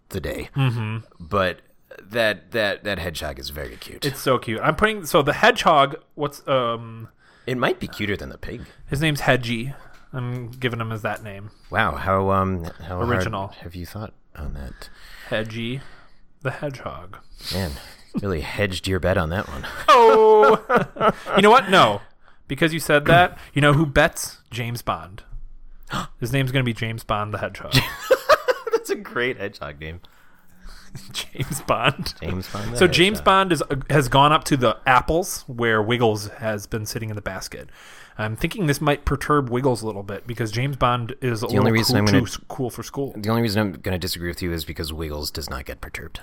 Speaker 2: the day, mm-hmm. but that that that hedgehog is very cute.
Speaker 1: it's so cute. I'm putting so the hedgehog. What's um
Speaker 2: it might be cuter than the pig.
Speaker 1: his name's Hedgy. I'm giving him as that name.
Speaker 2: Wow, how um how hard
Speaker 1: Original.
Speaker 2: have you thought on that?
Speaker 1: Hedgy, the hedgehog.
Speaker 2: Man, really hedged your bet on that one.
Speaker 1: Oh, you know what? No, because you said that. You know who bets? James Bond. His name's gonna be James Bond the Hedgehog.
Speaker 2: That's a great hedgehog name.
Speaker 1: James Bond.
Speaker 2: James Bond.
Speaker 1: So
Speaker 2: that is,
Speaker 1: James
Speaker 2: uh,
Speaker 1: Bond is, has gone up to the apples where Wiggles has been sitting in the basket. I'm thinking this might perturb Wiggles a little bit because James Bond is a little
Speaker 2: only reason
Speaker 1: cool,
Speaker 2: I'm gonna-
Speaker 1: too s- cool for school.
Speaker 2: The only reason I'm going to disagree with you is because Wiggles does not get perturbed.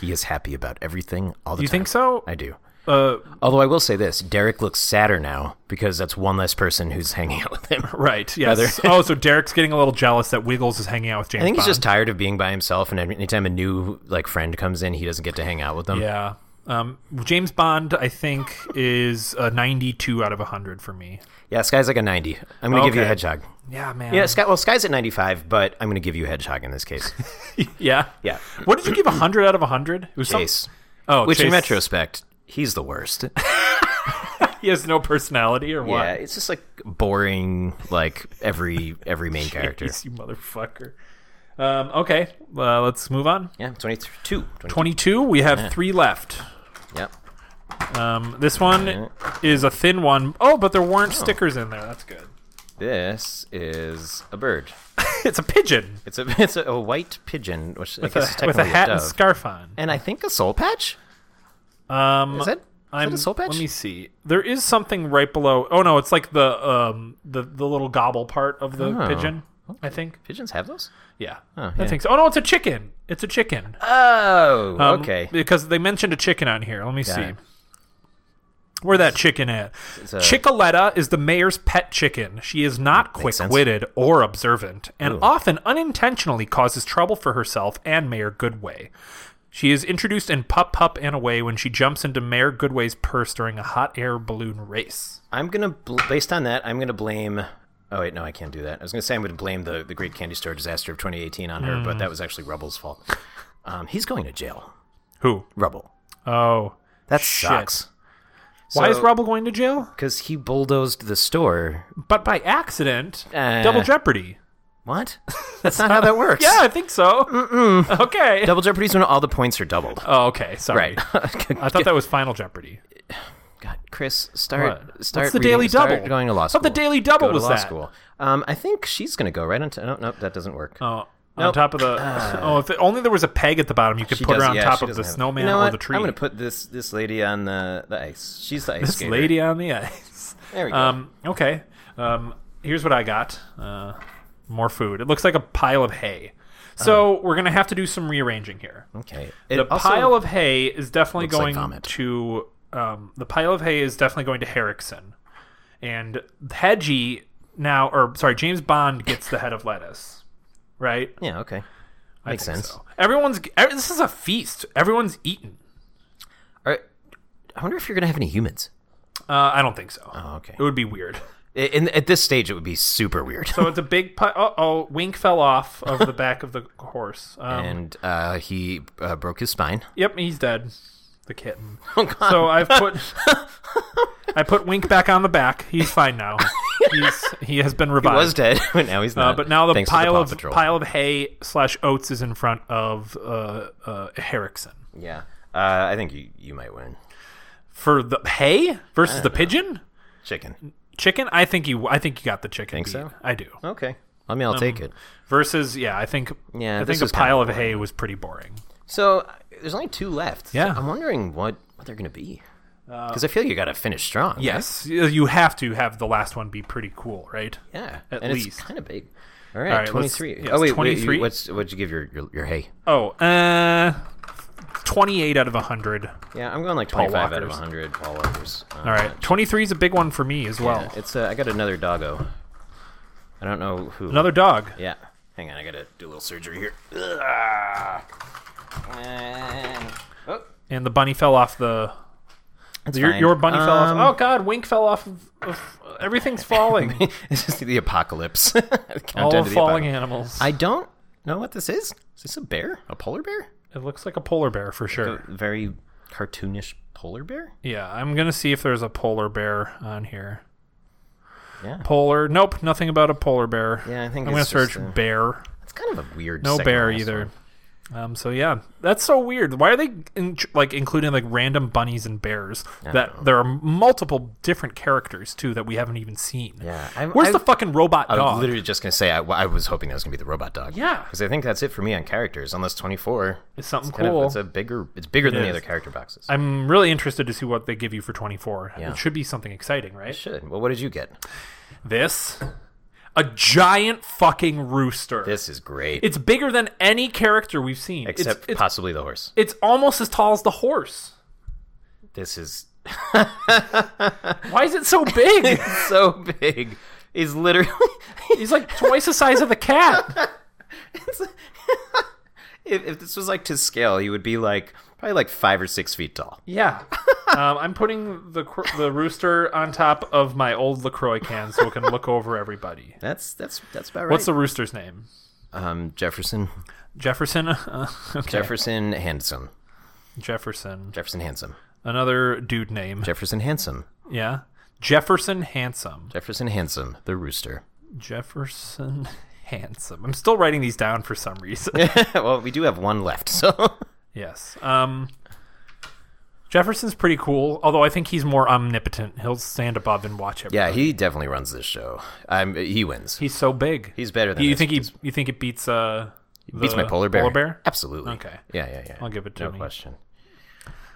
Speaker 2: He is happy about everything all the
Speaker 1: You
Speaker 2: time.
Speaker 1: think so?
Speaker 2: I do.
Speaker 1: Uh,
Speaker 2: Although I will say this, Derek looks sadder now because that's one less person who's hanging out with him.
Speaker 1: right. Yes. oh, so Derek's getting a little jealous that Wiggles is hanging out with James.
Speaker 2: I think he's
Speaker 1: Bond.
Speaker 2: just tired of being by himself, and every- anytime a new like friend comes in, he doesn't get to hang out with them.
Speaker 1: Yeah. Um, James Bond, I think, is a 92 out of 100 for me.
Speaker 2: Yeah, Sky's like a ninety. I'm going to give you a
Speaker 1: Okay.
Speaker 2: hedgehog.
Speaker 1: Yeah, man.
Speaker 2: Yeah, Sky. Well, Sky's at ninety-five, but I'm going to give you a hedgehog in this case.
Speaker 1: Yeah.
Speaker 2: Yeah.
Speaker 1: What did you give 100 out of 100? It was some-
Speaker 2: Chase,
Speaker 1: Oh,
Speaker 2: which in
Speaker 1: Chase-
Speaker 2: retrospect, he's the worst.
Speaker 1: He has no personality or what?
Speaker 2: yeah, it's just like boring. Like every every main character.
Speaker 1: Jeez, you motherfucker. Um, okay, uh, let's move on.
Speaker 2: Yeah, 22. 22.
Speaker 1: 22, we have three left.
Speaker 2: Yep.
Speaker 1: Um, this one is a thin one. Oh, but there weren't stickers in there. That's good.
Speaker 2: This is a bird.
Speaker 1: It's a pigeon
Speaker 2: It's a it's a, a white pigeon, which I guess is
Speaker 1: with a- with a
Speaker 2: technically
Speaker 1: hat and
Speaker 2: dove.
Speaker 1: scarf on.
Speaker 2: and I think a soul patch.
Speaker 1: Um,
Speaker 2: Is that, is
Speaker 1: I'm,
Speaker 2: that a soul patch?
Speaker 1: Let me see. There is something right below. Oh no, it's like the um the, the little gobble part of the
Speaker 2: Oh.
Speaker 1: pigeon. I think.
Speaker 2: Pigeons have those.
Speaker 1: Yeah.
Speaker 2: Oh,
Speaker 1: I
Speaker 2: yeah.
Speaker 1: think so. Oh no, it's a chicken. It's a chicken.
Speaker 2: Oh,
Speaker 1: Um,
Speaker 2: okay.
Speaker 1: Because they mentioned a chicken on here. Let me see.
Speaker 2: it.
Speaker 1: Where that chicken at?
Speaker 2: a-
Speaker 1: Chicoletta is the mayor's pet chicken. She is not
Speaker 2: Makes sense.
Speaker 1: quick-witted or observant, and often unintentionally causes trouble for herself and Mayor Goodway. She is introduced in Pup Pup and Away when she jumps into Mayor Goodway's purse during a hot air balloon race.
Speaker 2: I'm gonna bl- based on that, I'm gonna blame. Oh wait, no, I can't do that. I was gonna say I'm gonna blame the the Great Candy Store disaster of 2018 on her,
Speaker 1: Hmm.
Speaker 2: but that was actually Rubble's fault. Um, he's going to jail.
Speaker 1: Who?
Speaker 2: Rubble.
Speaker 1: Oh,
Speaker 2: That
Speaker 1: Shit.
Speaker 2: sucks.
Speaker 1: why is Rubble going to jail?
Speaker 2: Because he bulldozed the store.
Speaker 1: But by accident,
Speaker 2: Uh,
Speaker 1: double jeopardy.
Speaker 2: What? That's not how that works.
Speaker 1: Yeah, I think so. Okay.
Speaker 2: Double Jeopardy's when all the points are doubled.
Speaker 1: Oh, okay. Sorry.
Speaker 2: Right.
Speaker 1: I thought that was Final Jeopardy.
Speaker 2: God, Chris, start
Speaker 1: What?
Speaker 2: start
Speaker 1: What's the
Speaker 2: reading-
Speaker 1: Daily
Speaker 2: start
Speaker 1: Double?
Speaker 2: going to law
Speaker 1: I thought
Speaker 2: school.
Speaker 1: the Daily Double
Speaker 2: Go to
Speaker 1: was
Speaker 2: law
Speaker 1: that.
Speaker 2: school. Um, I think she's going to go right onto. No, no, that doesn't work.
Speaker 1: Oh, on
Speaker 2: Nope.
Speaker 1: top of the. oh, if only there was a peg at the bottom, you could
Speaker 2: She
Speaker 1: put her
Speaker 2: does-
Speaker 1: on
Speaker 2: yeah,
Speaker 1: top
Speaker 2: she
Speaker 1: of the
Speaker 2: doesn't have-
Speaker 1: snowman
Speaker 2: you know
Speaker 1: or
Speaker 2: what?
Speaker 1: the tree.
Speaker 2: I'm going to put this this lady on the, the ice. She's the ice
Speaker 1: this
Speaker 2: skater.
Speaker 1: lady on the ice.
Speaker 2: There we go.
Speaker 1: Um, okay. Um, here's what I got. Uh, more food. It looks like a pile of hay.
Speaker 2: Uh-huh.
Speaker 1: So we're gonna have to do some rearranging here.
Speaker 2: okay.
Speaker 1: the pile of hay is definitely
Speaker 2: like
Speaker 1: going
Speaker 2: vomit.
Speaker 1: to um, the pile of hay is definitely going to Herrickson, and Hedgie now or sorry James Bond gets the head of lettuce, right?
Speaker 2: Yeah. Okay. Makes
Speaker 1: think
Speaker 2: sense.
Speaker 1: so. Everyone's ev- this is a feast. Everyone's eaten.
Speaker 2: All right. I wonder if you're going to have any humans.
Speaker 1: Uh, I don't think so.
Speaker 2: Oh, okay.
Speaker 1: It would be weird.
Speaker 2: I- In, at this stage, it would be super weird.
Speaker 1: So it's a big pi- oh oh wink fell off of the back of the horse. Um,
Speaker 2: and uh, he uh, broke his spine.
Speaker 1: yep, he's dead. The kitten.
Speaker 2: Oh God.
Speaker 1: So I've put I put Wink back on the back. He's fine now. He's he has been
Speaker 2: he
Speaker 1: revived.
Speaker 2: was dead, but now he's
Speaker 1: Uh,
Speaker 2: not.
Speaker 1: but now the
Speaker 2: Thanks to
Speaker 1: pile
Speaker 2: Paw
Speaker 1: of
Speaker 2: Patrol.
Speaker 1: pile of hay slash oats is in front of uh, uh, Herrickson.
Speaker 2: Yeah. Uh, I think you, you might win.
Speaker 1: For the hay versus the pigeon,
Speaker 2: Chicken.
Speaker 1: chicken. I think you. I think you got the chicken.
Speaker 2: Think
Speaker 1: beat.
Speaker 2: so?
Speaker 1: I do.
Speaker 2: Okay. I
Speaker 1: Um,
Speaker 2: mean, I'll take it.
Speaker 1: Versus, yeah, I think.
Speaker 2: Yeah,
Speaker 1: I
Speaker 2: this
Speaker 1: think a
Speaker 2: was kinda
Speaker 1: pile of hay was pretty boring.
Speaker 2: So uh, there's only two left. So
Speaker 1: Yeah. Uh,
Speaker 2: I'm wondering what, what they're going to be. Because I feel you got to finish strong.
Speaker 1: Yes, you you have to have the last one be pretty cool, right?
Speaker 2: right? Yeah.
Speaker 1: At
Speaker 2: and
Speaker 1: least.
Speaker 2: it's kind of big. All right,
Speaker 1: All right, let's-
Speaker 2: 23.
Speaker 1: yes,
Speaker 2: oh, wait, wait
Speaker 1: 23.
Speaker 2: you, what's, what'd you give your, your, your hay?
Speaker 1: Oh, uh, twenty-eight out of hundred.
Speaker 2: Yeah, I'm going like 25 out of
Speaker 1: Walkers.
Speaker 2: 100 Paul Walkers. Um,
Speaker 1: All right, twenty-three is a big one for me as well.
Speaker 2: yeah, it's uh, I got another doggo. I don't know who.
Speaker 1: Another dog.
Speaker 2: Yeah. Hang on, I got to do a little surgery here. Ugh. And- oh,
Speaker 1: and the bunny fell off the.
Speaker 2: it's
Speaker 1: Your,
Speaker 2: fine.
Speaker 1: your bunny fell
Speaker 2: Um,
Speaker 1: off. Oh God, Wink fell off. Of, of, everything's falling.
Speaker 2: this is the apocalypse. Countdown
Speaker 1: Oh. All
Speaker 2: to
Speaker 1: falling
Speaker 2: the apocalypse.
Speaker 1: animals.
Speaker 2: I don't know what this is. Is this a bear? A polar bear?
Speaker 1: it looks like a polar bear for
Speaker 2: A
Speaker 1: sure.
Speaker 2: very cartoonish polar bear?
Speaker 1: Yeah, I'm gonna see if there's a polar bear on here.
Speaker 2: Yeah.
Speaker 1: Polar? Nope, nothing about a polar bear.
Speaker 2: Yeah, I think
Speaker 1: I'm gonna
Speaker 2: it's just
Speaker 1: search
Speaker 2: a-
Speaker 1: bear.
Speaker 2: It's kind of a weird.
Speaker 1: No
Speaker 2: second
Speaker 1: bear
Speaker 2: last
Speaker 1: either.
Speaker 2: one.
Speaker 1: Um, so yeah, that's so weird. Why are they in, like including like random bunnies and bears? That there are multiple different characters too that we haven't even seen.
Speaker 2: Yeah, I'm-
Speaker 1: where's
Speaker 2: I-
Speaker 1: the fucking robot
Speaker 2: I was
Speaker 1: dog?
Speaker 2: literally just gonna say I, I was hoping that was gonna be the robot dog.
Speaker 1: Yeah.
Speaker 2: because I think that's it for me on characters, unless twenty four.
Speaker 1: It's something
Speaker 2: kind
Speaker 1: cool.
Speaker 2: Of, it's a bigger. It's bigger than
Speaker 1: is.
Speaker 2: the other character boxes.
Speaker 1: I'm really interested to see what they give you for 24.
Speaker 2: Yeah.
Speaker 1: It should be something exciting, right?
Speaker 2: should. Well, what did you get?
Speaker 1: This, a giant fucking rooster.
Speaker 2: This is great,
Speaker 1: It's bigger than any character we've seen. It's-
Speaker 2: except
Speaker 1: it's,
Speaker 2: possibly the horse.
Speaker 1: it's almost as tall as the horse.
Speaker 2: This is
Speaker 1: Why is it so big?
Speaker 2: so big. He's literally.
Speaker 1: He's like twice the size of the cat.
Speaker 2: if, if this was like to scale, he would be like probably like five or six feet tall.
Speaker 1: Yeah. Um, I'm putting the cr- the rooster on top of my old Lacroix can so it can look over everybody.
Speaker 2: That's that's that's about right.
Speaker 1: What's the rooster's name?
Speaker 2: um Jefferson?
Speaker 1: Jefferson. Uh, okay.
Speaker 2: Jefferson Handsome.
Speaker 1: Jefferson.
Speaker 2: Jefferson Handsome.
Speaker 1: Another dude name.
Speaker 2: Jefferson Handsome.
Speaker 1: yeah. Jefferson Handsome.
Speaker 2: Jefferson Handsome, the rooster.
Speaker 1: Jefferson Handsome. I'm still writing these down for some reason.
Speaker 2: well, we do have one left, so
Speaker 1: Yes. Um, Jefferson's pretty cool, although I think he's more omnipotent. He'll stand above and watch everything.
Speaker 2: yeah, he definitely runs this show. I'm he wins.
Speaker 1: He's so big.
Speaker 2: He's better than
Speaker 1: you
Speaker 2: this-
Speaker 1: think he? You think it beats? Uh,
Speaker 2: Beats
Speaker 1: the
Speaker 2: my polar bear.
Speaker 1: Polar bear.
Speaker 2: Absolutely.
Speaker 1: Okay.
Speaker 2: Yeah, yeah, yeah.
Speaker 1: I'll give it to
Speaker 2: no
Speaker 1: me.
Speaker 2: question.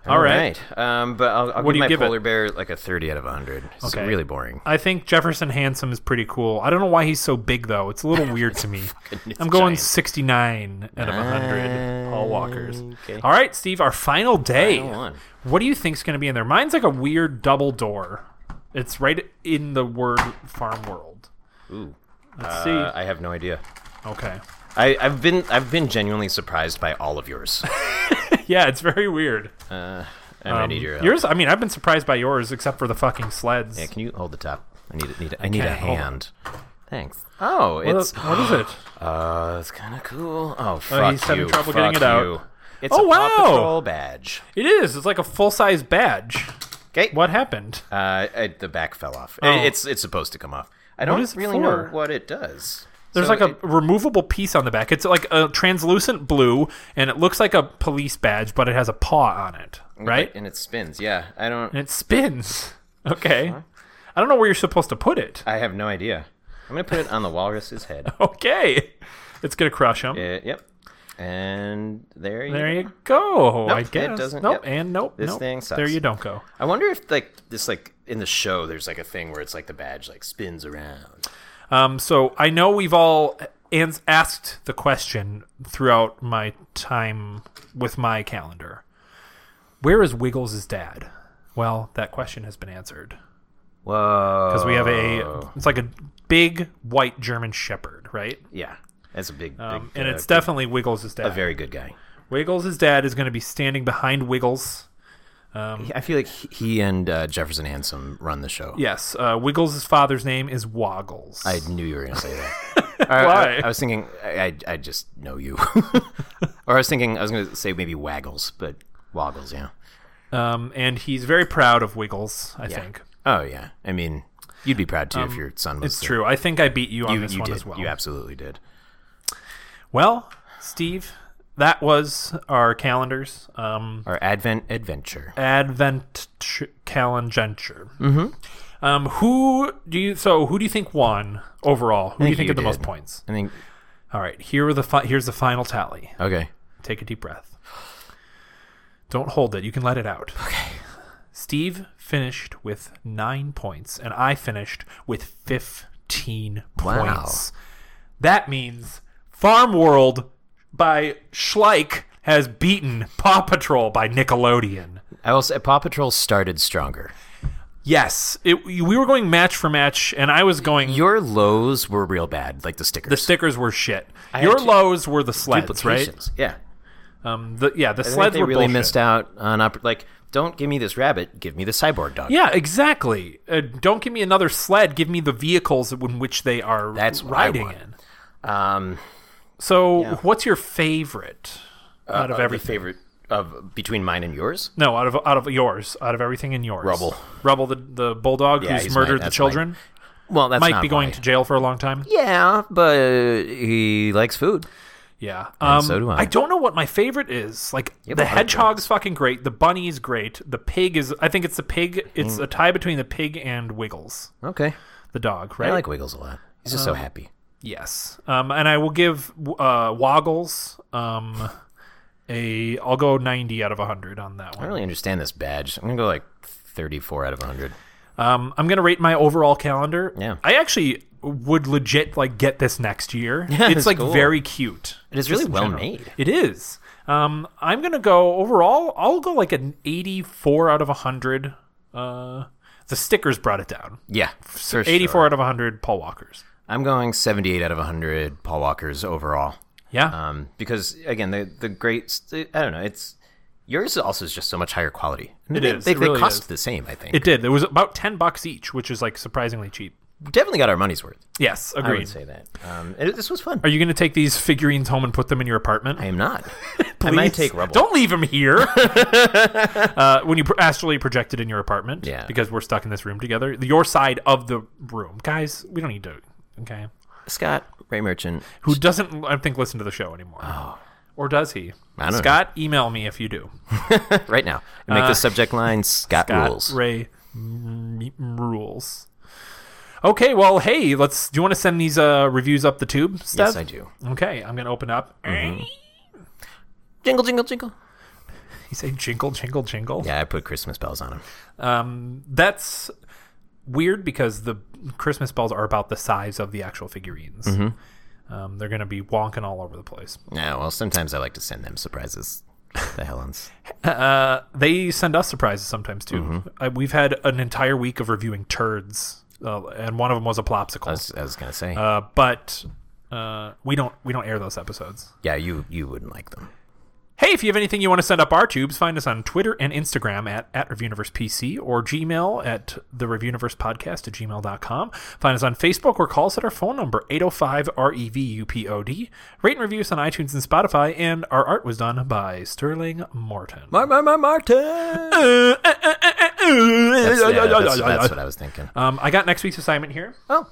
Speaker 1: All right.
Speaker 2: Um, but I'll, I'll
Speaker 1: What
Speaker 2: give
Speaker 1: do you
Speaker 2: my
Speaker 1: give it?
Speaker 2: polar bear like a thirty out of hundred. It's
Speaker 1: Okay. Uh,
Speaker 2: really boring.
Speaker 1: I think Jefferson Handsome is pretty cool. I don't know why he's so big though. It's a little weird to me. I'm going
Speaker 2: giant.
Speaker 1: 69 out of 100 Paul Walkers.
Speaker 2: Okay.
Speaker 1: All right, Steve, our final day.
Speaker 2: Final one.
Speaker 1: What do you think's going to be in there? Mine's like a weird double door. It's right in the word farm world.
Speaker 2: Ooh.
Speaker 1: Let's
Speaker 2: Uh, I have no idea.
Speaker 1: see. Okay.
Speaker 2: I, I've been I've been genuinely surprised by all of yours.
Speaker 1: Yeah, it's very weird.
Speaker 2: And I need your help.
Speaker 1: Um, Yours, I mean, I've been surprised by yours except for the fucking sleds.
Speaker 2: Yeah, can you hold the top? I need it. Need it. I need a
Speaker 1: Okay, hold on.
Speaker 2: hand. Thanks. Oh, it's
Speaker 1: what is it?
Speaker 2: uh, it's kind of cool. Oh, fuck
Speaker 1: he's having
Speaker 2: you,
Speaker 1: trouble getting
Speaker 2: fuck
Speaker 1: it out.
Speaker 2: you. It's
Speaker 1: Oh,
Speaker 2: a Paw
Speaker 1: wow.
Speaker 2: Patrol badge.
Speaker 1: It is. It's like a full size badge.
Speaker 2: Okay.
Speaker 1: What happened?
Speaker 2: Uh, I, the back fell off.
Speaker 1: Oh.
Speaker 2: It, it's it's supposed to come off. I don't
Speaker 1: is it
Speaker 2: really
Speaker 1: for?
Speaker 2: know what it does.
Speaker 1: There's
Speaker 2: So
Speaker 1: like a
Speaker 2: it-
Speaker 1: removable piece on the back. It's like a translucent blue, and it looks like a police badge, but it has a paw on it, right?
Speaker 2: and it spins. Yeah, I don't.
Speaker 1: And it spins. Okay. I don't know where you're supposed to put it.
Speaker 2: I have no idea. I'm gonna put it on the walrus's head.
Speaker 1: Okay. It's gonna crush him.
Speaker 2: Uh, yep. And there you.
Speaker 1: There
Speaker 2: go.
Speaker 1: you go. I
Speaker 2: it
Speaker 1: guess.
Speaker 2: doesn't-
Speaker 1: nope.
Speaker 2: yep.
Speaker 1: And nope.
Speaker 2: This
Speaker 1: nope.
Speaker 2: thing sucks.
Speaker 1: There you don't go.
Speaker 2: I wonder if like this like in the show there's like a thing where it's like the badge like spins around.
Speaker 1: Um, so I know we've all ans- asked the question throughout my time with my calendar. Where is Wiggles' dad? Well, that question has been answered
Speaker 2: Whoa.
Speaker 1: because we have
Speaker 2: Oh.
Speaker 1: a. It's like a big white German Shepherd, right?
Speaker 2: Yeah, that's a big,
Speaker 1: Um,
Speaker 2: big
Speaker 1: and
Speaker 2: uh,
Speaker 1: it's definitely Wiggles'
Speaker 2: a
Speaker 1: dad.
Speaker 2: very good guy.
Speaker 1: Wiggles' dad is going to be standing behind Wiggles. Um,
Speaker 2: I feel like he- he and uh, Jefferson Handsome run the show.
Speaker 1: Yes, uh, Wiggles' father's name is Woggles.
Speaker 2: I knew you were gonna say that. Or I-
Speaker 1: Why?
Speaker 2: I, I was thinking I, I, I just know you, or I was thinking I was gonna say maybe Waggles, but Woggles, yeah.
Speaker 1: um, and he's very proud of Wiggles. I think
Speaker 2: Oh yeah, I mean you'd be proud too if your son was.
Speaker 1: Um, it's
Speaker 2: the-
Speaker 1: true. I think I beat you on
Speaker 2: You,
Speaker 1: this
Speaker 2: you
Speaker 1: one
Speaker 2: did.
Speaker 1: as well.
Speaker 2: You absolutely did.
Speaker 1: Well, Steve, that was our calendars. Um,
Speaker 2: Our advent adventure.
Speaker 1: advent ch- calendar. Mm-hmm. Um, who do you? So, who do you think won overall? Who do you think
Speaker 2: think you
Speaker 1: had the most
Speaker 2: did.
Speaker 1: points?
Speaker 2: I think.
Speaker 1: All right. Here are the fi- here's the final tally.
Speaker 2: Okay.
Speaker 1: Take a deep breath. Don't hold it. You can let it out. Okay. Steve finished with nine points, and I finished with 15
Speaker 2: Wow.
Speaker 1: points. That means Farm World by Schleich has beaten Paw Patrol by Nickelodeon.
Speaker 2: I will say Paw Patrol started stronger.
Speaker 1: Yes, it, we were going match for match, and I was going.
Speaker 2: Your lows were real bad, like the stickers.
Speaker 1: the stickers were shit.
Speaker 2: had
Speaker 1: Your
Speaker 2: to-
Speaker 1: lows were the sleds, right?
Speaker 2: Duplications. Yeah.
Speaker 1: Um, the, yeah, the
Speaker 2: I think
Speaker 1: sleds
Speaker 2: they
Speaker 1: were
Speaker 2: really
Speaker 1: bullshit.
Speaker 2: missed out on oppor- like don't give me this rabbit, give me the cyborg dog.
Speaker 1: Yeah, exactly. Uh, don't give me another sled. Give me the vehicles in which they are
Speaker 2: That's what I
Speaker 1: riding
Speaker 2: want.
Speaker 1: in.
Speaker 2: Um,
Speaker 1: So, what's your favorite out of
Speaker 2: uh,
Speaker 1: everything?
Speaker 2: the favorite of between mine and yours.
Speaker 1: No, out of out of yours, out of everything in yours.
Speaker 2: Rubble.
Speaker 1: Rubble, the the bulldog
Speaker 2: Yeah,
Speaker 1: who's
Speaker 2: he's mine.
Speaker 1: murdered the
Speaker 2: That's
Speaker 1: children,
Speaker 2: Well, that's
Speaker 1: might
Speaker 2: not
Speaker 1: be going
Speaker 2: mine.
Speaker 1: to jail for a long time.
Speaker 2: Yeah, but he likes food.
Speaker 1: Yeah. Um,
Speaker 2: so do I.
Speaker 1: I don't know what my favorite is. Like the
Speaker 2: but I-
Speaker 1: hedgehog's fucking great. The bunny's great. The pig is. I think it's the pig. It's
Speaker 2: Mm.
Speaker 1: a tie between the pig and Wiggles,
Speaker 2: Okay.
Speaker 1: the dog. Right. Um,
Speaker 2: I like Wiggles a lot. He's just so happy.
Speaker 1: yes. Um, and I will give uh, Woggles um, a. I'll go ninety out of hundred on that
Speaker 2: I
Speaker 1: one.
Speaker 2: don't really understand this badge. I'm gonna go like 34 out of 100.
Speaker 1: Um, I'm gonna rate my overall calendar.
Speaker 2: Yeah.
Speaker 1: I actually would legit like get this next year. it's
Speaker 2: that's
Speaker 1: like
Speaker 2: cool.
Speaker 1: very cute.
Speaker 2: It is
Speaker 1: Just
Speaker 2: really
Speaker 1: in
Speaker 2: well
Speaker 1: general.
Speaker 2: made.
Speaker 1: It is. Um, I'm gonna go overall. I'll go like an 84 out of 100. Uh, the stickers brought it down.
Speaker 2: Yeah, for
Speaker 1: 84
Speaker 2: sure.
Speaker 1: out of 100. Paul Walker's.
Speaker 2: I'm going 78 out of 100 Paul Walkers overall.
Speaker 1: Yeah.
Speaker 2: Um, because again, the the great I don't know. It's yours also is just so much higher quality. It is. they,
Speaker 1: is.
Speaker 2: They,
Speaker 1: It really
Speaker 2: they cost
Speaker 1: is.
Speaker 2: the same. I think
Speaker 1: it did. It was about 10 bucks each, which is like surprisingly cheap.
Speaker 2: definitely got our money's worth.
Speaker 1: Yes,
Speaker 2: I would
Speaker 1: agreed.
Speaker 2: say that. Um, and it- this was fun.
Speaker 1: Are you gonna take these figurines home and put them in your apartment?
Speaker 2: I am not. I might
Speaker 1: Please.
Speaker 2: take rubble.
Speaker 1: Don't leave him here. uh, when you pr- astrally project it in your apartment,
Speaker 2: Yeah.
Speaker 1: because we're stuck in this room together. Your side of the room, guys. We don't need to. Okay,
Speaker 2: Scott Ray Merchant.
Speaker 1: who doesn't? I think listen to the show anymore, or does he?
Speaker 2: Oh. I don't know.
Speaker 1: Scott, email me if you do.
Speaker 2: right now. And make the subject line Scott,
Speaker 1: Uh, Scott
Speaker 2: rules.
Speaker 1: Ray m- m- rules. Okay, well, hey, let's. Do you want to send these uh, reviews up the tube, Steph?
Speaker 2: yes, I do. Mm-hmm.
Speaker 1: Okay, I'm gonna open up.
Speaker 2: Jingle, jingle, jingle.
Speaker 1: You say jingle, jingle, jingle.
Speaker 2: Yeah, I put Christmas bells on him.
Speaker 1: Um, that's weird because the Christmas bells are about the size of the actual figurines. Um, they're going to be wonking all over the place.
Speaker 2: Yeah, well, sometimes I like to send them surprises. The Helens.
Speaker 1: Uh, they send us surprises sometimes too. Uh, we've had an entire week of reviewing turds, uh, and one of them was a
Speaker 2: I
Speaker 1: plopsicle.
Speaker 2: was, I was gonna say.
Speaker 1: Uh, but uh, we don't we don't air those episodes.
Speaker 2: yeah, you you wouldn't like them.
Speaker 1: Hey, if you have anything you want to send up our tubes, find us on Twitter and Instagram at, at ReviewUniversePC or Gmail at the Podcast at gmail.com. Find us on Facebook or call us at our phone number, E 805-REVUPOD. Rate and review us on iTunes and Spotify, and our art was done by Sterling Morton.
Speaker 2: Mar Mar Mar Martin. That's, yeah, that's, that's what I was thinking.
Speaker 1: Um, I got next week's assignment here
Speaker 2: Oh,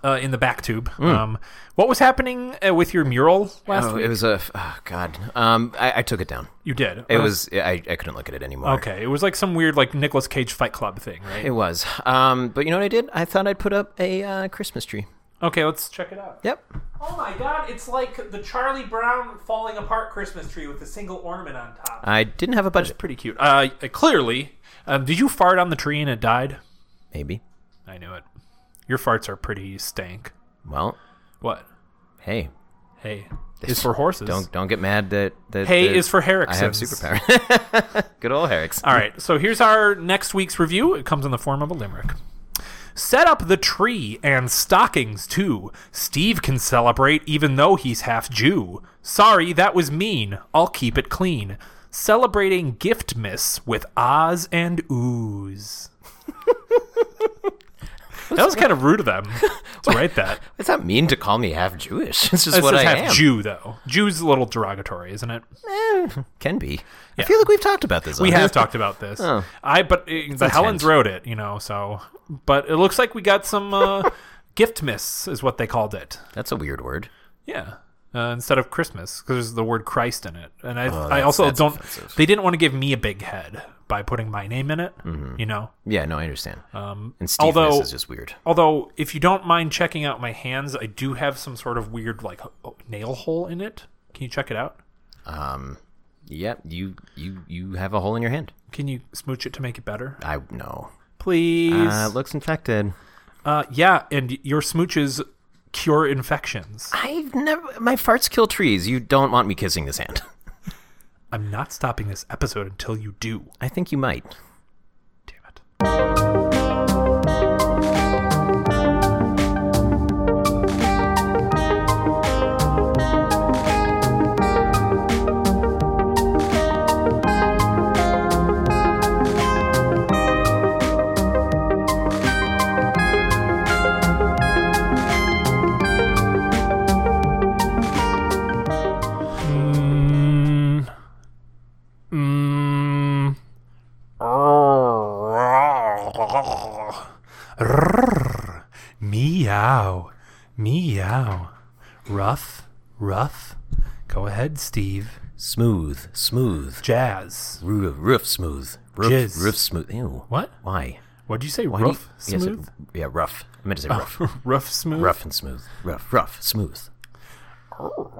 Speaker 2: Hmm.
Speaker 1: uh, in the back tube. Um, what was happening uh, with your mural last
Speaker 2: oh
Speaker 1: week?
Speaker 2: it was a oh, God. Um, I, I took it down.
Speaker 1: you did. Oh,
Speaker 2: It was I, I couldn't look at it anymore.
Speaker 1: Okay, it was like some weird like Nicolas Cage Fight Club thing, right?
Speaker 2: It was. Um, but you know what I did? I thought I'd put up a uh, Christmas tree.
Speaker 1: Okay, let's check it out.
Speaker 2: Yep.
Speaker 1: Oh my god, it's like the Charlie Brown falling apart Christmas tree with a single ornament on top.
Speaker 2: I didn't have a budget.
Speaker 1: Pretty cute. Uh, clearly, um, did you fart on the tree and it died?
Speaker 2: Maybe.
Speaker 1: I knew it. Your farts are pretty stank.
Speaker 2: Well,
Speaker 1: What?
Speaker 2: hey,
Speaker 1: Hey, is for horses.
Speaker 2: Don't don't get mad that that
Speaker 1: Hay
Speaker 2: that
Speaker 1: is for
Speaker 2: I have
Speaker 1: Herricksons.
Speaker 2: superpower. Good old Herricks.
Speaker 1: All right, so here's our next week's review. It comes in the form of a limerick. Set up the tree and stockings too. Steve can celebrate even though he's half Jew. Sorry, that was mean. I'll keep it clean. Celebrating gift miss with ahs and oohs. that was kind of rude of them to write that.
Speaker 2: It's not mean to call me half Jewish. It's just
Speaker 1: It
Speaker 2: what
Speaker 1: says
Speaker 2: I
Speaker 1: half
Speaker 2: am.
Speaker 1: Jew though. Jew's a little derogatory, isn't it?
Speaker 2: Eh, can be. I feel like we've talked about this.
Speaker 1: We
Speaker 2: on
Speaker 1: have
Speaker 2: this.
Speaker 1: talked about this.
Speaker 2: Oh.
Speaker 1: I but uh, the Helens wrote it, you know. So, but it looks like we got some uh, gift miss, is what they called it.
Speaker 2: That's a weird word.
Speaker 1: Yeah. Uh, instead of Christmas, because there's the word Christ in it, and I, I
Speaker 2: Oh, that's-
Speaker 1: also
Speaker 2: that's
Speaker 1: don't.
Speaker 2: offensive.
Speaker 1: They didn't want to give me a big head by putting my name in it,
Speaker 2: Mm-hmm.
Speaker 1: you know.
Speaker 2: Yeah, no, I understand. Um, and Steve
Speaker 1: although-
Speaker 2: Miss is just weird.
Speaker 1: Although, if you don't mind checking out my hands, I do have some sort of weird like h- nail hole in it. Can you check it out?
Speaker 2: Um, yeah, you you you have a hole in your hand.
Speaker 1: Can you smooch it to make it better,
Speaker 2: I know.
Speaker 1: please?
Speaker 2: Uh, it looks infected.
Speaker 1: Uh, yeah, and your smooches cure infections.
Speaker 2: I've never. My farts kill trees. You don't want me kissing this hand.
Speaker 1: I'm not stopping this episode until you do.
Speaker 2: I think you might.
Speaker 1: Damn it. Mm. Mm. Rrrr. Meow. Meow. Rough. Rough. Go ahead, Steve.
Speaker 2: Smooth, smooth,
Speaker 1: Jazz.
Speaker 2: roof, roof smooth, roof,
Speaker 1: Jizz.
Speaker 2: roof smooth. Ew.
Speaker 1: What?
Speaker 2: Why?
Speaker 1: What'd you say?
Speaker 2: Why do you-
Speaker 1: rough,
Speaker 2: Yes,
Speaker 1: smooth, Oh.
Speaker 2: yeah, rough. I meant to say rough,
Speaker 1: rough, smooth.
Speaker 2: rough and smooth, rough, rough, smooth.